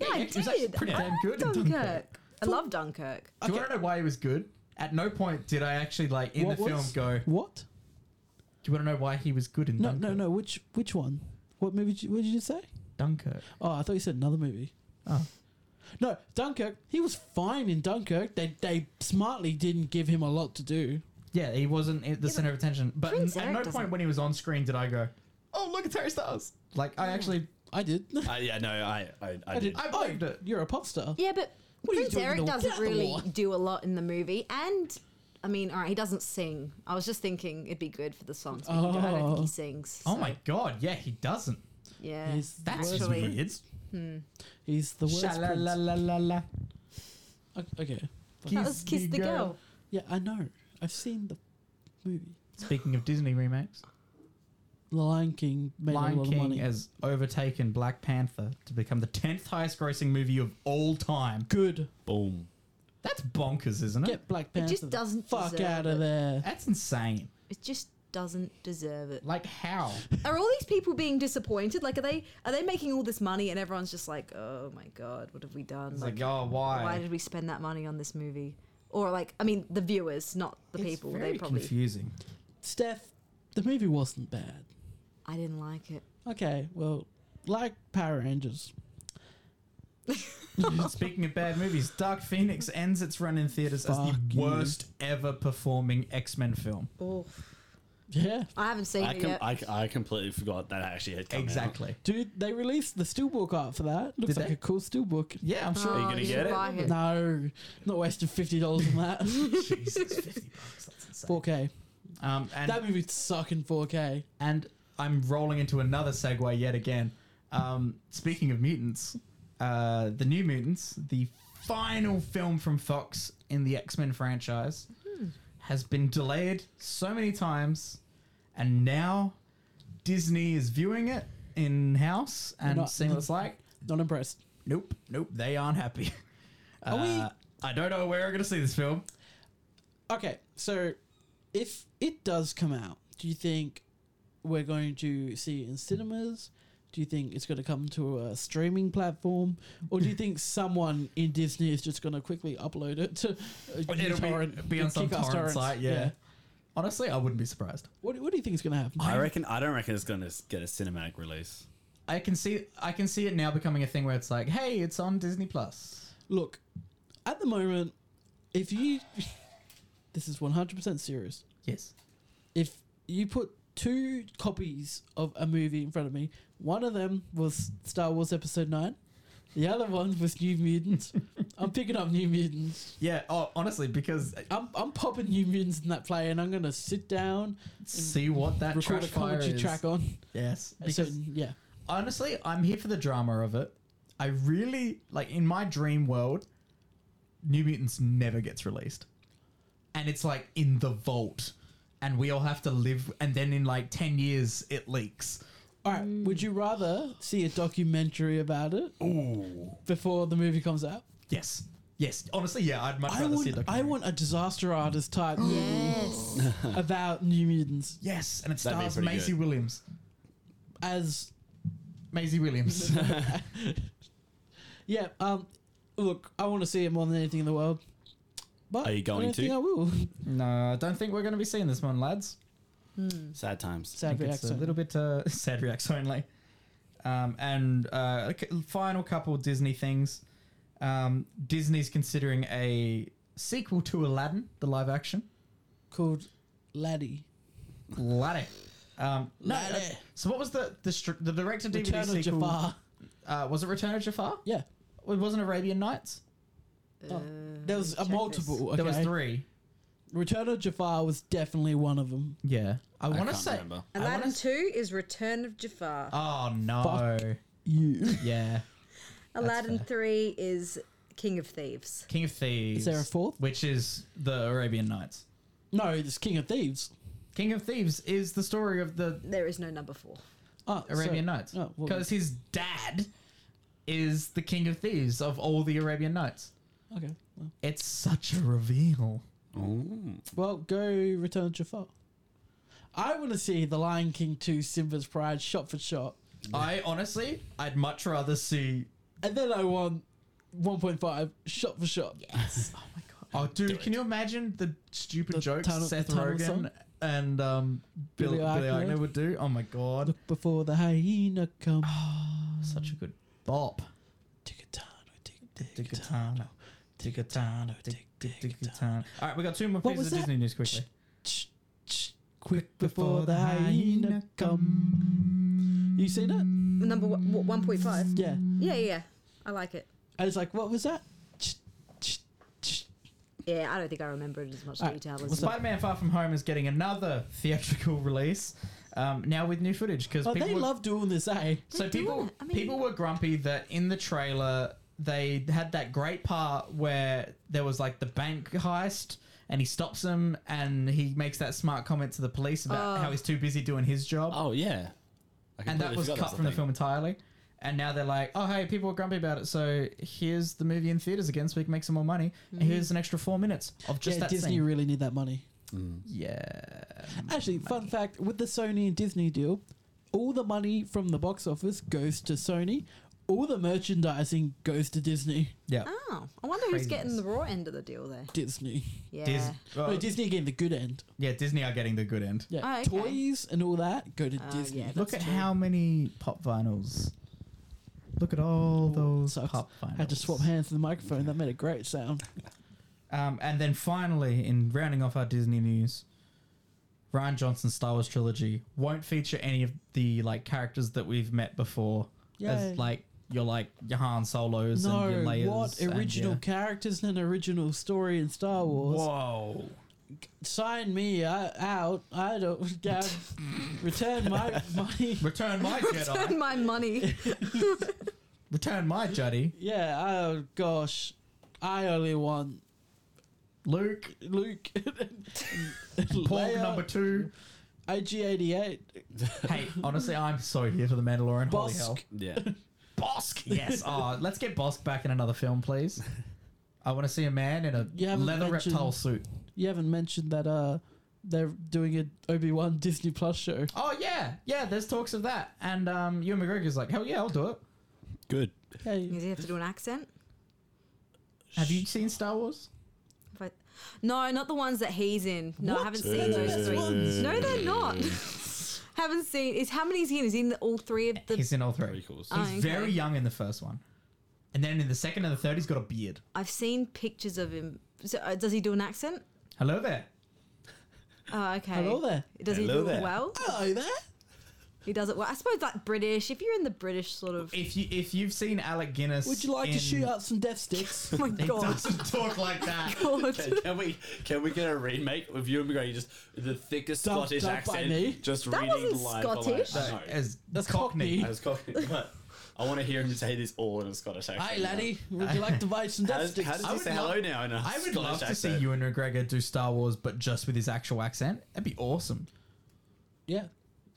Speaker 4: Yeah, I
Speaker 2: he was actually
Speaker 4: did.
Speaker 2: pretty
Speaker 4: I
Speaker 2: damn
Speaker 4: like
Speaker 2: good in
Speaker 4: Dunkirk.
Speaker 2: Dunkirk.
Speaker 4: I love Dunkirk.
Speaker 2: Do you want to know why he was good? At no point did I actually like in
Speaker 1: What
Speaker 2: the film
Speaker 1: was-
Speaker 2: go. Do
Speaker 1: What?
Speaker 2: you want to know why he was good in
Speaker 1: No,
Speaker 2: Dunkirk?
Speaker 1: no, no. Which which one? What movie? Did you, what did you say?
Speaker 2: Dunkirk.
Speaker 1: Oh, I thought you said another movie.
Speaker 2: Oh.
Speaker 1: No, Dunkirk. He was fine in Dunkirk. They they smartly didn't give him a lot to do.
Speaker 2: Yeah, he wasn't at the
Speaker 4: Yeah,
Speaker 2: center of attention. But n-
Speaker 4: Prince
Speaker 2: at
Speaker 4: Eric
Speaker 2: no point
Speaker 4: doesn't-
Speaker 2: when he was on screen did I go, "Oh, look at Harry Styles." Like
Speaker 4: Mm.
Speaker 2: I actually,
Speaker 1: I did.
Speaker 3: I, Uh, yeah, no, I, I, I did.
Speaker 2: I believed it.
Speaker 1: oh, You're a pop star.
Speaker 4: Yeah, but
Speaker 1: What are you
Speaker 4: Prince
Speaker 1: doing in
Speaker 4: Eric
Speaker 1: the- get
Speaker 4: doesn't
Speaker 1: out the
Speaker 4: really
Speaker 1: water.
Speaker 4: do a lot in the movie, and I mean, all right, he doesn't sing. I was just thinking it'd be good for the songs. But he don't- I don't think
Speaker 1: Oh.
Speaker 4: he sings.
Speaker 2: Oh
Speaker 4: so,
Speaker 2: my god, yeah, he doesn't.
Speaker 4: Yeah,
Speaker 1: He's the
Speaker 2: That's just
Speaker 4: actually,
Speaker 2: weird.
Speaker 1: He's the worst. prince.
Speaker 2: Sha-la-la-la-la-la.
Speaker 1: O- Okay.
Speaker 4: that was Kiss the Girl.
Speaker 1: Yeah, I know. I've seen the movie.
Speaker 2: Speaking of Disney remakes,
Speaker 1: The Lion King made a
Speaker 2: Lion
Speaker 1: lot of
Speaker 2: King
Speaker 1: money.
Speaker 2: has overtaken Black Panther to become the tenth highest-grossing movie of all time.
Speaker 1: Good.
Speaker 3: Boom.
Speaker 2: That's bonkers, isn't it?
Speaker 1: Get Black Panther.
Speaker 4: just
Speaker 1: the
Speaker 4: doesn't
Speaker 1: fuck
Speaker 4: deserve
Speaker 1: out of
Speaker 4: it.
Speaker 1: there.
Speaker 2: That's insane.
Speaker 4: It just doesn't deserve it.
Speaker 2: Like how?
Speaker 4: Are all these people being disappointed? Like, are they are they making all this money and everyone's just like, oh my god, what have we done?
Speaker 2: It's like, oh, why?
Speaker 4: why did we spend that money on this movie? Or like, I mean, the viewers, not the
Speaker 2: It's
Speaker 4: people.
Speaker 2: very
Speaker 4: They probably.
Speaker 2: confusing.
Speaker 1: Steph, the movie wasn't bad.
Speaker 4: I didn't like it.
Speaker 1: Okay, well, like Power Rangers.
Speaker 2: Speaking of bad movies, Dark Phoenix ends its run in theaters as
Speaker 1: Fuck
Speaker 2: the
Speaker 1: you.
Speaker 2: worst ever performing X Men film.
Speaker 4: Oh,
Speaker 1: Yeah.
Speaker 4: I haven't seen
Speaker 3: I,
Speaker 4: it
Speaker 3: com-
Speaker 4: yet.
Speaker 3: I, I completely forgot that actually had come out.
Speaker 2: Exactly.
Speaker 1: Dude, they released the steelbook art for that. Looks
Speaker 2: Did
Speaker 1: like
Speaker 2: they?
Speaker 1: a cool steelbook.
Speaker 2: Yeah, I'm sure.
Speaker 3: you gonna
Speaker 4: should
Speaker 3: get it?
Speaker 4: buy
Speaker 1: No, not wasting fifty dollars on that.
Speaker 2: Jesus, 50 bucks. That's insane.
Speaker 1: Four K.
Speaker 2: Um, and
Speaker 1: That movie'd suck in four K.
Speaker 2: And I'm rolling into another segue yet again. Um, speaking of mutants, uh, the New Mutants, the final film from Fox in the X Men franchise, has been delayed so many times, and now Disney is viewing it in house and
Speaker 1: Not-
Speaker 2: seeing what it's like.
Speaker 1: Not impressed.
Speaker 2: Nope, nope, they aren't happy. Uh, I don't know where we're gonna see this film.
Speaker 1: Okay, so if it does come out, do you think we're going to see it in cinemas? Do you think it's going to come to a streaming platform, or do you think someone in Disney is just going to quickly upload it to a
Speaker 2: It'll be-
Speaker 1: torrent,
Speaker 2: be, on some
Speaker 1: kick-ass
Speaker 2: torrent
Speaker 1: torrents?
Speaker 2: site, yeah. Honestly, I wouldn't be surprised.
Speaker 1: What, what do you think is going to happen?
Speaker 3: I reckon. I don't reckon it's gonna s- get a cinematic release.
Speaker 2: I can see I can see it now becoming a thing where it's like, hey, it's on Disney Plus.
Speaker 1: Look, at the moment, if you, this is one hundred percent serious.
Speaker 2: Yes.
Speaker 1: if you put two copies of a movie in front of me, one of them was Star Wars Episode 9, the other one was New Mutants. I'm picking up New Mutants.
Speaker 2: Yeah. Oh, honestly, because
Speaker 1: I'm, I'm popping New Mutants in that play and I'm going to sit down,
Speaker 2: see what that
Speaker 1: record a
Speaker 2: trash fire
Speaker 1: commentary
Speaker 2: is.
Speaker 1: track on.
Speaker 2: Yes.
Speaker 1: So,
Speaker 2: Because
Speaker 1: yeah.
Speaker 2: honestly, I'm here for the drama of it. I really like in my dream world, New Mutants never gets released, and it's like in the vault, and we all have to live. And then in like ten years, it leaks.
Speaker 1: All right. Would you rather see a documentary about it before the movie comes out?
Speaker 2: Yes. Yes. Honestly, yeah. I'd much
Speaker 1: I
Speaker 2: rather see
Speaker 1: want,
Speaker 2: the.
Speaker 1: I want a disaster artist type movie
Speaker 4: Yes.
Speaker 1: about New Mutants
Speaker 2: Yes, and it
Speaker 3: That'd be
Speaker 2: stars
Speaker 3: pretty
Speaker 2: Maisie
Speaker 3: good.
Speaker 2: Williams.
Speaker 1: as
Speaker 2: Maisie Williams.
Speaker 1: Yeah. Um. Look, I want to see it more than anything in the world. But
Speaker 3: Are you going
Speaker 1: I don't
Speaker 3: to?
Speaker 1: Think I will.
Speaker 2: No, I don't think we're going to be seeing this one, lads.
Speaker 3: Sad times.
Speaker 2: I
Speaker 1: Sad
Speaker 2: think it's a
Speaker 1: reaction.
Speaker 2: little bit uh, sad reacts only. Um, and uh, c- final couple Disney things. Um, Disney's considering a sequel to Aladdin, the live action.
Speaker 1: called Laddie.
Speaker 2: Laddie. Um, no, uh,
Speaker 1: Laddie.
Speaker 2: so what was the the, str- the director DVD
Speaker 1: Return of
Speaker 2: sequel?
Speaker 1: Jafar.
Speaker 2: Uh, was it Return of Jafar?
Speaker 1: Yeah.
Speaker 2: It wasn't Arabian Nights.
Speaker 1: Oh, there was a
Speaker 4: check
Speaker 1: multiple. Okay.
Speaker 2: There was three.
Speaker 1: Return of Jafar was definitely one of them.
Speaker 2: Yeah, I, want to
Speaker 3: can't
Speaker 2: say.
Speaker 3: remember.
Speaker 2: I wanna
Speaker 4: Aladdin
Speaker 2: s- Ah,
Speaker 4: Two is Return of Jafar.
Speaker 2: Oh no.
Speaker 1: You.
Speaker 2: Yeah.
Speaker 4: Aladdin
Speaker 2: fair.
Speaker 4: Three is King of Thieves.
Speaker 2: King of Thieves.
Speaker 1: Is there a fourth?
Speaker 2: Which is the Arabian Nights.
Speaker 1: No, it's King of Thieves.
Speaker 2: King of Thieves is the story of the
Speaker 4: There is no number four.
Speaker 1: Oh, so-
Speaker 2: Arabian Nights.
Speaker 1: Oh,
Speaker 2: Because
Speaker 1: well,
Speaker 2: his dad is the King of Thieves of all the Arabian Nights.
Speaker 1: okay. Well,
Speaker 2: It's such a reveal.
Speaker 1: well, go Return of Jafar. I want to see The Lion King 2, Simba's Pride, shot for shot.
Speaker 2: I honestly, I'd much rather see.
Speaker 1: And then I want 1.5, shot for shot. Yes. oh my god.
Speaker 2: Oh, dude, can you imagine the stupid
Speaker 1: The
Speaker 2: jokes
Speaker 1: tunnel-
Speaker 2: Seth
Speaker 1: tunnel
Speaker 2: Rogen
Speaker 1: song?
Speaker 2: and um, Bill,
Speaker 1: Billy
Speaker 2: Billy
Speaker 1: Eichner?
Speaker 2: Eichner would do? Oh my god,
Speaker 1: Before the hyena comes. Oh,
Speaker 2: such a good bop.
Speaker 1: Tic-a-tano, tic-
Speaker 2: Ticatano, ticatano,
Speaker 1: tic- tic-
Speaker 2: ticatano. All right, we got two more
Speaker 1: What
Speaker 2: pieces of
Speaker 1: was that?
Speaker 2: Disney news quickly.
Speaker 1: ch- ch- Quick before the hyena come. You seen that?
Speaker 4: Number one, what, 1.5.
Speaker 1: Yeah.
Speaker 4: Yeah, yeah, yeah. I like it.
Speaker 1: I was like, what was that? Ch- ch- ch-
Speaker 4: Yeah, I don't think I remember it as much
Speaker 1: Alright,
Speaker 4: detail as
Speaker 1: what's up?
Speaker 2: Spider Man Far From Home is getting another theatrical release um, now with new footage because
Speaker 1: Oh,
Speaker 2: people
Speaker 1: they
Speaker 2: were-
Speaker 1: love doing this, eh?
Speaker 2: so
Speaker 4: do
Speaker 2: people
Speaker 4: it. I mean-
Speaker 2: people were grumpy that in the trailer they had that great part where there was like the bank heist and he stops him and he makes that smart comment to the police about
Speaker 1: Oh.
Speaker 2: how he's too busy doing his job
Speaker 8: Oh yeah, I
Speaker 2: and that
Speaker 8: completely
Speaker 2: was
Speaker 8: forgot
Speaker 2: cut
Speaker 8: that's a
Speaker 2: from the
Speaker 8: thing.
Speaker 2: film entirely. And now they're like, oh, hey, people are grumpy about it. So here's the movie in theaters again so we can make some more money. And here's an extra four minutes of just
Speaker 1: Mm-hmm. yeah,
Speaker 2: that
Speaker 1: Disney Uh,
Speaker 2: scene.
Speaker 1: really need that money.
Speaker 2: yeah.
Speaker 1: Actually, fun fact with the Sony and Disney deal, all the money from the box office goes to Sony, all the merchandising goes to Disney.
Speaker 2: Yeah.
Speaker 4: Oh, I wonder who's getting the raw end of the deal there.
Speaker 1: Disney.
Speaker 4: Yeah.
Speaker 2: Dis-
Speaker 1: no,
Speaker 2: well,
Speaker 1: Disney getting the good end.
Speaker 2: yeah, Disney are getting the good end.
Speaker 1: Yeah.
Speaker 4: Oh, okay.
Speaker 1: Toys and all that go to
Speaker 4: Oh,
Speaker 1: Disney.
Speaker 4: yeah,
Speaker 2: Look at
Speaker 4: that's true.
Speaker 2: how many pop vinyls. Look at all those
Speaker 1: Sucks.
Speaker 2: pop vinyls.
Speaker 1: I had to swap hands with the microphone. That made a great sound.
Speaker 2: Um, and then finally, in rounding off our Disney news, Ryan Johnson's Star Wars trilogy won't feature any of the like characters that we've met before.
Speaker 1: Yay.
Speaker 2: As like your like your Han Solos
Speaker 1: No,
Speaker 2: and your Leia's
Speaker 1: what
Speaker 2: and
Speaker 1: original
Speaker 2: your-
Speaker 1: characters and an original story in Star Wars?
Speaker 2: Whoa!
Speaker 1: Sign me uh, out. I don't yeah, return my money.
Speaker 2: Return my
Speaker 4: Turn
Speaker 2: Jedi.
Speaker 4: my money.
Speaker 2: Return my Jedi.
Speaker 1: Yeah. Oh gosh, I only want
Speaker 2: Luke.
Speaker 1: Luke.
Speaker 2: Paul
Speaker 1: Leia,
Speaker 2: number two.
Speaker 1: IG88.
Speaker 2: Hey, honestly, I'm so here for the Mandalorian. Holy hell.
Speaker 1: Bosk.
Speaker 8: Yeah,
Speaker 2: Bosk. Yes. Oh, let's get Bosk back in another film, please. I want to see a man in a
Speaker 1: You haven't
Speaker 2: leather
Speaker 1: mentioned-
Speaker 2: reptile suit.
Speaker 1: You haven't mentioned that uh, they're doing an Obi Wan Disney Plus show.
Speaker 2: Oh yeah, yeah. There's talks of that, and um, Ewan McGregor's like, hell yeah, I'll do it.
Speaker 8: good.
Speaker 1: Hey,
Speaker 4: Does he have to do an accent?
Speaker 2: Have you seen Star Wars?
Speaker 4: If I- No, not the ones that he's in. No, I haven't seen those three. No, they're not. haven't seen. Is how many is he in? Is he in the, all three of the?
Speaker 2: He's in all three.
Speaker 8: Prequels.
Speaker 2: He's
Speaker 4: Oh, okay.
Speaker 2: very young in the first one, and then in the second and the third, he's got a beard.
Speaker 4: I've seen pictures of him. So, uh, does he do an accent?
Speaker 2: Hello there.
Speaker 4: Oh, okay.
Speaker 1: hello there.
Speaker 4: Does he
Speaker 8: Hello
Speaker 4: do it
Speaker 8: there.
Speaker 4: well?
Speaker 1: Hello there.
Speaker 4: He does it well. I suppose like British. If you're in the British sort of.
Speaker 2: If you if you've seen Alec Guinness,
Speaker 1: Would you like
Speaker 2: in-
Speaker 1: to shoot out some death sticks?
Speaker 4: Oh my
Speaker 2: He
Speaker 4: god.
Speaker 2: doesn't talk like that.
Speaker 4: God.
Speaker 3: Can we can we get a remake of you and McGregor just the thickest
Speaker 1: Done-
Speaker 3: Scottish
Speaker 1: done by
Speaker 3: accent?
Speaker 1: me.
Speaker 3: Just
Speaker 4: That
Speaker 3: reading
Speaker 4: wasn't
Speaker 3: line
Speaker 4: Scottish.
Speaker 3: For line. I know.
Speaker 2: As
Speaker 1: That's
Speaker 2: Cockney.
Speaker 1: Cockney.
Speaker 3: I was copying, but I want to hear him say this all in a Scottish accent.
Speaker 1: Hey, laddie, would you like to buy some
Speaker 3: How
Speaker 1: death
Speaker 3: does, how
Speaker 1: sticks?
Speaker 3: does
Speaker 2: I
Speaker 3: he
Speaker 2: would
Speaker 3: say
Speaker 2: love-
Speaker 3: hello now in a
Speaker 2: I would
Speaker 3: Scottish
Speaker 2: love to see
Speaker 3: accent?
Speaker 2: Ewan McGregor do Star Wars, but just with his actual accent. That'd be awesome.
Speaker 1: Yeah.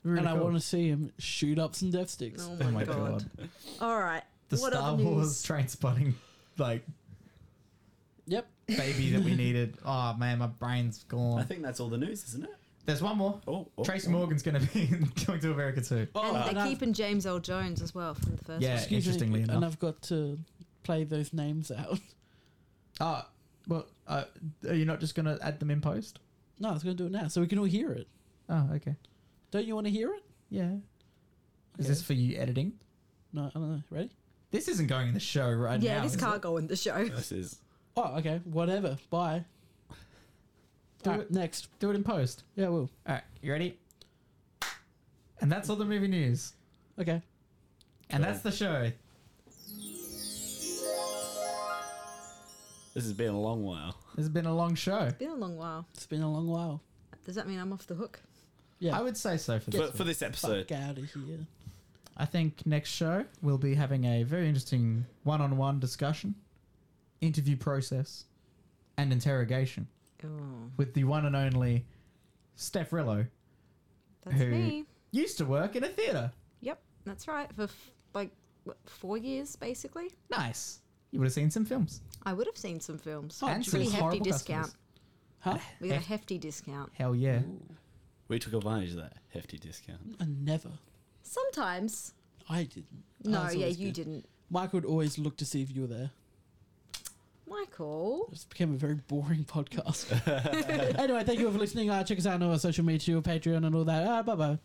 Speaker 2: Really
Speaker 1: and I
Speaker 2: cool.
Speaker 1: want to see him shoot up some death sticks.
Speaker 4: Oh
Speaker 2: Oh
Speaker 4: my
Speaker 2: my
Speaker 4: god.
Speaker 2: god.
Speaker 4: All right.
Speaker 2: The
Speaker 4: what
Speaker 2: Star
Speaker 4: other news?
Speaker 2: Wars train spotting like
Speaker 1: Yep.
Speaker 2: baby that we needed. Oh man, my brain's gone.
Speaker 3: I think that's all the news, isn't it?
Speaker 2: There's one more.
Speaker 3: Oh, oh,
Speaker 2: Tracy
Speaker 3: oh.
Speaker 2: Morgan's going to be going to America too.
Speaker 4: And
Speaker 1: Oh, and
Speaker 4: they're
Speaker 1: I've-
Speaker 4: keeping James L. Jones as well from the first
Speaker 2: Yeah,
Speaker 4: one.
Speaker 1: Excuse me,
Speaker 2: interestingly enough.
Speaker 1: And I've got to play those names out.
Speaker 2: Oh, well, uh, are you not just going to add them in post?
Speaker 1: No, I was going to do it now so we can all hear it.
Speaker 2: Oh, okay.
Speaker 1: Don't you want to hear it?
Speaker 2: Yeah. Is this for you editing?
Speaker 1: No, I don't know. Ready?
Speaker 2: This isn't going in the show right now.
Speaker 4: Yeah, this
Speaker 2: is
Speaker 4: can't
Speaker 2: it?
Speaker 4: go in the show.
Speaker 3: This is
Speaker 1: Oh, okay. Whatever. Bye.
Speaker 2: Do
Speaker 1: Alright,
Speaker 2: it.
Speaker 1: next.
Speaker 2: Do it in post.
Speaker 1: Yeah, we'll.
Speaker 2: All right, you ready? And that's all the movie news.
Speaker 1: Okay.
Speaker 2: And that's the show.
Speaker 3: this has been a long while.
Speaker 2: It's been a long show.
Speaker 4: Been a long while.
Speaker 1: It's been a long while.
Speaker 4: Does that mean I'm off the hook?
Speaker 1: Yeah.
Speaker 2: I would say so for
Speaker 3: But
Speaker 2: this.
Speaker 3: for
Speaker 2: one.
Speaker 3: this episode,
Speaker 1: Fuck out of here.
Speaker 2: I think next show we'll be having a very interesting one-on-one discussion interview process, and interrogation
Speaker 4: Oh,
Speaker 2: with the one and only Steph Rillo,
Speaker 4: that's
Speaker 2: who
Speaker 4: me.
Speaker 2: used to work in a theatre.
Speaker 4: Yep, that's right. For f- like what, four years, basically,
Speaker 2: Nice. You would have seen some films.
Speaker 4: I would have seen some films.
Speaker 2: Oh,
Speaker 4: It's a pretty
Speaker 2: geez.
Speaker 4: hefty
Speaker 2: Horrible
Speaker 4: discount.
Speaker 2: customers. Eh.
Speaker 1: Huh?
Speaker 4: We got a hefty discount.
Speaker 2: Hell yeah.
Speaker 3: We took advantage of that hefty discount.
Speaker 1: I never.
Speaker 4: Sometimes.
Speaker 1: I didn't.
Speaker 4: No,
Speaker 1: That's
Speaker 4: yeah,
Speaker 1: always
Speaker 4: you
Speaker 1: good.
Speaker 4: didn't.
Speaker 1: Mike would always look to see if you were there.
Speaker 4: Michael.
Speaker 1: This became a very boring podcast. anyway, thank you all for listening. Uh, check us out on our social media, Patreon, and all that. Uh, bye bye.